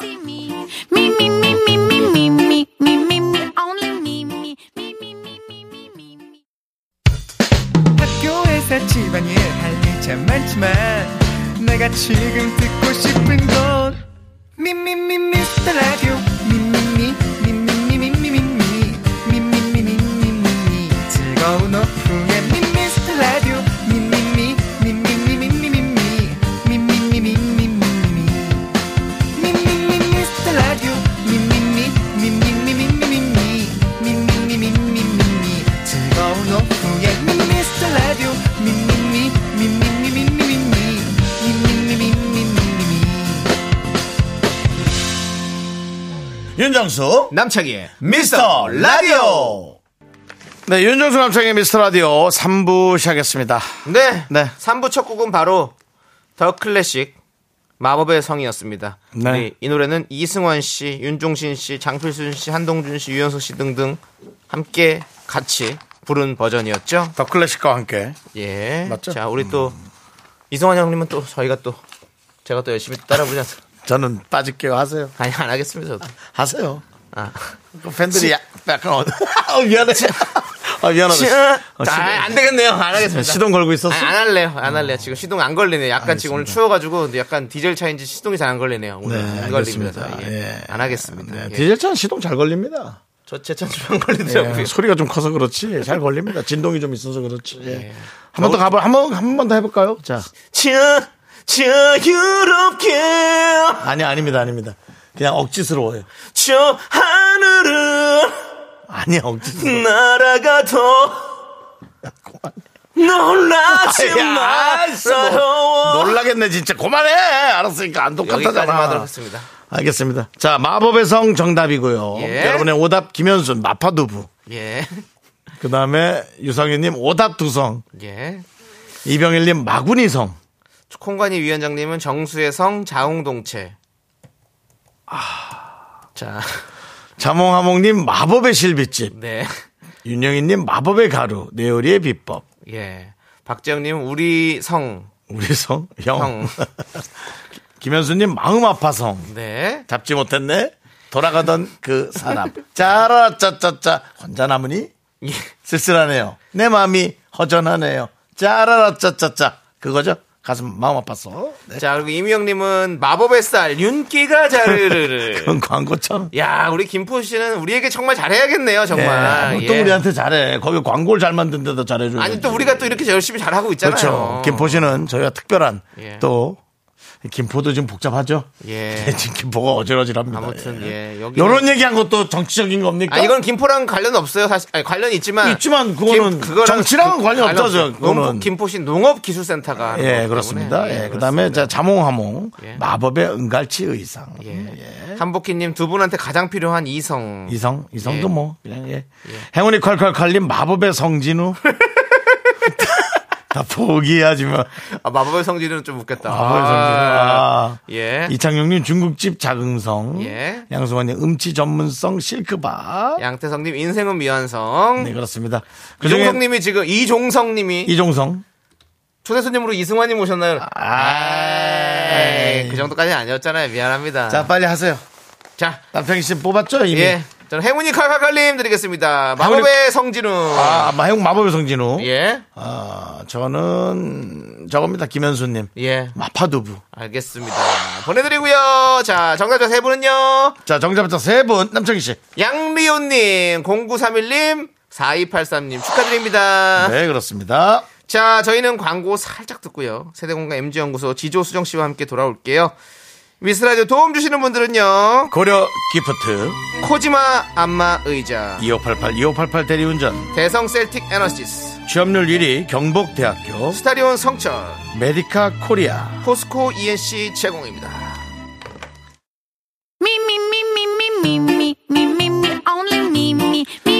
[SPEAKER 9] 학교에서 집안일 할 일 참 많지만 내가 지금 듣고 싶은 건 미미미 미스터 라디오 미미미 미미미 미미미 미미미 미미미 즐거운 오후에 미스터 라디오 미미미 미미미 미미미 미미미 미미미
[SPEAKER 2] 윤정수.
[SPEAKER 3] 남창희의
[SPEAKER 2] 미스터 라디오. 네, 윤정수 남창의 미스터 라디오 3부 시작했습니다.
[SPEAKER 3] 네.
[SPEAKER 2] 네.
[SPEAKER 3] 3부 첫 곡은 바로 더 클래식 마법의 성이었습니다.
[SPEAKER 2] 네.
[SPEAKER 3] 우리 이 노래는 이승환 씨, 윤종신 씨, 장필순 씨, 한동준 씨, 유연석 씨 등등 함께 같이 부른 버전이었죠.
[SPEAKER 2] 더 클래식과 함께.
[SPEAKER 3] 예.
[SPEAKER 2] 맞죠?
[SPEAKER 3] 자, 우리 또 이승환 형님은 또 저희가 또 제가 또 열심히 따라 부르지 않습
[SPEAKER 2] 저는 빠질게요. 하세요.
[SPEAKER 3] 아니, 안 하겠습니다. 저도.
[SPEAKER 2] 하세요.
[SPEAKER 3] 아.
[SPEAKER 2] 그 팬들이 야- 약간 어, 어, 미안해. 아, 미안하다.
[SPEAKER 3] 시-
[SPEAKER 2] 어,
[SPEAKER 3] 아, 안 되겠네요. 안 하겠습니다.
[SPEAKER 2] 시동 걸고 있었어?
[SPEAKER 3] 아, 안 할래요. 안 할래요. 지금 시동 안 걸리네요. 약간 지금 오늘 추워가지고 근데 약간 디젤 차인지 시동이 잘 안 걸리네요. 오늘
[SPEAKER 2] 네,
[SPEAKER 3] 안
[SPEAKER 2] 알겠습니다.
[SPEAKER 3] 걸립니다. 예.
[SPEAKER 2] 예.
[SPEAKER 3] 안 하겠습니다.
[SPEAKER 2] 네,
[SPEAKER 3] 예.
[SPEAKER 2] 디젤차는 시동 잘 걸립니다.
[SPEAKER 3] 저제 차주만 걸리더라고요.
[SPEAKER 2] 예, 소리가 좀 커서 그렇지 잘 걸립니다. 진동이 좀 있어서 그렇지. 예.
[SPEAKER 3] 예.
[SPEAKER 2] 한 번 더 가볼 한번한 번 더 해볼까요? 자,
[SPEAKER 3] 자, 자, 유럽게
[SPEAKER 2] 아니 아닙니다, 아닙니다. 그냥 억지스러워요.
[SPEAKER 3] 저 하늘은
[SPEAKER 2] 아니야 억지스러워.
[SPEAKER 3] 날아가도 놀라지
[SPEAKER 2] 아, 씨, 뭐,
[SPEAKER 3] 마세요.
[SPEAKER 2] 놀라겠네 진짜. 그만해. 알았으니까 안
[SPEAKER 3] 여기까지만 하도록
[SPEAKER 2] 똑같다잖아.
[SPEAKER 3] 하겠습니다.
[SPEAKER 2] 알겠습니다. 자, 마법의 성 정답이고요.
[SPEAKER 3] 예.
[SPEAKER 2] 여러분의 오답 김현순 마파두부.
[SPEAKER 3] 예,
[SPEAKER 2] 그 다음에 유상윤님 오답 두성.
[SPEAKER 3] 예.
[SPEAKER 2] 이병일님 마구니성.
[SPEAKER 3] 콩관이 위원장님은 정수의 성 자웅동체. 아, 자,
[SPEAKER 2] 자몽하몽님 마법의 실비집.
[SPEAKER 3] 네,
[SPEAKER 2] 윤영희님 마법의 가루. 네오리의 비법.
[SPEAKER 3] 예. 박재영님 우리 성,
[SPEAKER 2] 우리 성 형.
[SPEAKER 3] 형,
[SPEAKER 2] 김현수님 마음 아파성.
[SPEAKER 3] 네.
[SPEAKER 2] 잡지 못했네. 돌아가던 그 사람. 짜라짜짜짜. 혼자 남으니?
[SPEAKER 3] 예.
[SPEAKER 2] 쓸쓸하네요. 내 마음이 허전하네요. 짜라라짜짜짜. 그거죠? 가슴 마음 아팠어. 네.
[SPEAKER 3] 자 그리고 이미영님은 마법의 쌀 윤기가 자르르르.
[SPEAKER 2] 그건 광고처럼. 뭐
[SPEAKER 3] 야, 우리 김포 씨는 우리에게 정말 잘해야겠네요, 정말.
[SPEAKER 2] 또
[SPEAKER 3] 예.
[SPEAKER 2] 우리한테 잘해. 거기 광고를 잘 만든 데도 잘해줘요.
[SPEAKER 3] 아니 또 우리가 또 이렇게 열심히 잘하고 있잖아요.
[SPEAKER 2] 그렇죠. 김포시는 저희가 특별한
[SPEAKER 3] 예.
[SPEAKER 2] 또 김포도 지금 복잡하죠.
[SPEAKER 3] 예.
[SPEAKER 2] 지금 김포가 어지러지랍니다.
[SPEAKER 3] 아무튼 예, 여기
[SPEAKER 2] 이런 얘기한 것도 정치적인 겁니까?
[SPEAKER 3] 아 이건 김포랑 관련 없어요 사실 아니, 관련 있지만
[SPEAKER 2] 있지만 그거는
[SPEAKER 3] 그거랑
[SPEAKER 2] 정치랑은
[SPEAKER 3] 그-
[SPEAKER 2] 관련 없죠,
[SPEAKER 3] 없어요.
[SPEAKER 2] 그거는.
[SPEAKER 3] 농- 김포시 농업기술센터가
[SPEAKER 2] 예, 그렇습니다. 예, 그다음에 자, 자몽하몽
[SPEAKER 3] 예.
[SPEAKER 2] 마법의 은갈치 의상. 예.
[SPEAKER 3] 한복희님 두 분한테 가장 필요한 이성
[SPEAKER 2] 이성, 이성도
[SPEAKER 3] 예.
[SPEAKER 2] 뭐 그냥 예. 행운이 콸콸콸님 마법의 성진우. 다 포기하지 마.
[SPEAKER 3] 아, 마법의 성질은 좀 웃겠다
[SPEAKER 2] 마법의 성진우. 아.
[SPEAKER 3] 예
[SPEAKER 2] 이창용님 중국집 자긍성.
[SPEAKER 3] 예.
[SPEAKER 2] 양승환님 음치 전문성 실크바.
[SPEAKER 3] 양태성님 인생은 미완성
[SPEAKER 2] 네 그렇습니다. 그중에
[SPEAKER 3] 이종성님이 지금 이종성님이
[SPEAKER 2] 이종성.
[SPEAKER 3] 초대 손님으로 이승환님 오셨나요?
[SPEAKER 2] 아,
[SPEAKER 3] 에이, 그 정도까지는 아니었잖아요 미안합니다
[SPEAKER 2] 네. 자 빨리 하세요.
[SPEAKER 3] 자
[SPEAKER 2] 남편이 씨 뽑았죠 이미.
[SPEAKER 3] 예. 저는 행운이 칼칼칼님 드리겠습니다. 마법의 성진우.
[SPEAKER 2] 아 어? 마- 행운 마법의 성진우.
[SPEAKER 3] 예.
[SPEAKER 2] 아 저는 저겁니다 김현수님.
[SPEAKER 3] 예.
[SPEAKER 2] 마파두부.
[SPEAKER 3] 알겠습니다. 보내드리고요. 자, 정답자 세 분은요.
[SPEAKER 2] 자 정답자 세 분 남창희 씨.
[SPEAKER 3] 양리온님, 0931님, 4283님 축하드립니다.
[SPEAKER 2] 네 그렇습니다.
[SPEAKER 3] 자, 저희는 광고 살짝 듣고요. 세대공간 MG연구소 지조수정 씨와 함께 돌아올게요. 미스라디오 도움 주시는 분들은요.
[SPEAKER 2] 고려 기프트
[SPEAKER 3] 코지마 안마 의자,
[SPEAKER 2] 2588 2588 대리운전
[SPEAKER 3] 대성 셀틱 에너시스,
[SPEAKER 2] 취업률 1위 경북대학교
[SPEAKER 3] 스타리온 성철,
[SPEAKER 2] 메디카 코리아.
[SPEAKER 3] 포스코 ENC 제공입니다.
[SPEAKER 7] Me, me, me, me, me, me, me, me, me, me, only me, me, me,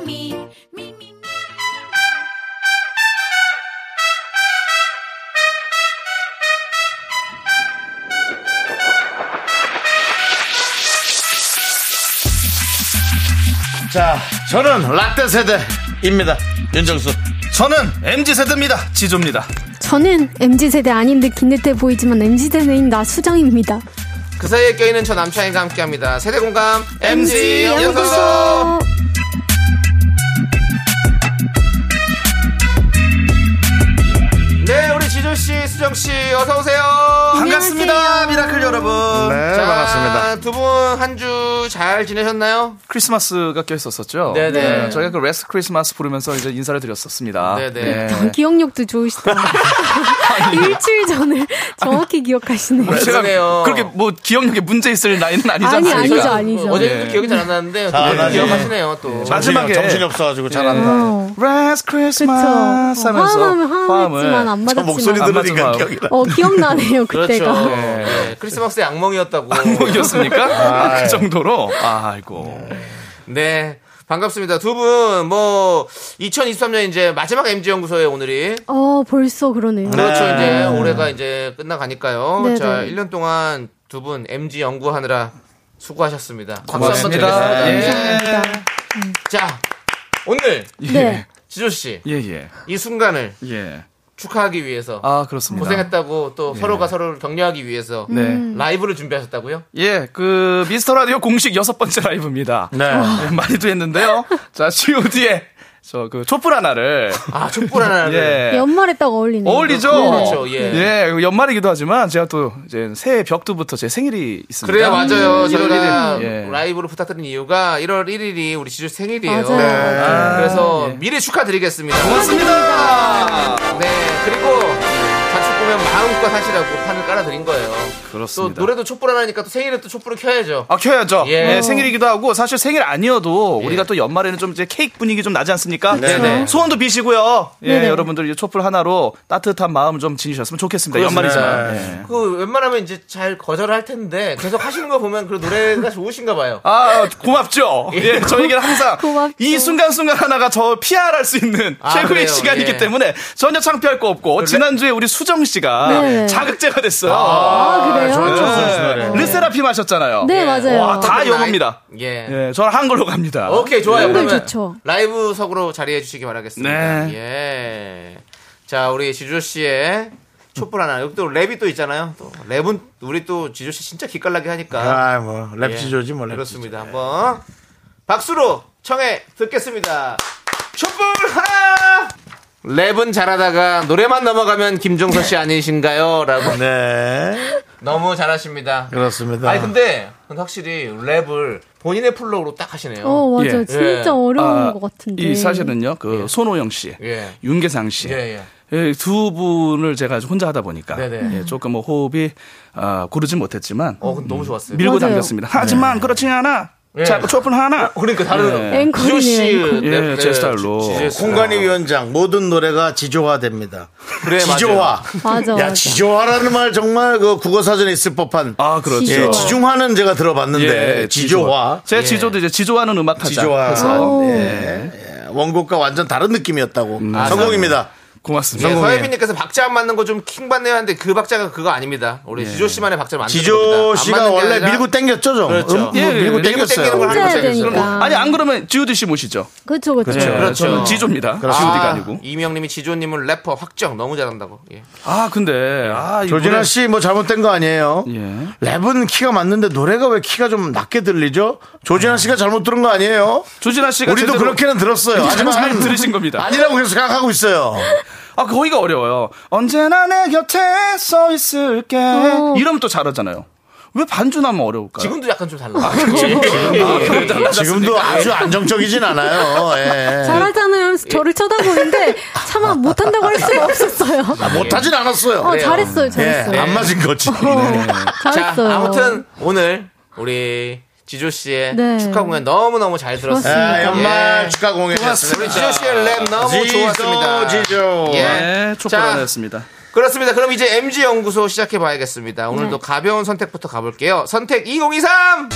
[SPEAKER 7] me. Me, me, me.
[SPEAKER 2] 자, 저는 라떼 세대입니다. 윤정수. 저는 MZ 세대입니다. 지조입니다.
[SPEAKER 10] 저는 MZ세대 아닌 듯 긴 듯해 보이지만 MZ세대인 나 수정입니다.
[SPEAKER 3] 그 사이에 껴있는 저 남창희가 함께합니다. 세대 공감 MG 연구소. 네, 우리 지조 씨, 수정 씨, 어서 오세요.
[SPEAKER 10] 안녕하세요.
[SPEAKER 3] 아, 미라클 여러분.
[SPEAKER 2] 네, 반갑습니다.
[SPEAKER 3] 두 분 한 주 잘 지내셨나요?
[SPEAKER 11] 크리스마스가 껴있었었죠.
[SPEAKER 3] 네, 네.
[SPEAKER 11] 네, 저희가 그
[SPEAKER 2] 아,
[SPEAKER 11] 레스 크리스마스 부르면서 이제 인사를 드렸었습니다.
[SPEAKER 3] 네, 네.
[SPEAKER 10] 기억력도 좋으시다. 일주일 전을 정확히 기억하시네요.
[SPEAKER 11] 제가 그렇게 뭐 기억력에 문제 있을 나이는 아니잖아요.
[SPEAKER 10] 아니, 아니죠, 아니죠. 네.
[SPEAKER 3] 어제도 기억이 잘 안 나는데 또
[SPEAKER 11] 아,
[SPEAKER 3] 오늘
[SPEAKER 11] 네.
[SPEAKER 3] 기억하시네요 또.
[SPEAKER 2] 마지막에 정신이 없어가지고 잘 안 나.
[SPEAKER 11] Last Christmas
[SPEAKER 10] 그쵸.
[SPEAKER 11] 하면서
[SPEAKER 10] 화음은 화음했지만 안 맞았지만. 안 맞은 마음. 어, 기억나네요, 그때가.
[SPEAKER 3] 그렇죠. 네. 크리스마스의 악몽이었다고.
[SPEAKER 9] 아,
[SPEAKER 11] 악몽이었습니까?
[SPEAKER 2] 네,
[SPEAKER 11] 그 정도로.
[SPEAKER 3] 아, 아이고. 네. 반갑습니다. 두 분, 뭐, 2023년 이제 마지막 MG연구소에 오늘이.
[SPEAKER 10] 어, 벌써 그러네요.
[SPEAKER 3] 그렇죠. 이제 올해가 이제 끝나가니까요.
[SPEAKER 10] 네,
[SPEAKER 3] 자,
[SPEAKER 10] 네.
[SPEAKER 3] 1년 동안 두 분 MG 연구하느라 수고하셨습니다. 네.
[SPEAKER 11] 고맙습니다.
[SPEAKER 3] 감사합니다. 자, 오늘.
[SPEAKER 11] 네.
[SPEAKER 3] 지조씨.
[SPEAKER 11] 예, 예.
[SPEAKER 3] 이 순간을
[SPEAKER 11] 예.
[SPEAKER 3] 축하하기 위해서.
[SPEAKER 11] 아, 그렇습니다.
[SPEAKER 3] 고생했다고 또
[SPEAKER 11] 예.
[SPEAKER 3] 서로가 서로를 격려하기 위해서.
[SPEAKER 11] 네. 음.
[SPEAKER 3] 라이브를 준비하셨다고요?
[SPEAKER 11] 예, 그 미스터 라디오 공식 여섯 번째 라이브입니다. 네. 많이도 했는데요. 자, G.O.D의 저 그 촛불 하나를
[SPEAKER 3] 아, 촛불 하나를
[SPEAKER 11] 예.
[SPEAKER 10] 연말에 딱 어울리네요.
[SPEAKER 11] 어울리죠.
[SPEAKER 3] 그렇죠, 예.
[SPEAKER 11] 예, 그 연말이기도 하지만 제가 또 이제 새해 벽두부터 제 생일이 있습니다.
[SPEAKER 3] 그래요, 맞아요.
[SPEAKER 11] 음.
[SPEAKER 3] 저희가
[SPEAKER 11] 일월일일. 예.
[SPEAKER 3] 라이브로 부탁드린 이유가 1월 1일이 우리 지주 생일이에요.
[SPEAKER 11] 맞아요. 네.
[SPEAKER 3] 아, 그래서 미리 축하드리겠습니다.
[SPEAKER 11] 고맙습니다.
[SPEAKER 3] 네, 그리고 자축 보면 마음껏 하시라고 판을 깔아드린 거예요.
[SPEAKER 11] 그렇습니다.
[SPEAKER 3] 또 노래도 촛불 하나니까 또 생일에 또 촛불을 켜야죠.
[SPEAKER 11] 아, 켜야죠.
[SPEAKER 3] 예.
[SPEAKER 11] 예, 생일이기도 하고 사실 생일 아니어도 우리가 또 연말에는 좀 이제 케이크 분위기 좀 나지 않습니까?
[SPEAKER 3] 네네.
[SPEAKER 11] 소원도 비시고요. 예,
[SPEAKER 3] 네네.
[SPEAKER 11] 여러분들 이 촛불 하나로 따뜻한 마음 좀 지니셨으면 좋겠습니다. 연말이지만. 예.
[SPEAKER 3] 그 웬만하면 이제 잘 거절할 텐데 계속 하시는 거 보면 그 노래가 좋으신가 봐요.
[SPEAKER 11] 아, 고맙죠. 예, 저에게는 항상
[SPEAKER 10] 그
[SPEAKER 3] 고맙죠.
[SPEAKER 11] 이 순간순간 하나가 저 피할할 수 있는
[SPEAKER 3] 아,
[SPEAKER 11] 최고의
[SPEAKER 3] 그래요?
[SPEAKER 11] 시간이기
[SPEAKER 3] 예.
[SPEAKER 11] 때문에 전혀 창피할 거 없고
[SPEAKER 3] 음.
[SPEAKER 11] 지난주에 우리 수정 씨가
[SPEAKER 10] 네.
[SPEAKER 11] 자극제가 됐어요.
[SPEAKER 10] 아, 그래요?
[SPEAKER 2] 좋았죠,
[SPEAKER 3] 네.
[SPEAKER 2] 수정 씨 노래.
[SPEAKER 11] 르세라핌 하셨잖아요.
[SPEAKER 10] 네, 맞아요.
[SPEAKER 11] 예. 와, 다 영어입니다.
[SPEAKER 3] 예.
[SPEAKER 11] 예, 저는 한글로 갑니다.
[SPEAKER 3] 오케이 좋아요.
[SPEAKER 11] 예.
[SPEAKER 3] 그러면 라이브석으로 자리해 주시기
[SPEAKER 11] 네.
[SPEAKER 3] 바라겠습니다. 예. 자 우리 지조 씨의 촛불 하나. 여기 또 랩이 또 있잖아요. 또 랩은 우리 또 지조 씨 진짜 기깔나게 하니까.
[SPEAKER 2] 아, 뭐, 랩 지조지, 뭐, 랩
[SPEAKER 3] 그렇습니다. 한번 박수로 청해 듣겠습니다. 촛불 하나. 랩은 잘하다가 노래만 넘어가면 김종서 씨 아니신가요? 라고.
[SPEAKER 2] 네.
[SPEAKER 3] 너무 잘하십니다.
[SPEAKER 2] 그렇습니다.
[SPEAKER 3] 아니 근데 근데 확실히 랩을 본인의 플로우로 딱 하시네요.
[SPEAKER 10] 어, 맞아. 진짜 어려운 것 같은데.
[SPEAKER 11] 이 사실은요, 그 손호영 씨,
[SPEAKER 3] 예.
[SPEAKER 11] 윤계상 씨.
[SPEAKER 3] 예,
[SPEAKER 11] 예, 두 분을 제가 혼자 하다 보니까
[SPEAKER 3] 네네.
[SPEAKER 11] 예, 조금 뭐 호흡이 아, 고르진 못했지만
[SPEAKER 3] 어, 근데 너무 좋았어요.
[SPEAKER 11] 밀고
[SPEAKER 3] 맞아요.
[SPEAKER 11] 당겼습니다. 하지만 그렇지 않아. 자, 촛불 하나.
[SPEAKER 3] 그러니까
[SPEAKER 11] 예. 예,
[SPEAKER 3] 네,
[SPEAKER 11] 제 스타일로.
[SPEAKER 3] 아,
[SPEAKER 2] 공간의 위원장 모든 노래가 지조화됩니다.
[SPEAKER 11] 그래,
[SPEAKER 2] 지조화.
[SPEAKER 11] 맞아요. 맞아,
[SPEAKER 2] 야
[SPEAKER 11] 맞아.
[SPEAKER 2] 지조화라는 말 정말 그 국어 사전에 있을 법한. 아
[SPEAKER 11] 그렇죠.
[SPEAKER 2] 예,
[SPEAKER 11] 지조화.
[SPEAKER 2] 지중화는 제가 들어봤는데
[SPEAKER 11] 예,
[SPEAKER 2] 지조화.
[SPEAKER 11] 제 지조도 이제 지조하는 음악 하자.
[SPEAKER 2] 지조화.
[SPEAKER 11] 해서.
[SPEAKER 2] 예,
[SPEAKER 11] 예.
[SPEAKER 2] 예. 원곡과 완전 다른 느낌이었다고.
[SPEAKER 11] 아,
[SPEAKER 2] 성공입니다.
[SPEAKER 11] 고맙습니다.
[SPEAKER 3] 예, 서혜빈님께서 박자 안 맞는 거 좀 킹받네요 하는데 그 박자가 그거 아닙니다. 우리
[SPEAKER 2] 예.
[SPEAKER 3] 지조 씨만의 박자를 만드는
[SPEAKER 2] 지조
[SPEAKER 3] 겁니다. 안
[SPEAKER 2] 씨가
[SPEAKER 3] 맞는 게
[SPEAKER 2] 원래
[SPEAKER 3] 아니라
[SPEAKER 2] 밀고 땡겼죠, 좀.
[SPEAKER 3] 그렇죠.
[SPEAKER 2] 음, 음,
[SPEAKER 3] 예,
[SPEAKER 2] 밀고
[SPEAKER 3] 밀고
[SPEAKER 2] 땡겼어요.
[SPEAKER 3] 땡기는 걸 하는 거죠.
[SPEAKER 10] 되니까.
[SPEAKER 11] 그럼 아니 안 그러면 지우디 씨 모시죠.
[SPEAKER 10] 그렇죠, 그렇죠.
[SPEAKER 11] 예, 저는 지조입니다.
[SPEAKER 3] 그렇죠.
[SPEAKER 11] 지우디가
[SPEAKER 3] 아,
[SPEAKER 11] 아. 니고
[SPEAKER 3] 이명님이 지조님은 래퍼 확정 너무 잘한다고. 예.
[SPEAKER 11] 아 근데 아, 이
[SPEAKER 2] 조진아
[SPEAKER 11] 노래-
[SPEAKER 2] 씨 뭐 잘못된 거 아니에요? 랩은 키가 맞는데 노래가 왜 키가 좀 낮게 들리죠? 조진아 씨가 잘못 들은 거 아니에요?
[SPEAKER 11] 조진아 씨가
[SPEAKER 2] 우리도
[SPEAKER 11] 제대로-
[SPEAKER 2] 그렇게는 들었어요.
[SPEAKER 11] 잘못
[SPEAKER 2] 하지만
[SPEAKER 11] 들으신 겁니다.
[SPEAKER 2] 아니라고 계속 생각하고 있어요.
[SPEAKER 11] 아 거기가 어려워요. 언제나 내 곁에 서 있을게.
[SPEAKER 10] 어.
[SPEAKER 11] 이러면 또 잘하잖아요. 왜 반주나면 어려울까요?
[SPEAKER 3] 지금도 약간 좀 예. 달라.
[SPEAKER 2] 지금도 아주 안정적이진 않아요. 예.
[SPEAKER 10] 잘하잖아요. 저를 쳐다보는데 차마 못한다고 할 수가 없었어요.
[SPEAKER 2] 아, 못하진 않았어요.
[SPEAKER 10] 어,
[SPEAKER 2] 예.
[SPEAKER 10] 잘했어요, 잘했어요.
[SPEAKER 2] 안 맞은 거지.
[SPEAKER 3] 자
[SPEAKER 10] 잘했어요.
[SPEAKER 3] 아무튼 오늘 우리 지조 씨의
[SPEAKER 10] 네.
[SPEAKER 3] 축하 공연 너무 너무 잘 들었습니다.
[SPEAKER 10] 어,
[SPEAKER 2] 아, 연말
[SPEAKER 3] 예.
[SPEAKER 2] 축하 공연이었습니다.
[SPEAKER 3] 우리 지조 씨의 랩 너무
[SPEAKER 2] 지조,
[SPEAKER 3] 좋았습니다.
[SPEAKER 2] 지조.
[SPEAKER 3] 예.
[SPEAKER 11] 네, 촛불
[SPEAKER 3] 자,
[SPEAKER 11] 하나였습니다.
[SPEAKER 3] 그렇습니다. 그럼 이제 MG 연구소 시작해 봐야겠습니다. 오늘도 가벼운 선택부터 가볼게요. 선택 2023!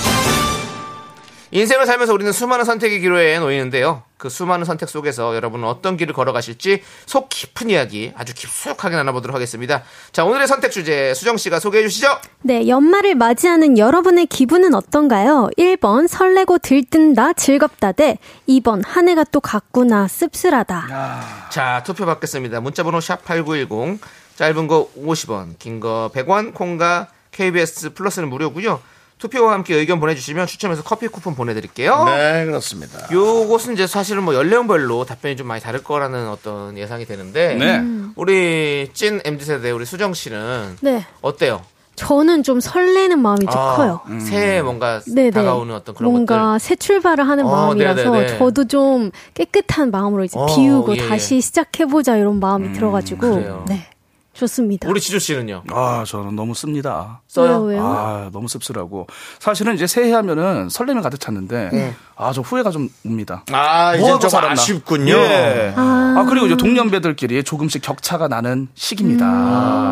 [SPEAKER 3] 인생을 살면서 우리는 수많은 선택의 기로에 놓이는데요. 그 수많은 선택 속에서 여러분은 어떤 길을 걸어가실지 속 깊은 이야기 아주 깊숙하게 나눠보도록 하겠습니다. 자, 오늘의 선택 주제 수정 씨가 소개해 주시죠.
[SPEAKER 10] 네, 연말을 맞이하는 여러분의 기분은 어떤가요? 1번 설레고 들뜬다 즐겁다 대 2번 한 해가 또 갔구나 씁쓸하다.
[SPEAKER 3] 자, 투표 받겠습니다. 문자번호 샵8910. 짧은 거 50원, 긴 거 100원, 콩과 KBS 플러스는 무료고요 투표와 함께 의견 보내주시면 추첨해서 커피 쿠폰 보내드릴게요.
[SPEAKER 2] 네, 그렇습니다.
[SPEAKER 3] 요것은 이제 사실은 뭐 연령별로 답변이 좀 많이 다를 거라는 어떤 예상이 되는데
[SPEAKER 2] 네.
[SPEAKER 3] 우리 찐 MZ 세대 우리 수정 씨는
[SPEAKER 10] 네.
[SPEAKER 3] 어때요?
[SPEAKER 10] 저는 좀 설레는 마음이 좀
[SPEAKER 3] 아,
[SPEAKER 10] 커요.
[SPEAKER 3] 새해 뭔가
[SPEAKER 10] 네네.
[SPEAKER 3] 다가오는 어떤 그런
[SPEAKER 10] 뭔가 새 출발을 하는
[SPEAKER 3] 어,
[SPEAKER 10] 마음이라서
[SPEAKER 3] 네네네.
[SPEAKER 10] 저도 좀 깨끗한 마음으로 이제
[SPEAKER 3] 어,
[SPEAKER 10] 비우고
[SPEAKER 3] 예, 예.
[SPEAKER 10] 다시 시작해보자 이런 마음이 들어가지고. 네. 좋습니다.
[SPEAKER 3] 우리 지조 씨는요?
[SPEAKER 11] 아, 저는 너무 씁니다.
[SPEAKER 10] 써요? 왜요, 왜요?
[SPEAKER 11] 아, 너무 씁쓸하고. 사실은 이제 새해하면은 설렘이 가득 찼는데,
[SPEAKER 10] 네.
[SPEAKER 11] 아, 저 후회가 좀 옵니다.
[SPEAKER 2] 아, 이제
[SPEAKER 11] 뭐 하고
[SPEAKER 2] 좀
[SPEAKER 11] 살았나?
[SPEAKER 2] 아쉽군요.
[SPEAKER 11] 예.
[SPEAKER 2] 아.
[SPEAKER 11] 아. 그리고 이제 동년배들끼리 조금씩 격차가 나는 시기입니다.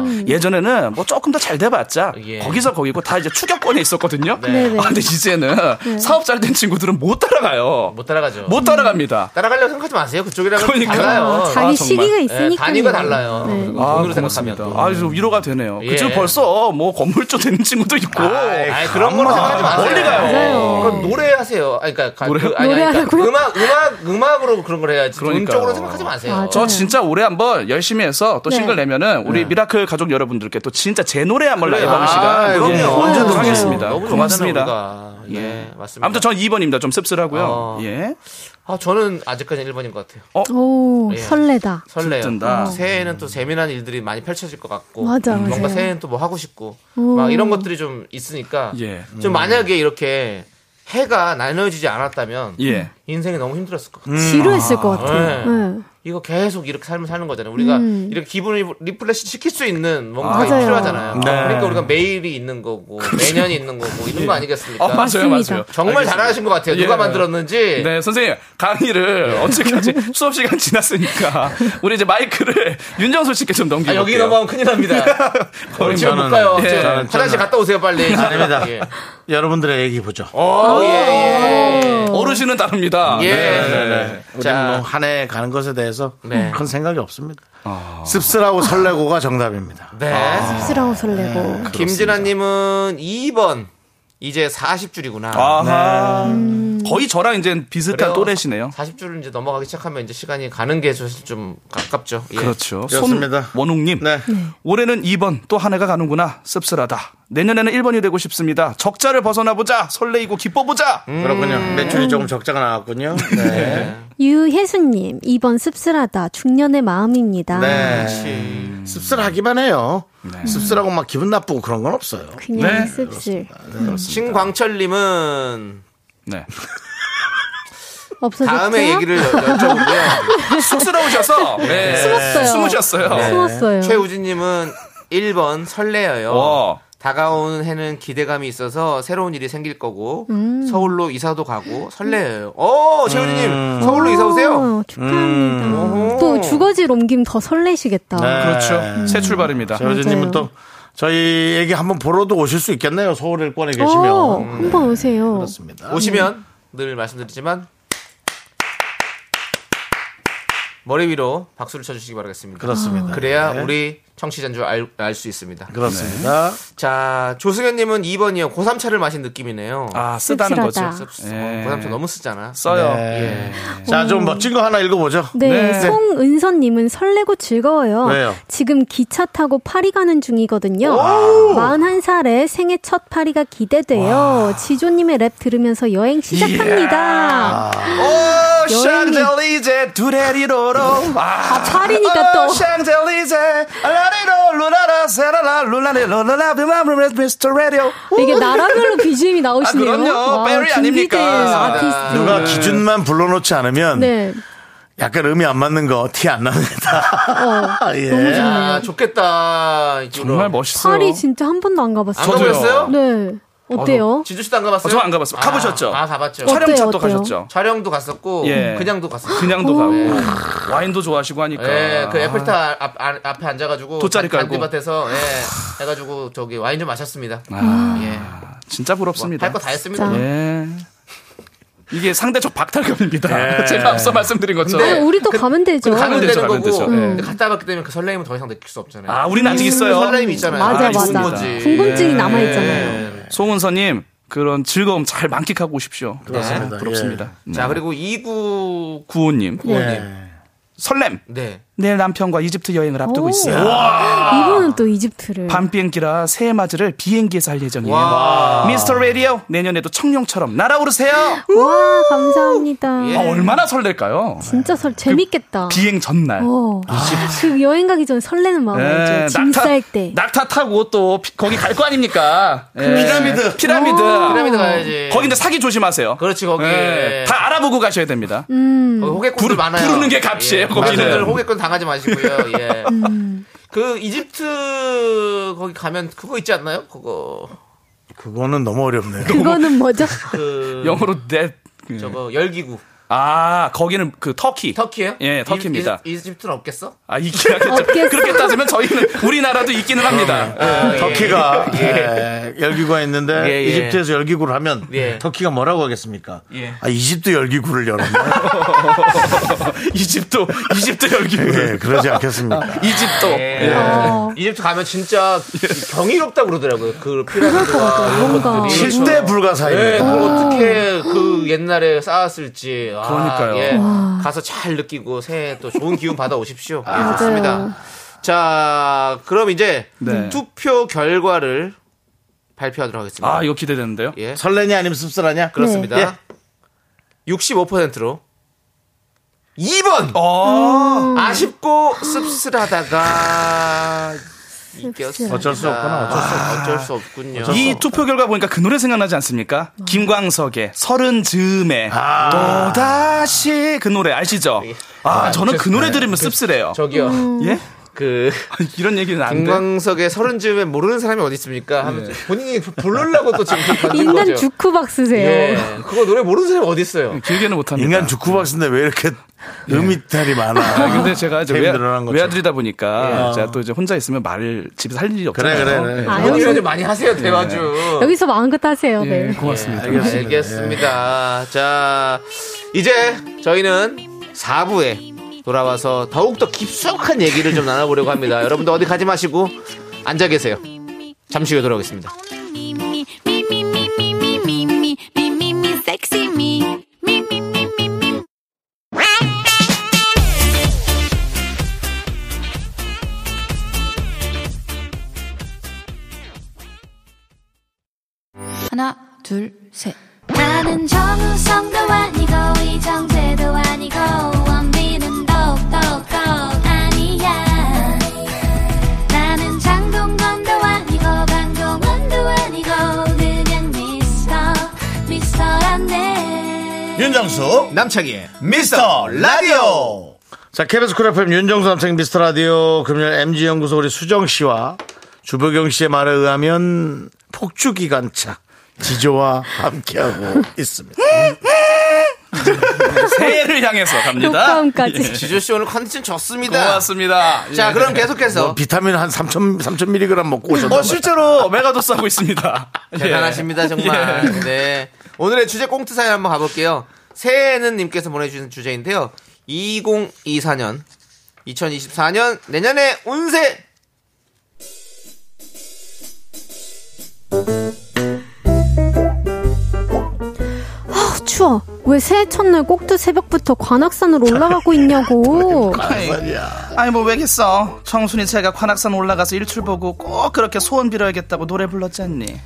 [SPEAKER 2] 음.
[SPEAKER 11] 예전에는 뭐 조금 더 잘 돼봤자,
[SPEAKER 2] 예.
[SPEAKER 11] 거기서 거기고 다 이제 추격권에 있었거든요.
[SPEAKER 3] 네. 네네.
[SPEAKER 11] 아, 근데 이제는
[SPEAKER 3] 네.
[SPEAKER 11] 사업 잘 된 친구들은 못 따라가요.
[SPEAKER 3] 못 따라가죠.
[SPEAKER 9] 뭐?
[SPEAKER 11] 못 따라갑니다.
[SPEAKER 3] 따라가려고 생각하지 마세요. 그쪽이랑은
[SPEAKER 11] 그러니까.
[SPEAKER 3] 달라요.
[SPEAKER 11] 아, 자기 아, 정말. 시기가
[SPEAKER 3] 예,
[SPEAKER 11] 있으니까요.
[SPEAKER 3] 단위가 달라요.
[SPEAKER 11] 네.
[SPEAKER 3] 돈으로
[SPEAKER 11] 아,
[SPEAKER 3] 음, 생각하면
[SPEAKER 11] 고맙습니다.
[SPEAKER 3] 또.
[SPEAKER 11] 아, 좀 위로가 되네요.
[SPEAKER 3] 예.
[SPEAKER 11] 그죠 벌써 뭐 건물주 되는 친구도 있고.
[SPEAKER 3] 아이, 그런 거로
[SPEAKER 11] 뭐? 아마
[SPEAKER 3] 생각하지 마세요. 네.
[SPEAKER 11] 멀리 가요.
[SPEAKER 3] 그럼 노래하세요. 아니, 그러니까 가-
[SPEAKER 11] 노래요?
[SPEAKER 3] 그, 아니, 아니, 그러니까
[SPEAKER 11] 노래하라고요?
[SPEAKER 3] 음악 음악 음악으로 그런 걸 해야지. 돈
[SPEAKER 11] 그러니까요.
[SPEAKER 3] 쪽으로 생각하지 마세요.
[SPEAKER 11] 저 어, 진짜 올해 한번 열심히 해서 또
[SPEAKER 3] 네.
[SPEAKER 11] 싱글 내면은 우리 미라클 가족 여러분들께 또 진짜 제 노래 한번
[SPEAKER 3] 그래요.
[SPEAKER 11] 라이브 하는
[SPEAKER 3] 아,
[SPEAKER 11] 시간
[SPEAKER 3] 그럼요.
[SPEAKER 11] 예,
[SPEAKER 3] 언제든지.
[SPEAKER 11] 하겠습니다.
[SPEAKER 3] 너무
[SPEAKER 11] 고맙습니다.
[SPEAKER 3] 좋잖아요,
[SPEAKER 11] 예.
[SPEAKER 3] 맞습니다.
[SPEAKER 11] 아무튼 전 2번입니다. 좀 씁쓸하고요.
[SPEAKER 3] 어.
[SPEAKER 11] 예.
[SPEAKER 3] 아, 저는 아직까지 1번인 것 같아요.
[SPEAKER 10] 오,
[SPEAKER 3] 예.
[SPEAKER 10] 설레다.
[SPEAKER 3] 설레요.
[SPEAKER 11] 들뜬다.
[SPEAKER 3] 새해에는 또 재미난 일들이 많이 펼쳐질 것 같고
[SPEAKER 10] 맞아, 맞아요.
[SPEAKER 3] 뭔가 새해는 또 뭐 하고 싶고
[SPEAKER 11] 어.
[SPEAKER 10] 오.
[SPEAKER 3] 막 이런 것들이 좀 있으니까
[SPEAKER 11] 예.
[SPEAKER 3] 좀
[SPEAKER 11] 음.
[SPEAKER 3] 만약에 이렇게 해가 나눠지지 않았다면
[SPEAKER 11] 예.
[SPEAKER 3] 인생이 너무 힘들었을 것 같아요.
[SPEAKER 10] 음. 지루했을
[SPEAKER 3] 아,
[SPEAKER 10] 것
[SPEAKER 3] 네.
[SPEAKER 10] 같아요. 네.
[SPEAKER 3] 이거 계속 이렇게 삶을 사는 거잖아요. 우리가
[SPEAKER 10] 음.
[SPEAKER 3] 이렇게 기분을 리플레시 시킬 수 있는 뭔가
[SPEAKER 10] 맞아요.
[SPEAKER 3] 필요하잖아요.
[SPEAKER 11] 네.
[SPEAKER 3] 그러니까 우리가 매일이 있는 거고 매년이 있는 거고 이런 거 아니겠습니까?
[SPEAKER 11] 아, 맞아요, 맞아요.
[SPEAKER 3] 정말
[SPEAKER 11] 알겠습니다.
[SPEAKER 3] 잘하신 것 같아요. 누가
[SPEAKER 11] 예.
[SPEAKER 3] 만들었는지.
[SPEAKER 11] 네, 선생님. 강의를
[SPEAKER 3] 네.
[SPEAKER 11] 언제까지 수업 시간 지났으니까 우리 이제 마이크를 윤정수 씨께 좀 넘기고.
[SPEAKER 3] 아, 여기 넘어가면 큰일 납니다.
[SPEAKER 2] 저는-
[SPEAKER 3] 집에 못 가요.
[SPEAKER 2] 예,
[SPEAKER 3] 저-
[SPEAKER 2] 저는-
[SPEAKER 3] 화장실
[SPEAKER 2] 저는-
[SPEAKER 3] 갔다 오세요, 빨리.
[SPEAKER 2] 아닙니다.
[SPEAKER 3] 예.
[SPEAKER 2] 여러분들의 얘기 보죠.
[SPEAKER 3] 오, 예, 예.
[SPEAKER 11] 어르신은 다릅니다. 네.
[SPEAKER 3] 예.
[SPEAKER 2] 네, 자, 뭐 한해 가는 것에 대해서
[SPEAKER 3] 네.
[SPEAKER 2] 큰 생각이 없습니다. 씁쓸하고 설레고가 정답입니다.
[SPEAKER 3] 네.
[SPEAKER 10] 씁쓸하고 설레고.
[SPEAKER 3] 김진아님은 2번. 이제 40줄이구나.
[SPEAKER 11] 아하. 거의 저랑 이제 비슷한
[SPEAKER 3] 네. 그래요.
[SPEAKER 11] 또래시네요.
[SPEAKER 3] 40줄을 이제 넘어가기 시작하면 이제 시간이 가는 게 사실 좀 가깝죠. 예.
[SPEAKER 11] 그렇죠.
[SPEAKER 3] 그렇습니다.
[SPEAKER 11] 손원웅님. 올해는 2번 또 한 해가 가는구나. 씁쓸하다. 내년에는 1번이 되고 싶습니다. 적자를 벗어나보자. 설레이고 기뻐보자.
[SPEAKER 2] 그렇군요. 매출이 조금 적자가 나왔군요. 네.
[SPEAKER 10] 유혜수님, 2번 씁쓸하다. 중년의 마음입니다.
[SPEAKER 2] 네. 씁쓸하기만 해요. 씁쓸하고 막 기분 나쁘고 그런 건 없어요.
[SPEAKER 3] 네.
[SPEAKER 10] 그냥 씁쓸.
[SPEAKER 3] 신광철님은
[SPEAKER 11] 네.
[SPEAKER 10] 없어졌죠?
[SPEAKER 3] 다음에 얘기를 여- 여쭤볼게요.
[SPEAKER 11] 쑥스러우셔서 네. 숨었어요. 숨으셨어요.
[SPEAKER 10] 네.
[SPEAKER 11] 숨었어요.
[SPEAKER 3] 최우진님은 1번 설레어요.
[SPEAKER 11] 와.
[SPEAKER 3] 다가오는 해는 기대감이 있어서 새로운 일이 생길 거고
[SPEAKER 10] 음.
[SPEAKER 3] 서울로 이사도 가고 설레어요. 오 최우진님
[SPEAKER 10] 음.
[SPEAKER 3] 서울로 이사 오세요.
[SPEAKER 10] 오, 또 주거지를 옮기면 더 설레시겠다.
[SPEAKER 11] 새 출발입니다.
[SPEAKER 2] 저희님은
[SPEAKER 10] 맞아요.
[SPEAKER 2] 네. 또 저희 얘기 한번 보러도 오실 수 있겠네요. 서울 일권에
[SPEAKER 10] 어,
[SPEAKER 2] 계시면. 음,
[SPEAKER 10] 한번 오세요.
[SPEAKER 3] 오시면 늘 말씀드리지만 머리 위로 박수를 쳐주시기 바라겠습니다.
[SPEAKER 2] 그렇습니다.
[SPEAKER 3] 그래야
[SPEAKER 2] 네.
[SPEAKER 3] 우리 청취자인 줄 알 수 있습니다.
[SPEAKER 2] 그렇습니다.
[SPEAKER 3] 네. 자, 조승현님은 2번이요. 고3차를 마신 느낌이네요.
[SPEAKER 11] 아, 쓰다는 거죠.
[SPEAKER 3] 씁쓸.
[SPEAKER 11] 예.
[SPEAKER 3] 어, 고3차 너무 쓰잖아.
[SPEAKER 11] 써요.
[SPEAKER 2] 네.
[SPEAKER 3] 예.
[SPEAKER 2] 자, 좀 멋진 거 하나 읽어보죠.
[SPEAKER 10] 네, 송은선님은 설레고 즐거워요.
[SPEAKER 2] 왜요?
[SPEAKER 10] 지금 기차 타고 파리 가는 중이거든요. 41살에 생애 첫 파리가 기대돼요. 지조님의 랩 들으면서
[SPEAKER 2] 아.
[SPEAKER 10] 여행
[SPEAKER 2] 예.
[SPEAKER 10] 시작합니다.
[SPEAKER 11] 오,
[SPEAKER 10] 여행이-
[SPEAKER 11] 샹젤리제 두레리로로. 아,
[SPEAKER 10] 파리니까 또.
[SPEAKER 11] 오,
[SPEAKER 2] Oh,
[SPEAKER 11] 샹젤리제 라리로 루라라 세라라 룰라리로라라 비마브레스 미스터 라디오.
[SPEAKER 10] 이게 나라별로 BGM이 나오시네요.
[SPEAKER 11] 아, 그럼요. 베리 아닙니까?
[SPEAKER 10] 준비된
[SPEAKER 11] 아,
[SPEAKER 10] 아티스트.
[SPEAKER 2] 네. 누가 기준만 불러놓지 않으면
[SPEAKER 10] 네.
[SPEAKER 2] 약간 음이 안 맞는 거 티 안 납니다. 예.
[SPEAKER 10] 어. 너무 좋네요.
[SPEAKER 3] 아, 좋겠다. 이쪽으로.
[SPEAKER 11] 정말 멋있어요.
[SPEAKER 10] 파리 진짜 한 번도 안 가봤어요.
[SPEAKER 3] 안 가보셨어요? 아, 뭐
[SPEAKER 10] 네. 어때요?
[SPEAKER 3] 지주 씨도 안 가봤어요?
[SPEAKER 11] 어, 저안 가봤어요.
[SPEAKER 3] 아,
[SPEAKER 11] 가보셨죠?
[SPEAKER 3] 아, 가봤죠.
[SPEAKER 10] 어때요,
[SPEAKER 11] 촬영차도
[SPEAKER 10] 어때요?
[SPEAKER 11] 가셨죠?
[SPEAKER 3] 촬영도 갔었고,
[SPEAKER 11] 예.
[SPEAKER 3] 그냥도 갔었고.
[SPEAKER 11] 그냥도 가고 와인도 좋아하시고 하니까.
[SPEAKER 3] 예, 그 에펠탑
[SPEAKER 11] 아,
[SPEAKER 3] 앞, 앞, 앞에 앉아가지고
[SPEAKER 11] 돗자리 깔고.
[SPEAKER 3] 잔디밭에서 예, 해가지고 저기 와인 좀 마셨습니다. 예,
[SPEAKER 11] 아, 진짜 부럽습니다.
[SPEAKER 3] 할 거 다 했습니다.
[SPEAKER 10] 진짜.
[SPEAKER 11] 예. 이게 상대적 박탈감입니다.
[SPEAKER 3] 예.
[SPEAKER 11] 제가 앞서 말씀드린 것처럼.
[SPEAKER 10] 아니, 우리도 가면 되죠.
[SPEAKER 3] 그, 가면 되는
[SPEAKER 11] 그렇죠. 가면
[SPEAKER 3] 거고
[SPEAKER 11] 되죠.
[SPEAKER 3] 근데
[SPEAKER 11] 예.
[SPEAKER 3] 갔다 왔기 때문에 그 설레임은 더 이상 느낄 수 없잖아요. 음,
[SPEAKER 11] 아, 우린 아직 있어요.
[SPEAKER 3] 설레임 있잖아요.
[SPEAKER 10] 맞아,
[SPEAKER 3] 아, 좋은
[SPEAKER 10] 맞아.
[SPEAKER 3] 거지. 네.
[SPEAKER 10] 궁금증이 남아있잖아요.
[SPEAKER 11] 송은서님 그런 즐거움 잘 만끽하고 오십시오.
[SPEAKER 2] 그렇습니다.
[SPEAKER 11] 아, 부럽습니다.
[SPEAKER 3] 예. 네. 자, 그리고 2구
[SPEAKER 11] 구호님,
[SPEAKER 2] 네.
[SPEAKER 11] 설렘.
[SPEAKER 3] 네.
[SPEAKER 11] 내일 남편과 이집트 여행을 앞두고
[SPEAKER 10] 오.
[SPEAKER 11] 있어요.
[SPEAKER 10] 이분은 또 이집트를.
[SPEAKER 11] 밤 비행기라 새해 맞이를 비행기에서 할 예정이에요.
[SPEAKER 3] 와.
[SPEAKER 11] 미스터 라디오 내년에도 청룡처럼 날아오르세요.
[SPEAKER 10] 와, 감사합니다.
[SPEAKER 3] 예.
[SPEAKER 11] 아, 얼마나 설렐까요?
[SPEAKER 10] 진짜 설 재밌겠다.
[SPEAKER 11] 비행 전날.
[SPEAKER 10] 어. 그 여행 가기 전에 설레는 마음
[SPEAKER 3] 네,
[SPEAKER 11] 예,
[SPEAKER 10] 알죠? 짐쌀 때.
[SPEAKER 11] 낙타 타고 또 피- 거기 갈 거 아닙니까? 예.
[SPEAKER 2] 피라미드.
[SPEAKER 11] 피라미드.
[SPEAKER 10] 어.
[SPEAKER 3] 피라미드 가야지.
[SPEAKER 11] 거기 근데 사기 조심하세요.
[SPEAKER 3] 그렇지, 거기.
[SPEAKER 6] 네.
[SPEAKER 11] 예. 다 알아보고 가셔야 됩니다.
[SPEAKER 10] 음.
[SPEAKER 3] 호객꾼들 많아요.
[SPEAKER 11] 부르는 게 값이에요, 거기는.
[SPEAKER 3] 맞아요. 호객꾼 당하지 마시고요. 예. 그 이집트 거기 가면 그거 있지 않나요? 그거
[SPEAKER 2] 그거는 너무 어렵네요.
[SPEAKER 10] 그거는 뭐죠?
[SPEAKER 3] 그
[SPEAKER 11] 영어로 넷
[SPEAKER 3] 저거 열기구.
[SPEAKER 11] 아 거기는 그 터키.
[SPEAKER 3] 터키예요?
[SPEAKER 11] 예, 터키입니다.
[SPEAKER 3] 이, 집트는 없겠어?
[SPEAKER 11] 아 있긴 하겠죠.
[SPEAKER 3] 없겠어.
[SPEAKER 11] 그렇게 따지면 저희는 우리나라도 있기는 합니다.
[SPEAKER 3] 아, 예.
[SPEAKER 2] 터키가
[SPEAKER 3] 예.
[SPEAKER 2] 예, 열기구가 있는데
[SPEAKER 11] 예, 예.
[SPEAKER 2] 이집트에서 열기구를 하면
[SPEAKER 11] 예.
[SPEAKER 2] 터키가 뭐라고 하겠습니까?
[SPEAKER 11] 예.
[SPEAKER 2] 아 이집트 열기구를 열었나?
[SPEAKER 11] 이집트 이집트 열기구.
[SPEAKER 2] 예, 그러지 않겠습니까?
[SPEAKER 11] 이집트.
[SPEAKER 3] 예. 이집트 가면 진짜
[SPEAKER 11] 예.
[SPEAKER 3] 경이롭다 고 그러더라고요. 그 피라미드와 이런
[SPEAKER 2] 뭔가.
[SPEAKER 3] 것들이
[SPEAKER 2] 실대 불가사입니다.
[SPEAKER 3] 예, 그걸 어떻게 그 옛날에 쌓았을지. 아,
[SPEAKER 2] 그러니까요.
[SPEAKER 3] 예.
[SPEAKER 2] 와.
[SPEAKER 3] 가서 잘 느끼고 새해 또 좋은 기운 받아 오십시오. 예,
[SPEAKER 11] 맞아요.
[SPEAKER 3] 좋습니다. 자, 그럼 이제
[SPEAKER 11] 네.
[SPEAKER 3] 투표 결과를 발표하도록 하겠습니다.
[SPEAKER 11] 아 이거 기대되는데요.
[SPEAKER 3] 예.
[SPEAKER 2] 어. 설레냐 아니면 씁쓸하냐?
[SPEAKER 3] 그렇습니다.
[SPEAKER 2] 예.
[SPEAKER 3] 65%로 2번
[SPEAKER 2] 어.
[SPEAKER 3] 아쉽고 씁쓸하다가 이겼어.
[SPEAKER 11] 어쩔 수 없구나, 어쩔 수 없구나.
[SPEAKER 3] 어쩔 수 없군요.
[SPEAKER 11] 이 투표 결과 보니까 그 노래 생각나지 않습니까? 김광석의 서른 즈음에 또다시 그 노래 아시죠? 아, 저는 그 노래 들으면 씁쓸해요.
[SPEAKER 3] 저기요.
[SPEAKER 11] 예?
[SPEAKER 3] 그
[SPEAKER 11] 이런 얘기는 안 돼.
[SPEAKER 3] 김광석의 서른 즈음에 모르는 사람이 어디 있습니까?
[SPEAKER 11] 네.
[SPEAKER 3] 하면 본인이 부르려고 또 지금 던진
[SPEAKER 10] 인간
[SPEAKER 3] 거죠.
[SPEAKER 10] 주크박스세요.
[SPEAKER 3] 예. 그거 노래 모르는 사람이 어디 있어요?
[SPEAKER 11] 길게는 못합니다.
[SPEAKER 2] 인간 주쿠박스인데 왜 이렇게 음이탈이 많아?
[SPEAKER 11] 아, 근데 제가 이제
[SPEAKER 2] 템이
[SPEAKER 11] 외,
[SPEAKER 2] 늘어난 거죠.
[SPEAKER 11] 아들이다 보니까
[SPEAKER 2] 예.
[SPEAKER 11] 제가 또 이제 혼자 있으면 말을 집에서 할 일이
[SPEAKER 2] 그래,
[SPEAKER 11] 없잖아요.
[SPEAKER 2] 그래, 그래.
[SPEAKER 10] 아,
[SPEAKER 3] 형이
[SPEAKER 10] 여기서,
[SPEAKER 3] 좀 많이 하세요 대화 좀.
[SPEAKER 10] 여기서 마음껏 하세요.
[SPEAKER 11] 예,
[SPEAKER 10] 네.
[SPEAKER 11] 고맙습니다.
[SPEAKER 3] 알겠습니다. 알겠습니다. 자, 이제 저희는 4부에 돌아와서 더욱더 깊숙한 얘기를 좀 나눠보려고 합니다. 여러분들 어디 가지 마시고 앉아 계세요. 잠시 후에 돌아오겠습니다.
[SPEAKER 12] 하나, 둘, 셋.
[SPEAKER 7] 나는 정우성도 아니고 이정재도 아니고 원빈은 더욱더 아니야 나는 장동건도 아니고 강동원도 아니고 그냥 미스터 미스터란데
[SPEAKER 2] 윤정수
[SPEAKER 3] 남창희의
[SPEAKER 2] 미스터 라디오 자 KBS 쿨 FM 윤정수 남창 미스터 라디오 금요일 MG 연구소 우리 수정 씨와 주보경 씨의 말에 의하면 폭주 기관차 지조와 함께하고 있습니다.
[SPEAKER 11] 새해를 향해서 갑니다.
[SPEAKER 10] 효과음까지.
[SPEAKER 3] 지조 씨 오늘 컨디션 좋습니다.
[SPEAKER 11] 고맙습니다.
[SPEAKER 3] 자, 그럼 계속해서
[SPEAKER 2] 뭐 비타민 한 3천 3천 밀리그램 먹고 오셨나
[SPEAKER 11] 어,
[SPEAKER 2] 봐요.
[SPEAKER 11] 실제로 메가도스 하고 있습니다.
[SPEAKER 1] 예.
[SPEAKER 3] 대단하십니다 정말.
[SPEAKER 11] 예.
[SPEAKER 3] 네. 오늘의 주제 꽁트 사연 한번 가볼게요. 새해는 님께서 보내주신 주제인데요. 2024년, 2024년 내년의 운세.
[SPEAKER 10] 아, 추워. 왜 새해 첫날 꼭두 새벽부터 관악산으로 올라가고 있냐고.
[SPEAKER 11] 아니 뭐 왜겠어 청순이 제가 관악산 올라가서 일출 보고 꼭 그렇게 소원 빌어야겠다고 노래 불렀잖니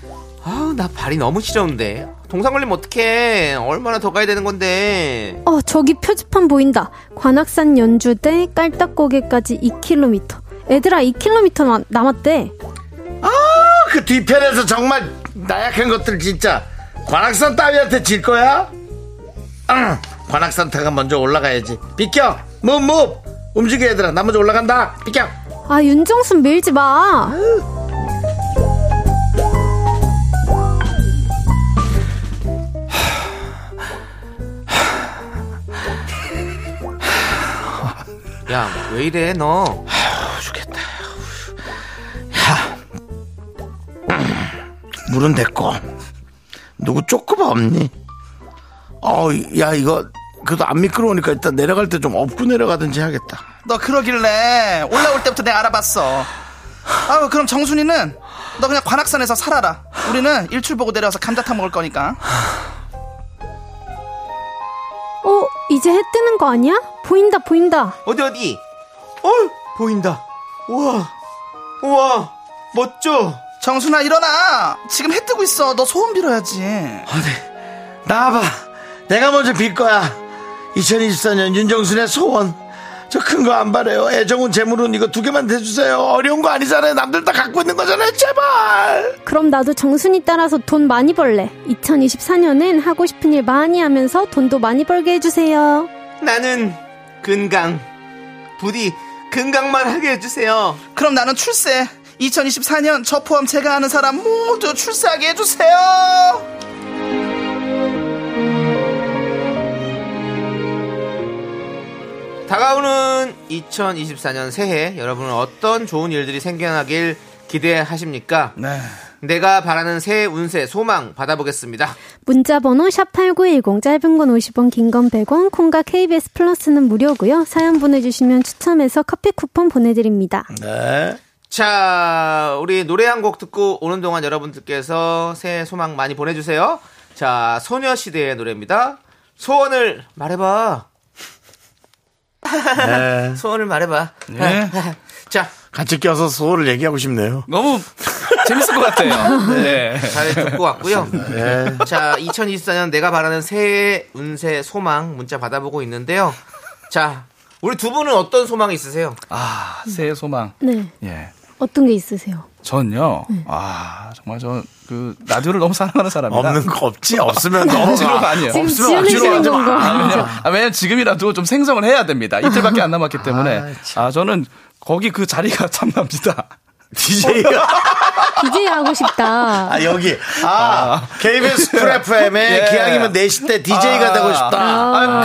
[SPEAKER 3] 아우 나 발이 너무 시려운데. 동상 걸리면 어떡해. 얼마나 더 가야 되는 건데.
[SPEAKER 10] 어, 저기 표지판 보인다. 관악산 연주대 깔딱고개까지 2km. 애들아, 2km 남았대.
[SPEAKER 2] 그 뒤편에서 정말 나약한 것들 진짜 관악산 따위한테 질 거야? 응. 관악산 타가 먼저 올라가야지. 비켜. 무무 움직여 얘들아. 나 먼저 올라간다. 비켜.
[SPEAKER 10] 아, 윤정순 밀지 마.
[SPEAKER 3] 야 왜 이래 너.
[SPEAKER 2] 물은 됐고 누구 쪼끄바 없니? 어, 야 이거 그래도 안 미끄러우니까 일단 내려갈 때 좀 업고 내려가든지 해야겠다.
[SPEAKER 11] 너 그러길래 올라올 때부터 내가 알아봤어 아유 그럼 정순이는 너 그냥 관악산에서 살아라 우리는 일출 보고 내려와서 감자 타 먹을 거니까
[SPEAKER 10] 어, 이제 해 뜨는 거 아니야? 보인다, 보인다.
[SPEAKER 3] 어디 어디. 어 보인다. 우와. 우와. 멋져.
[SPEAKER 11] 정순아 일어나 지금 해 뜨고 있어 너 소원 빌어야지
[SPEAKER 2] 나와봐. 내가 먼저 빌 거야. 2024년 윤정순의 소원. 저 큰 거 안 바래요. 애정은 재물은 이거 두 개만 대주세요. 어려운 거 아니잖아요. 남들 다 갖고 있는 거잖아요. 제발.
[SPEAKER 10] 그럼 나도 정순이 따라서 돈 많이 벌래. 2024년엔 하고 싶은 일 많이 하면서 돈도 많이 벌게 해주세요.
[SPEAKER 3] 나는 근강 부디 건강만 하게 해주세요.
[SPEAKER 11] 그럼 나는 출세. 2024년 저 포함 제가 아는 사람 모두 출세하게 해주세요.
[SPEAKER 3] 다가오는 2024년 새해 여러분은 어떤 좋은 일들이 생겨나길 기대하십니까?
[SPEAKER 11] 네.
[SPEAKER 3] 내가 바라는 새해 운세 소망 받아보겠습니다.
[SPEAKER 10] 문자 번호 샵8910 짧은 건 50원 긴 건 100원 콩과 KBS 플러스는 무료고요. 사연 보내주시면 추첨해서 커피 쿠폰 보내드립니다.
[SPEAKER 2] 네.
[SPEAKER 3] 자, 우리 노래 한 곡 듣고 오는 동안 여러분들께서 새해 소망 많이 보내주세요. 자, 소녀시대의 노래입니다. 소원을 말해봐.
[SPEAKER 2] 네.
[SPEAKER 3] 소원을 말해봐.
[SPEAKER 2] 네.
[SPEAKER 3] 자.
[SPEAKER 2] 같이 껴서 소원을 얘기하고 싶네요.
[SPEAKER 11] 너무 재밌을 것 같아요. 네.
[SPEAKER 3] 잘 듣고 왔고요.
[SPEAKER 2] 네.
[SPEAKER 3] 자, 2024년 내가 바라는 새해 운세 소망 문자 받아보고 있는데요. 자, 우리 두 분은 어떤 소망이 있으세요?
[SPEAKER 11] 아, 새해 소망.
[SPEAKER 10] 네.
[SPEAKER 11] 예.
[SPEAKER 10] 어떤 게 있으세요?
[SPEAKER 11] 저는요. 아, 정말 저 그 라디오를 너무 사랑하는 사람이라
[SPEAKER 2] 없는 거 없지. 없으면
[SPEAKER 11] 억지로가 아니에요.
[SPEAKER 10] 지금 지어내시는 건가?
[SPEAKER 11] 아, 왜냐면, 아, 왜냐면 지금이라도 좀 생성을 해야 됩니다. 이틀밖에 안 남았기 때문에 아, 저는 거기 그 자리가 참납니다.
[SPEAKER 2] DJ가
[SPEAKER 10] DJ 하고 싶다.
[SPEAKER 2] 아 여기 아, KBS 쿨 FM의
[SPEAKER 11] 예.
[SPEAKER 2] 기왕이면 4시 때 DJ가
[SPEAKER 11] 아.
[SPEAKER 2] 되고 싶다.
[SPEAKER 11] 아,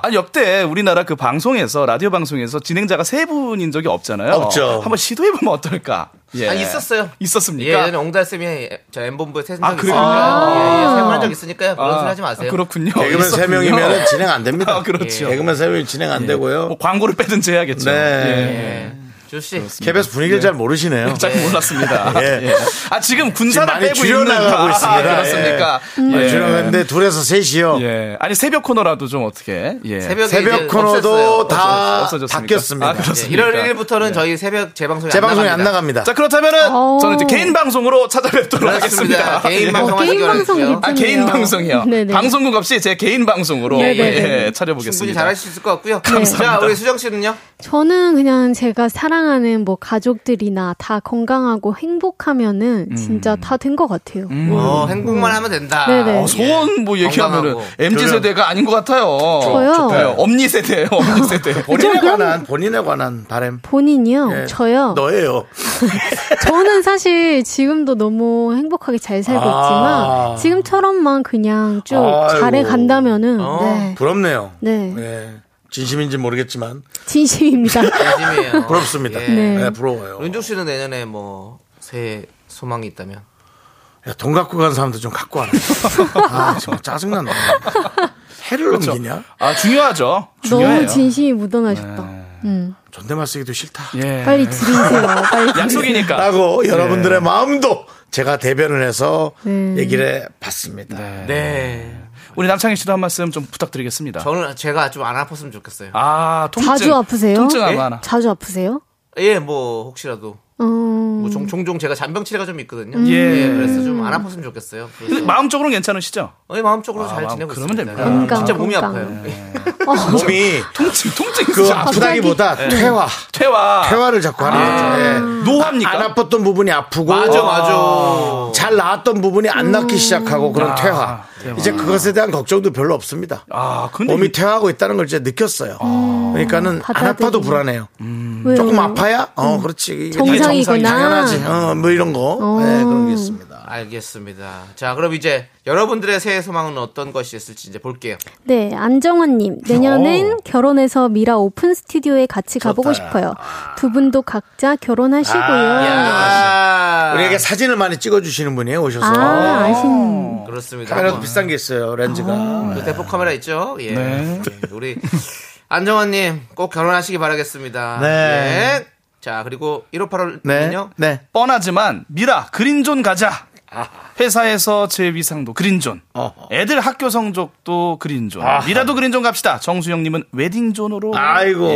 [SPEAKER 11] 그, 아니, 역대 우리나라 그 방송에서, 라디오 방송에서 진행자가 세 분인 적이 없잖아요.
[SPEAKER 2] 없죠.
[SPEAKER 11] 어, 한번 시도해보면 어떨까? 예.
[SPEAKER 3] 아, 있었어요.
[SPEAKER 11] 있었습니까?
[SPEAKER 3] 예전에 옹달쌤이 저 엠본부에 세운
[SPEAKER 11] 아,
[SPEAKER 3] 적
[SPEAKER 11] 그래요?
[SPEAKER 3] 있어요. 예, 예,
[SPEAKER 11] 아.
[SPEAKER 3] 세운 적 있으니까요. 그런
[SPEAKER 11] 아,
[SPEAKER 3] 소리 하지 마세요.
[SPEAKER 11] 아, 그렇군요.
[SPEAKER 2] 개그맨
[SPEAKER 11] 있었군요.
[SPEAKER 2] 3명이면 진행 안 됩니다.
[SPEAKER 11] 아, 그렇죠.
[SPEAKER 2] 개그맨 3명이 진행 안 되고요.
[SPEAKER 11] 뭐 광고를 빼든지 해야겠죠. 그렇죠. 예.
[SPEAKER 2] 네.
[SPEAKER 3] 예. 조씨.
[SPEAKER 2] KBS 분위기를 잘 모르시네요.
[SPEAKER 11] 잘 몰랐습니다.
[SPEAKER 2] 예.
[SPEAKER 11] 예. 아 지금 군사를
[SPEAKER 2] 많이
[SPEAKER 11] 빼고
[SPEAKER 2] 줄여나가고
[SPEAKER 11] 있는
[SPEAKER 2] 있습니다.
[SPEAKER 11] 아, 그렇습니까? 예.
[SPEAKER 2] 아, 줄여는데 둘에서 셋이요.
[SPEAKER 11] 예. 아니 새벽 코너라도 좀 어떻게? 예.
[SPEAKER 3] 새벽에 이제
[SPEAKER 2] 새벽 코너도
[SPEAKER 3] 없앴어요.
[SPEAKER 2] 다
[SPEAKER 11] 없어졌습니까?
[SPEAKER 2] 바뀌었습니다.
[SPEAKER 11] 아,
[SPEAKER 3] 예,
[SPEAKER 11] 그렇습니까?
[SPEAKER 3] 1월 1일부터는 저희 새벽 재방송이
[SPEAKER 2] 재방송이 안
[SPEAKER 3] 안
[SPEAKER 2] 나갑니다.
[SPEAKER 3] 나갑니다.
[SPEAKER 11] 자 그렇다면은
[SPEAKER 10] 오.
[SPEAKER 11] 저는 이제 개인 방송으로 찾아뵙도록
[SPEAKER 3] 그렇습니다.
[SPEAKER 11] 하겠습니다.
[SPEAKER 3] 개인
[SPEAKER 9] 어,
[SPEAKER 11] 예.
[SPEAKER 3] 방송 하시기
[SPEAKER 10] 개인 방송
[SPEAKER 3] 바랄게요.
[SPEAKER 11] 아 개인 방송이요.
[SPEAKER 10] 네네.
[SPEAKER 11] 방송국 없이 제 개인 방송으로
[SPEAKER 10] 네네.
[SPEAKER 11] 예,
[SPEAKER 3] 충분히
[SPEAKER 11] 차려보겠습니다.
[SPEAKER 3] 잘할 수 있을 것 같고요.
[SPEAKER 11] 감사합니다.
[SPEAKER 3] 자, 우리 수정 씨는요?
[SPEAKER 10] 저는 그냥 제가 사랑하는 뭐 가족들이나 다 건강하고 행복하면은 진짜 다 된 것 같아요. 뭐
[SPEAKER 3] 어, 행복만 하면 된다. 예.
[SPEAKER 10] 네네.
[SPEAKER 11] 어, 소원 뭐 얘기하면은
[SPEAKER 3] 건강하고.
[SPEAKER 11] MZ 세대가 아닌 것 같아요.
[SPEAKER 9] 어,
[SPEAKER 10] 저요?
[SPEAKER 11] 좋대요. 엄니 세대예요. 엄니 세대.
[SPEAKER 2] 본인에
[SPEAKER 10] 좀 그럼-
[SPEAKER 2] 관한 본인에 관한 바램.
[SPEAKER 10] 본인이요? 저요?
[SPEAKER 2] 너예요.
[SPEAKER 10] 저는 사실 지금도 너무 행복하게 잘 살고
[SPEAKER 2] 아.
[SPEAKER 10] 있지만 지금처럼만 그냥 쭉
[SPEAKER 2] 아이고.
[SPEAKER 10] 잘해 간다면은 네.
[SPEAKER 2] 어. 부럽네요.
[SPEAKER 10] 네.
[SPEAKER 2] 예. 진심인지 모르겠지만
[SPEAKER 10] 진심입니다.
[SPEAKER 3] 진심이에요.
[SPEAKER 2] 부럽습니다.
[SPEAKER 3] 예.
[SPEAKER 10] 네.
[SPEAKER 2] 예, 부러워요.
[SPEAKER 3] 윤종 씨는 내년에 뭐 새해 소망이 있다면?
[SPEAKER 2] 야, 돈 갖고 간 사람도 좀 갖고 와라. 아, 정말 짜증난다. 해를 넘기냐?
[SPEAKER 11] 아 중요하죠. 중요해요.
[SPEAKER 10] 너무 진심이 묻어나셨다. 음.
[SPEAKER 2] 존댓말 쓰기도 싫다.
[SPEAKER 11] 예.
[SPEAKER 10] 빨리 줄이세요. 빨리 줄이세요.
[SPEAKER 11] 약속이니까.
[SPEAKER 2] 라고 여러분들의 마음도 제가 대변을 해서
[SPEAKER 10] 네.
[SPEAKER 2] 얘기를 해봤습니다.
[SPEAKER 3] 네.
[SPEAKER 11] 우리 남창희 씨도 한 말씀 좀 부탁드리겠습니다.
[SPEAKER 3] 저는 제가 좀 안 아팠으면 좋겠어요.
[SPEAKER 11] 아, 통증.
[SPEAKER 10] 자주 아프세요?
[SPEAKER 11] 통증
[SPEAKER 10] 예?
[SPEAKER 2] 네?
[SPEAKER 11] 아마 하나.
[SPEAKER 10] 자주 아프세요?
[SPEAKER 3] 예, 뭐 혹시라도
[SPEAKER 10] 어...
[SPEAKER 2] 음.
[SPEAKER 3] 뭐 종, 종종 제가 잔병 치레가 좀 있거든요.
[SPEAKER 10] 음.
[SPEAKER 11] 예.
[SPEAKER 3] 그래서 좀 안 아팠으면 좋겠어요. 그래서
[SPEAKER 11] 근데 마음적으로는 괜찮으시죠?
[SPEAKER 3] 예, 마음적으로
[SPEAKER 11] 아,
[SPEAKER 3] 잘
[SPEAKER 11] 마음-
[SPEAKER 3] 지내고
[SPEAKER 11] 그러면
[SPEAKER 3] 있습니다. 네.
[SPEAKER 11] 됩니다.
[SPEAKER 10] 건강,
[SPEAKER 3] 진짜 몸이
[SPEAKER 10] 건강.
[SPEAKER 3] 아파요. 예,
[SPEAKER 2] 몸이
[SPEAKER 11] 통증, 통증
[SPEAKER 2] 그
[SPEAKER 11] 있으시죠?
[SPEAKER 2] 아프다기보다 퇴화,
[SPEAKER 3] 아.
[SPEAKER 11] 퇴화.
[SPEAKER 2] 퇴화를 자꾸 하는 거죠. 예.
[SPEAKER 11] 노화입니까?
[SPEAKER 2] 안 아팠던 부분이 아프고
[SPEAKER 3] 맞아, 맞아.
[SPEAKER 2] 잘 나았던 부분이 안 낫기
[SPEAKER 11] 음.
[SPEAKER 2] 시작하고 그런 퇴화. 이제 그것에 대한 걱정도 별로 없습니다.
[SPEAKER 11] 아, 근데
[SPEAKER 2] 몸이
[SPEAKER 11] 이- 아.
[SPEAKER 2] 퇴화하고 있다는 걸 이제 느꼈어요. 그러니까는 안
[SPEAKER 10] 받아들이네.
[SPEAKER 2] 아파도 불안해요.
[SPEAKER 10] 왜요?
[SPEAKER 2] 조금 아파야? 어, 그렇지. 이게
[SPEAKER 10] 정상이구나.
[SPEAKER 2] 정상이 당연하지. 어, 뭐 이런 거.
[SPEAKER 10] 어.
[SPEAKER 2] 예, 그런 게 있습니다.
[SPEAKER 3] 알겠습니다. 자, 그럼 이제 여러분들의 새해 소망은 어떤 것이 있을지 이제 볼게요.
[SPEAKER 10] 네, 안정환님. 내년엔
[SPEAKER 2] 오.
[SPEAKER 10] 결혼해서 미라 오픈 스튜디오에 같이 가보고
[SPEAKER 2] 어. 좋다.
[SPEAKER 10] 싶어요. 두 분도 각자 결혼하시고요. 아,
[SPEAKER 3] 아,
[SPEAKER 2] 우리에게 사진을 많이 찍어주시는 분이에요, 오셔서.
[SPEAKER 10] 아, 신
[SPEAKER 3] 그렇습니다.
[SPEAKER 2] 카메라도
[SPEAKER 3] 한번.
[SPEAKER 2] 비싼 게 있어요, 렌즈가.
[SPEAKER 10] 아.
[SPEAKER 3] 그 대포 카메라 있죠? 예.
[SPEAKER 11] 네.
[SPEAKER 3] 예, 우리 안정환님 꼭 결혼하시기 바라겠습니다.
[SPEAKER 2] 네.
[SPEAKER 3] 예. 자 그리고 1585님은요.
[SPEAKER 2] 네. 네.
[SPEAKER 11] 뻔하지만 미라 그린존 가자. 회사에서 제 위상도 그린존.
[SPEAKER 2] 어허.
[SPEAKER 11] 애들 학교 성적도 그린존. 미라도 그린존 갑시다. 정수영님은 웨딩존으로
[SPEAKER 2] 아이고.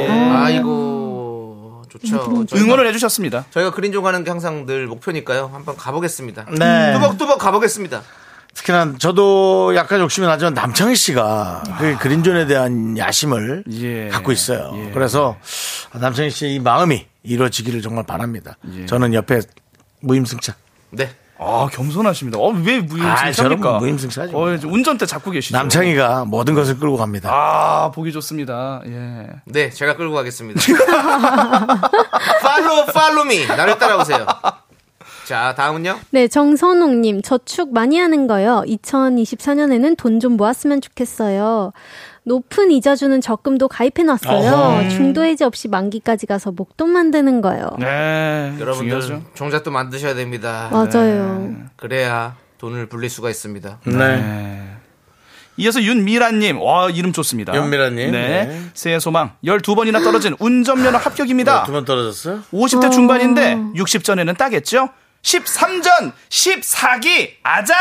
[SPEAKER 3] 아이고
[SPEAKER 10] 음,
[SPEAKER 3] 좋죠. 저희가-
[SPEAKER 11] 네. 응원을 해주셨습니다.
[SPEAKER 3] 저희가 그린존 가는 게 항상 늘 목표니까요. 한번 가보겠습니다.
[SPEAKER 2] 네.
[SPEAKER 3] 뚜벅뚜벅 가보겠습니다.
[SPEAKER 2] 특히나 저도 약간 욕심이 나지만 남창희 씨가 그 그린존에 대한 야심을
[SPEAKER 11] 아. 예.
[SPEAKER 2] 갖고 있어요. 그래서 남창희
[SPEAKER 11] 예.
[SPEAKER 2] 씨의 이 마음이 이루어지기를 정말 바랍니다. 저는 옆에 무임승차.
[SPEAKER 3] 네.
[SPEAKER 11] 아 겸손하십니다. 어왜
[SPEAKER 2] 아, 저런
[SPEAKER 11] 무임승차입니까?
[SPEAKER 2] 건 무임승차죠.
[SPEAKER 11] 어, 이제 운전대 잡고 계시죠.
[SPEAKER 2] 남창희가 모든 것을 끌고 갑니다.
[SPEAKER 11] 아 보기 좋습니다. 예.
[SPEAKER 3] 네, 제가 끌고 가겠습니다. 팔로 팔로미 나를 따라오세요. 자, 다음은요.
[SPEAKER 10] 네, 정선홍님, 저축 많이 하는 거요. 2024년에는 돈 좀 모았으면 좋겠어요. 높은 이자 주는 적금도 가입해놨어요.
[SPEAKER 3] 어허.
[SPEAKER 10] 중도 해지 없이 만기까지 가서 목돈 만드는 거요.
[SPEAKER 11] 네,
[SPEAKER 3] 여러분들
[SPEAKER 11] 중요하죠.
[SPEAKER 3] 종잣도 만드셔야 됩니다.
[SPEAKER 10] 맞아요.
[SPEAKER 3] 그래야 돈을 불릴 수가 있습니다.
[SPEAKER 11] 네. 이어서 윤미라님, 와 이름 좋습니다.
[SPEAKER 2] 윤미라님.
[SPEAKER 11] 네.
[SPEAKER 2] 네.
[SPEAKER 11] 새해 소망 12번이나 떨어진 운전면허 합격입니다.
[SPEAKER 2] 두 번 떨어졌어요?
[SPEAKER 11] 50대 중반인데 60전에는 따겠죠? 13전 14기 아자.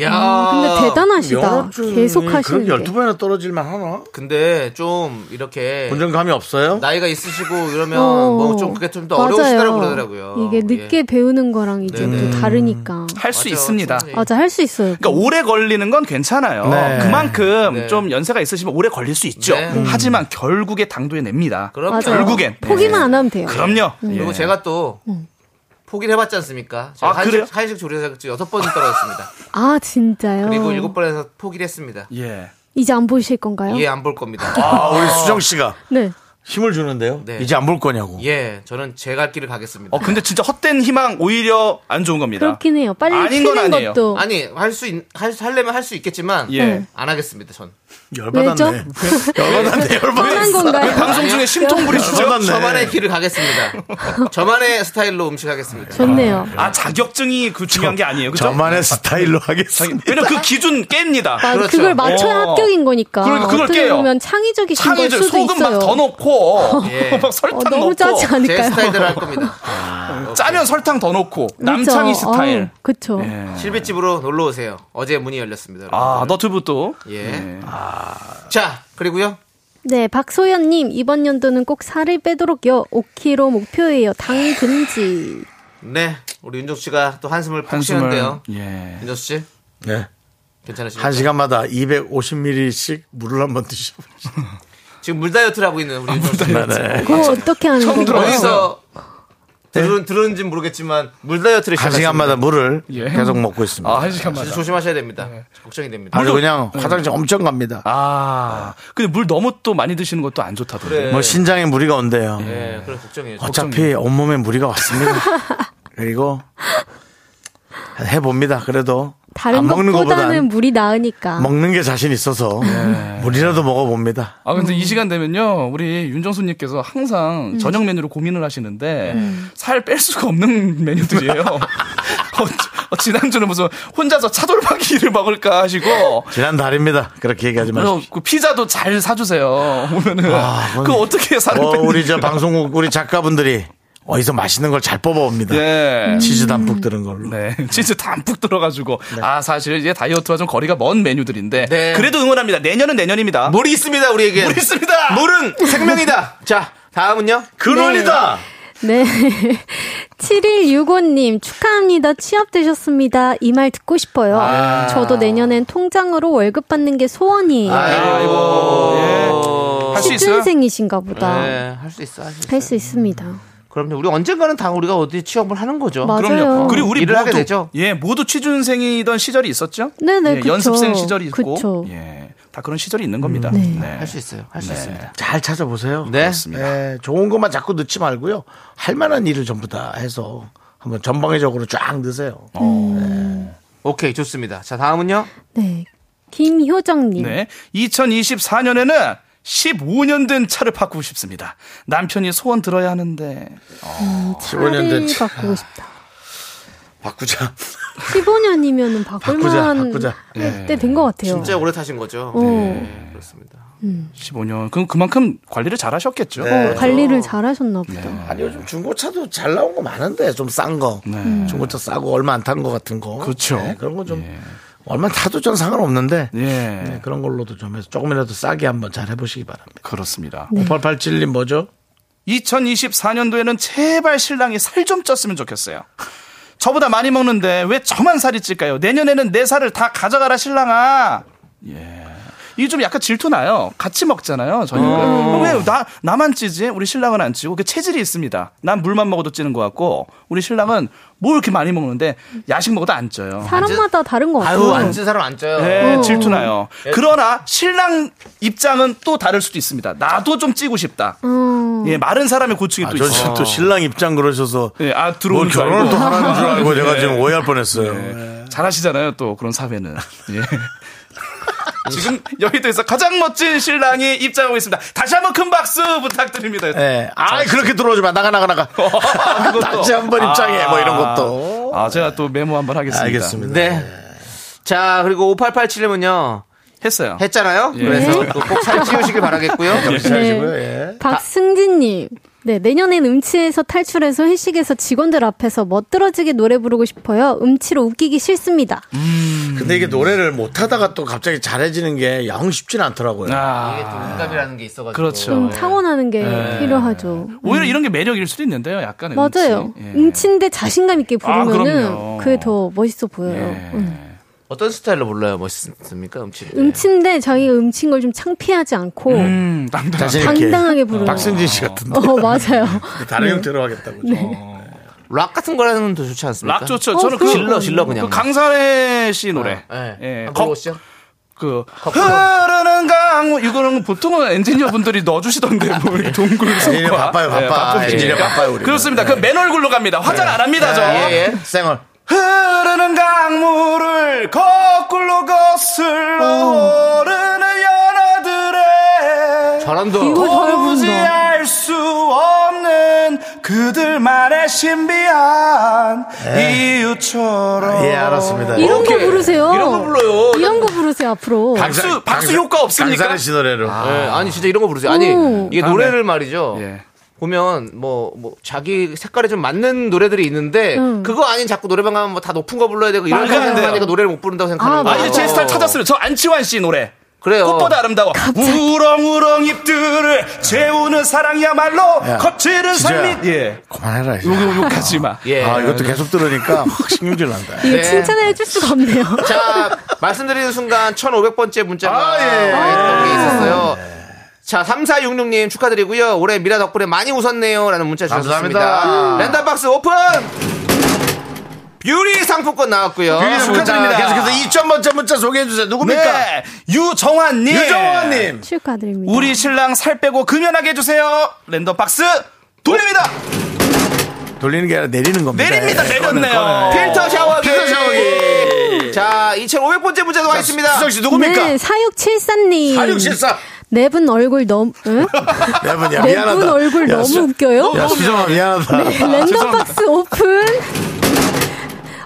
[SPEAKER 3] 야.
[SPEAKER 10] 음, 근데 대단하시다. 영업주님이 계속 그런 하시는 게.
[SPEAKER 2] 12번이나 떨어질만 하나?
[SPEAKER 3] 근데 좀
[SPEAKER 11] 네.
[SPEAKER 3] 이렇게
[SPEAKER 2] 운전감이 없어요?
[SPEAKER 3] 나이가 있으시고 이러면
[SPEAKER 10] 어.
[SPEAKER 3] 뭐 좀 그게 좀 더
[SPEAKER 10] 맞아요.
[SPEAKER 3] 어려우시다고 그러더라고요. 예. 음.
[SPEAKER 10] 이게 늦게 배우는 거랑 이제
[SPEAKER 11] 네네.
[SPEAKER 10] 또 다르니까.
[SPEAKER 11] 할 수 있습니다.
[SPEAKER 3] 네.
[SPEAKER 10] 맞아, 할 수 있어요.
[SPEAKER 11] 그러니까 오래 걸리는 건 괜찮아요.
[SPEAKER 2] 네.
[SPEAKER 11] 그만큼 좀 연세가 있으시면 오래 걸릴 수 있죠.
[SPEAKER 3] 네. 음.
[SPEAKER 11] 하지만 결국에 당도해 냅니다.
[SPEAKER 3] 그럼요. 네.
[SPEAKER 11] 결국엔
[SPEAKER 10] 포기만 안 하면 돼요.
[SPEAKER 11] 그럼요.
[SPEAKER 10] 음.
[SPEAKER 3] 그리고
[SPEAKER 11] 예.
[SPEAKER 3] 제가 또 포기를 해봤지 않습니까? 제가
[SPEAKER 11] 아,
[SPEAKER 3] 한식,
[SPEAKER 11] 그래요?
[SPEAKER 3] 한식 조리사 지금 여섯 번 떨어졌습니다.
[SPEAKER 10] 아, 진짜요?
[SPEAKER 3] 그리고 일곱 번에서 포기를 했습니다.
[SPEAKER 11] 예.
[SPEAKER 10] 이제 안 보이실 건가요?
[SPEAKER 3] 예, 안 볼 겁니다.
[SPEAKER 2] 아, 우리 수정 씨가
[SPEAKER 10] 네.
[SPEAKER 2] 힘을 주는데요.
[SPEAKER 3] 네.
[SPEAKER 2] 이제 안 볼 거냐고.
[SPEAKER 3] 예, 저는 제 갈 길을 가겠습니다.
[SPEAKER 11] 어 근데 진짜 헛된 희망 오히려 안 좋은 겁니다.
[SPEAKER 10] 그렇긴 해요. 빨리
[SPEAKER 11] 아닌 건
[SPEAKER 10] 키는
[SPEAKER 11] 아니에요.
[SPEAKER 10] 것도.
[SPEAKER 3] 아니, 할 수, 있, 할, 수- 하려면 할 수 있겠지만,
[SPEAKER 11] 예.
[SPEAKER 3] 안 하겠습니다, 전.
[SPEAKER 10] 열받았네.
[SPEAKER 2] 열받았네,
[SPEAKER 10] 뻔한 건가요?
[SPEAKER 11] 방송 중에 심통 부리시죠?
[SPEAKER 2] 열받네.
[SPEAKER 3] 저만의 길을 가겠습니다. 저만의 스타일로 음식하겠습니다.
[SPEAKER 10] 좋네요.
[SPEAKER 11] 아 자격증이 그 중요한 게 아니에요. 그죠?
[SPEAKER 2] 저만의 스타일로 하겠습니다.
[SPEAKER 11] 왜냐 그 기준 깹니다.
[SPEAKER 10] 아, 그걸 맞춰야
[SPEAKER 11] 어.
[SPEAKER 10] 합격인 거니까.
[SPEAKER 11] 그러니까 그걸
[SPEAKER 10] 어떻게
[SPEAKER 11] 깨요.
[SPEAKER 10] 보면 창의적이신 걸
[SPEAKER 11] 창의적
[SPEAKER 10] 수도
[SPEAKER 11] 소금
[SPEAKER 10] 있어요.
[SPEAKER 11] 막 더 넣고
[SPEAKER 3] 예.
[SPEAKER 11] 막 설탕
[SPEAKER 10] 어, 너무
[SPEAKER 11] 넣고
[SPEAKER 10] 짜지
[SPEAKER 3] 제
[SPEAKER 10] 않을까요? 그렇죠.
[SPEAKER 3] 스타일대로 할 겁니다.
[SPEAKER 11] 짜면 설탕 더 넣고 남창희
[SPEAKER 10] 그쵸?
[SPEAKER 11] 스타일.
[SPEAKER 10] 아, 그쵸.
[SPEAKER 3] 네. 실비집으로 놀러 오세요. 어제 문이 열렸습니다.
[SPEAKER 11] 아
[SPEAKER 3] 여러분들.
[SPEAKER 11] 너튜브 또.
[SPEAKER 3] 예. 아.
[SPEAKER 11] 네.
[SPEAKER 3] 자, 그리고요.
[SPEAKER 10] 네, 박소연님, 이번 연도는 꼭 살을 빼도록요. 5kg 목표예요. 당 금지.
[SPEAKER 3] 네, 우리 윤정 씨가 또 한숨을 푹
[SPEAKER 11] 한숨을,
[SPEAKER 3] 쉬는데요.
[SPEAKER 11] 예.
[SPEAKER 3] 윤정 씨,
[SPEAKER 2] 네.
[SPEAKER 3] 괜찮으십니까?
[SPEAKER 2] 한 시간마다 250ml씩 물을 한 번 드셔보세요.
[SPEAKER 3] 지금 물 다이어트를 하고 있는 우리 윤정 씨.
[SPEAKER 2] 네.
[SPEAKER 10] 그거 어떻게 하는 건가요?
[SPEAKER 3] 어디서 네. 들은 들은지 모르겠지만 물
[SPEAKER 11] 아,
[SPEAKER 3] 다이어트를
[SPEAKER 2] 한
[SPEAKER 3] 시작했습니다.
[SPEAKER 2] 시간마다 물을
[SPEAKER 11] 예.
[SPEAKER 2] 계속 먹고 있습니다.
[SPEAKER 11] 아한 시간만.
[SPEAKER 3] 진짜 조심하셔야 됩니다. 걱정이 됩니다.
[SPEAKER 2] 아주 그냥 화장실 엄청 갑니다.
[SPEAKER 11] 아 근데 물 너무 또 많이 드시는 것도 안 좋다던데.
[SPEAKER 3] 그래.
[SPEAKER 2] 뭐 신장에 무리가 온대요.
[SPEAKER 3] 네, 그래
[SPEAKER 11] 아,
[SPEAKER 3] 걱정이에요.
[SPEAKER 2] 어차피 온몸에 무리가 왔습니다. 그리고 해봅니다. 그래도
[SPEAKER 10] 다른
[SPEAKER 2] 안 먹는 것보다는
[SPEAKER 10] 것보다는 물이 나으니까.
[SPEAKER 2] 먹는 게 자신 있어서 물이라도 먹어봅니다.
[SPEAKER 11] 아 근데 이 시간 되면요 우리 윤정수님께서 항상 저녁 메뉴로 고민을 하시는데 살 뺄 수가 없는 메뉴들이에요. 어, 지- 어, 지난주는 무슨 혼자서 차돌박이를 먹을까 하시고
[SPEAKER 2] 지난 달입니다. 그렇게 얘기하지
[SPEAKER 11] 그래서
[SPEAKER 2] 마십시오.
[SPEAKER 11] 그 피자도 잘 사주세요. 보면은
[SPEAKER 2] 아,
[SPEAKER 11] 그 어떻게 살을
[SPEAKER 2] 어,
[SPEAKER 11] 뺐는지.
[SPEAKER 2] 우리 저 방송국 우리 작가분들이 어디서 맛있는 걸 잘 뽑아옵니다.
[SPEAKER 11] 예.
[SPEAKER 2] 치즈 담뿍 들은 걸로.
[SPEAKER 11] 네, 진짜 담뿍 들어가지고 아 사실 이제 다이어트와 좀 거리가 먼 메뉴들인데
[SPEAKER 3] 네.
[SPEAKER 11] 그래도 응원합니다. 내년은 내년입니다.
[SPEAKER 3] 물이 있습니다 우리에게.
[SPEAKER 11] 물 있습니다.
[SPEAKER 3] 물은 생명이다. 자, 다음은요.
[SPEAKER 2] 근원이다.
[SPEAKER 10] 네. 7165님, 축하합니다. 취업되셨습니다. 이 말 듣고 싶어요.
[SPEAKER 11] 아.
[SPEAKER 10] 저도 내년엔 통장으로 월급 받는 게 소원이에요.
[SPEAKER 3] 아이고.
[SPEAKER 11] 할수 있어요?
[SPEAKER 10] 네, 시준생이신가 보다.
[SPEAKER 3] 네, 할 수 있어. 할 수 있어.
[SPEAKER 10] 할 수 있습니다.
[SPEAKER 3] 그럼요. 우리 언젠가는 다 우리가 어디 취업을 하는 거죠.
[SPEAKER 10] 맞아요.
[SPEAKER 11] 그럼요. 그리고 우리
[SPEAKER 3] 일을
[SPEAKER 11] 모두
[SPEAKER 3] 하게 되죠.
[SPEAKER 11] 예, 모두 취준생이던 시절이 있었죠.
[SPEAKER 10] 그렇죠. 네네,
[SPEAKER 11] 예,
[SPEAKER 10] 그쵸.
[SPEAKER 11] 연습생 시절이 있고,
[SPEAKER 10] 그쵸.
[SPEAKER 11] 예, 다 그런 시절이 있는 겁니다. 네.
[SPEAKER 3] 할 수 있어요. 할 수 있습니다.
[SPEAKER 2] 잘 찾아보세요.
[SPEAKER 3] 네.
[SPEAKER 2] 예, 좋은 것만 자꾸 넣지 말고요. 할 만한 일을 전부 다 해서 한번 전방위적으로 쫙 넣으세요.
[SPEAKER 3] 오케이, 좋습니다. 자, 다음은요.
[SPEAKER 10] 네. 김효정님.
[SPEAKER 11] 네. 2024년에는 15년 된 차를 바꾸고 싶습니다. 남편이 소원 들어야 하는데
[SPEAKER 10] 차를
[SPEAKER 2] 15년 된 차.
[SPEAKER 10] 바꾸고 싶다.
[SPEAKER 2] 바꾸자.
[SPEAKER 10] 15년이면은
[SPEAKER 2] 바꾸자,
[SPEAKER 10] 바꿀만한 네,
[SPEAKER 2] 바꾸자. 예.
[SPEAKER 10] 때된 것 같아요.
[SPEAKER 3] 진짜 오래 타신 거죠.
[SPEAKER 10] 어,
[SPEAKER 3] 네, 그렇습니다.
[SPEAKER 11] 15년. 그럼 그만큼 관리를 잘 하셨겠죠.
[SPEAKER 10] 어, 관리를 잘하셨나 보다.
[SPEAKER 2] 아니 요즘 네. 중고차도 잘 나온 거 많은데 좀 싼 거. 중고차 싸고 얼마 안 탄 거 같은 거.
[SPEAKER 11] 그렇죠.
[SPEAKER 2] 네, 그런 거 좀 얼마 타도 전 상관없는데
[SPEAKER 11] 예.
[SPEAKER 2] 네, 그런 걸로도 좀 해서 조금이라도 싸게 한번 잘 해보시기 바랍니다.
[SPEAKER 11] 그렇습니다.
[SPEAKER 2] 5887님 뭐죠?
[SPEAKER 11] 2024년도에는 제발 신랑이 살 좀 쪘으면 좋겠어요. 저보다 많이 먹는데 왜 저만 살이 찔까요? 내년에는 내 살을 다 가져가라 신랑아. 예. 이게 좀 약간 질투 나요. 같이 먹잖아요. 저녁을.
[SPEAKER 2] 음.
[SPEAKER 13] 어.
[SPEAKER 11] 왜 나, 나만 찌지? 우리 신랑은 안 찌고. 그 체질이 있습니다. 난 물만 먹어도 찌는 것 같고, 우리 신랑은 뭘 이렇게 많이 먹는데, 야식 먹어도 안 쪄요.
[SPEAKER 10] 사람마다 다른 것 같아요.
[SPEAKER 3] 사람 안 쪄요.
[SPEAKER 11] 네,
[SPEAKER 10] 어.
[SPEAKER 11] 질투나요.
[SPEAKER 2] 예.
[SPEAKER 11] 그러나 아, 신랑 입장은 또 다를 수도 있습니다. 나도 좀 찌고 싶다.
[SPEAKER 10] 어.
[SPEAKER 11] 예, 마른 사람의 고충이
[SPEAKER 2] 아,
[SPEAKER 11] 또
[SPEAKER 2] 저
[SPEAKER 11] 있어요.
[SPEAKER 2] 또 신랑 입장 그러셔서
[SPEAKER 11] 아,
[SPEAKER 2] 뭘
[SPEAKER 11] 들어오는 줄
[SPEAKER 2] 결혼을
[SPEAKER 11] 알고.
[SPEAKER 2] 또 하라는 줄 알고 제가
[SPEAKER 11] 네.
[SPEAKER 2] 지금 오해할 뻔했어요.
[SPEAKER 11] 잘하시잖아요, 또 그런 사회는. 예. 지금 여의도에서 가장 멋진 신랑이 입장하고 있습니다. 다시 한번 큰 박수 부탁드립니다.
[SPEAKER 2] 예. 아, 그렇게 들어오지 마. 나가, 나가, 나가. 다시 한번 입장해. 뭐 이런 것도.
[SPEAKER 11] 아, 제가 또 메모 한번 하겠습니다.
[SPEAKER 2] 알겠습니다.
[SPEAKER 3] 네. 자, 그리고 5887님은요.
[SPEAKER 11] 했어요.
[SPEAKER 3] 했잖아요.
[SPEAKER 11] 예.
[SPEAKER 3] 그래서
[SPEAKER 11] 네.
[SPEAKER 3] 꼭 살 찌우시길 바라겠고요.
[SPEAKER 11] 음.
[SPEAKER 2] 예.
[SPEAKER 10] 박승진님. 네, 내년엔 음치에서 탈출해서 회식에서 직원들 앞에서 멋들어지게 노래 부르고 싶어요. 음치로 웃기기 싫습니다.
[SPEAKER 3] 음.
[SPEAKER 11] 음.
[SPEAKER 2] 근데 이게 노래를 못하다가 또 갑자기 잘해지는 게 영 쉽진 않더라고요.
[SPEAKER 11] 아.
[SPEAKER 3] 이게 또 응답이라는 게 있어가지고.
[SPEAKER 11] 그렇죠.
[SPEAKER 10] 좀 창원하는 게
[SPEAKER 3] 예.
[SPEAKER 2] 네.
[SPEAKER 10] 필요하죠.
[SPEAKER 11] 오히려 이런 게 매력일 수도 있는데요, 예. 약간.
[SPEAKER 10] 맞아요. 음치인데 자신감 있게
[SPEAKER 3] 예. 아,
[SPEAKER 10] 부르면은
[SPEAKER 3] 그럼요. 예.
[SPEAKER 10] 그게 더 멋있어 보여요. 음.
[SPEAKER 3] 어떤 스타일로 불러요? 멋있습니까? 음치.
[SPEAKER 10] 음치인데 자기가 음치인 걸 좀 창피하지 않고
[SPEAKER 11] 음,
[SPEAKER 3] 자신 있게. 아,
[SPEAKER 10] 당당하게 부르는.
[SPEAKER 3] 음, 박승진 씨
[SPEAKER 2] 같은데.
[SPEAKER 10] 어, 맞아요.
[SPEAKER 11] 네.
[SPEAKER 2] 다른 형태로 하겠다고.
[SPEAKER 3] 락 같은 거라는 더 좋지 않습니까?
[SPEAKER 11] 락 좋죠. 저는 그
[SPEAKER 3] 질러 질러 그냥.
[SPEAKER 11] 그 강산의 씨
[SPEAKER 2] 네,
[SPEAKER 11] 노래. 예.
[SPEAKER 3] 한번 불러보시죠.
[SPEAKER 11] 그 흐르는 강우 뭐 이거는 보통은 엔지니어 분들이 넣어주시던데 뭐 이렇게 동굴 속과 네,
[SPEAKER 2] 엔지니어 네, 바빠요, 바빠. 엔지니어 바빠요, 우리는. 예,
[SPEAKER 11] 그렇습니다. 그맨 얼굴로 갑니다. 화장 안 합니다, 저.
[SPEAKER 2] 쌩얼.
[SPEAKER 11] 흐르는 강물을 거꾸로 거슬러 오르는 연어들의
[SPEAKER 3] 잘한다.
[SPEAKER 1] 이거 잘
[SPEAKER 11] 도무지
[SPEAKER 1] 부른다.
[SPEAKER 11] 알 수 없는 그들만의 신비한
[SPEAKER 2] 예.
[SPEAKER 11] 이유처럼
[SPEAKER 2] 예, 알았습니다.
[SPEAKER 10] 이런 거 부르세요.
[SPEAKER 11] 이런 거 불러요.
[SPEAKER 10] 이런 거 부르세요, 앞으로.
[SPEAKER 2] 강사- 강사- 강산의 씨 노래로.
[SPEAKER 3] 아, 니 진짜 이런 거 부르세요. 아니
[SPEAKER 10] 오.
[SPEAKER 3] 이게
[SPEAKER 10] 다음에.
[SPEAKER 3] 노래를 말이죠.
[SPEAKER 11] 예.
[SPEAKER 3] 보면 뭐 뭐 자기 색깔에 좀 맞는 노래들이 있는데
[SPEAKER 11] 음.
[SPEAKER 3] 그거 아닌 자꾸 노래방 가면 뭐 다 높은 거 불러야 되고 이런
[SPEAKER 11] 말도 안 돼요.
[SPEAKER 3] 생각하니까 노래를 못 부른다고 생각하는
[SPEAKER 11] 아,
[SPEAKER 3] 거예요.
[SPEAKER 11] 이제 제 스타일 찾았어요. 저 안치환 씨 노래.
[SPEAKER 3] 그래요.
[SPEAKER 11] 꽃보다 아름다워. 우렁우렁 잎들을 재우는 사랑이야말로
[SPEAKER 2] 야,
[SPEAKER 11] 거칠은
[SPEAKER 2] 진짜야.
[SPEAKER 11] 삶이. 예.
[SPEAKER 2] 예. 그만해라. 이제.
[SPEAKER 11] 요거, 요까지 마. 예.
[SPEAKER 2] 아, 이것도 계속 들으니까 확 신경질 난다.
[SPEAKER 10] 이거 칭찬을 해줄 수가 없네요.
[SPEAKER 3] 네. 자, 말씀드리는 순간 1500번째 문자가
[SPEAKER 2] 아, 예.
[SPEAKER 3] 했던 게 있었어요. 자, 3466님 축하드리고요. 올해 미라 덕분에 많이 웃었네요. 라는 문자 주셨습니다.
[SPEAKER 2] 감사합니다.
[SPEAKER 3] 랜덤박스 오픈! 뷰리 상품권 나왔고요.
[SPEAKER 2] 뷰리 상품권
[SPEAKER 3] 축하드립니다.
[SPEAKER 2] 계속해서 2000 번째 문자 소개해주세요. 누굽니까?
[SPEAKER 11] 아, 네. 유정환님.
[SPEAKER 2] 유정환님.
[SPEAKER 10] 축하드립니다.
[SPEAKER 11] 우리 신랑 살 빼고 금연하게 해주세요. 랜덤 박스 돌립니다.
[SPEAKER 2] 돌리는 게 아니라 내리는 겁니다.
[SPEAKER 11] 내립니다.
[SPEAKER 2] 예,
[SPEAKER 11] 내렸네요. 어.
[SPEAKER 2] 꺼내, 꺼내.
[SPEAKER 3] 필터 샤워기.
[SPEAKER 2] 필터 샤워기.
[SPEAKER 3] 자, 2500번째 문자도 와 있습니다.
[SPEAKER 10] 네, 4674님.
[SPEAKER 3] 4674.
[SPEAKER 10] 네 분 얼굴 너무, 응?
[SPEAKER 2] 여러분, 야,
[SPEAKER 10] 네
[SPEAKER 2] 미안하다.
[SPEAKER 10] 분 얼굴
[SPEAKER 2] 야,
[SPEAKER 10] 너무
[SPEAKER 2] 수-
[SPEAKER 10] 웃겨요?
[SPEAKER 2] 야, 수정아, 미안하다.
[SPEAKER 10] 네, 랜덤박스 오픈.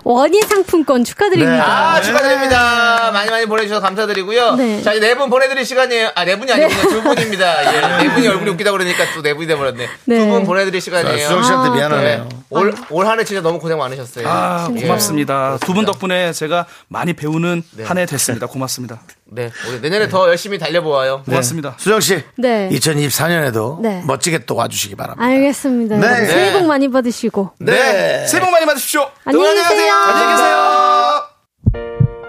[SPEAKER 10] 원희 상품권 축하드립니다.
[SPEAKER 2] 네.
[SPEAKER 3] 아, 축하드립니다. 많이 많이 보내주셔서 감사드리고요.
[SPEAKER 10] 네.
[SPEAKER 3] 자, 이제 네 분 보내드릴 시간이에요. 아, 네 분이 아니군요. 두 분입니다. 예, 네 분이 얼굴이 웃기다 그러니까 또 네 분이 돼버렸네.
[SPEAKER 10] 네.
[SPEAKER 3] 두 분 보내드릴 시간이에요.
[SPEAKER 11] 자, 수정 씨한테 아, 미안하네요.
[SPEAKER 3] 네. 올, 올 한 해 진짜 너무 고생 많으셨어요.
[SPEAKER 11] 아,
[SPEAKER 3] 예.
[SPEAKER 11] 고맙습니다. 두 분 덕분에 제가 많이 배우는 한 해 됐습니다. 고맙습니다. 네.
[SPEAKER 3] 네. 우리 내년에 더 열심히 달려보아요.
[SPEAKER 11] 고맙습니다.
[SPEAKER 2] 수정 씨.
[SPEAKER 10] 네.
[SPEAKER 2] 2024년에도
[SPEAKER 10] 네.
[SPEAKER 2] 멋지게 또 와주시기 바랍니다.
[SPEAKER 10] 알겠습니다.
[SPEAKER 2] 네.
[SPEAKER 10] 여러분, 새해 복 많이 받으시고.
[SPEAKER 2] 네.
[SPEAKER 11] 새해 복 많이 받으십시오.
[SPEAKER 10] 안녕히 계세요.
[SPEAKER 11] 안녕히 계세요.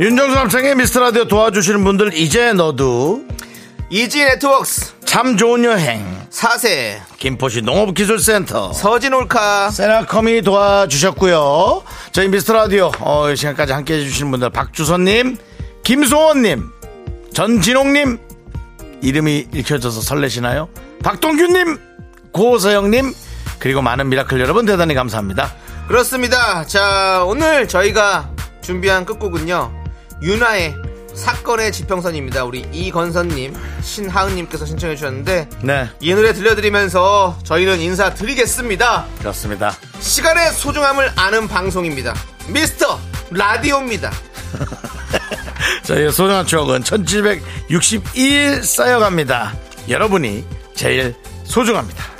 [SPEAKER 2] 윤정수 남창의 미스터라디오 도와주시는 분들 이제 너도
[SPEAKER 3] 이지 네트워크스
[SPEAKER 2] 참 좋은 여행
[SPEAKER 3] 사세
[SPEAKER 2] 김포시 농업기술센터
[SPEAKER 3] 서진올카
[SPEAKER 2] 세라컴이 도와주셨고요 저희 미스터라디오 어, 이 시간까지 함께해 주시는 분들 박주선님 김소원님 전진홍님 이름이 읽혀져서 설레시나요? 박동규님 고서영님 그리고 많은 미라클 여러분 대단히 감사합니다
[SPEAKER 3] 그렇습니다. 자, 오늘 저희가 준비한 끝곡은요. 윤아의 사건의 지평선입니다. 우리 이건선님, 신하은님께서 신청해 주셨는데
[SPEAKER 2] 네
[SPEAKER 3] 이 노래 들려드리면서 저희는 인사드리겠습니다.
[SPEAKER 2] 그렇습니다
[SPEAKER 3] 시간의 소중함을 아는 방송입니다. 미스터 라디오입니다.
[SPEAKER 2] 저희의 소중한 추억은 1762일 쌓여갑니다. 여러분이 제일 소중합니다.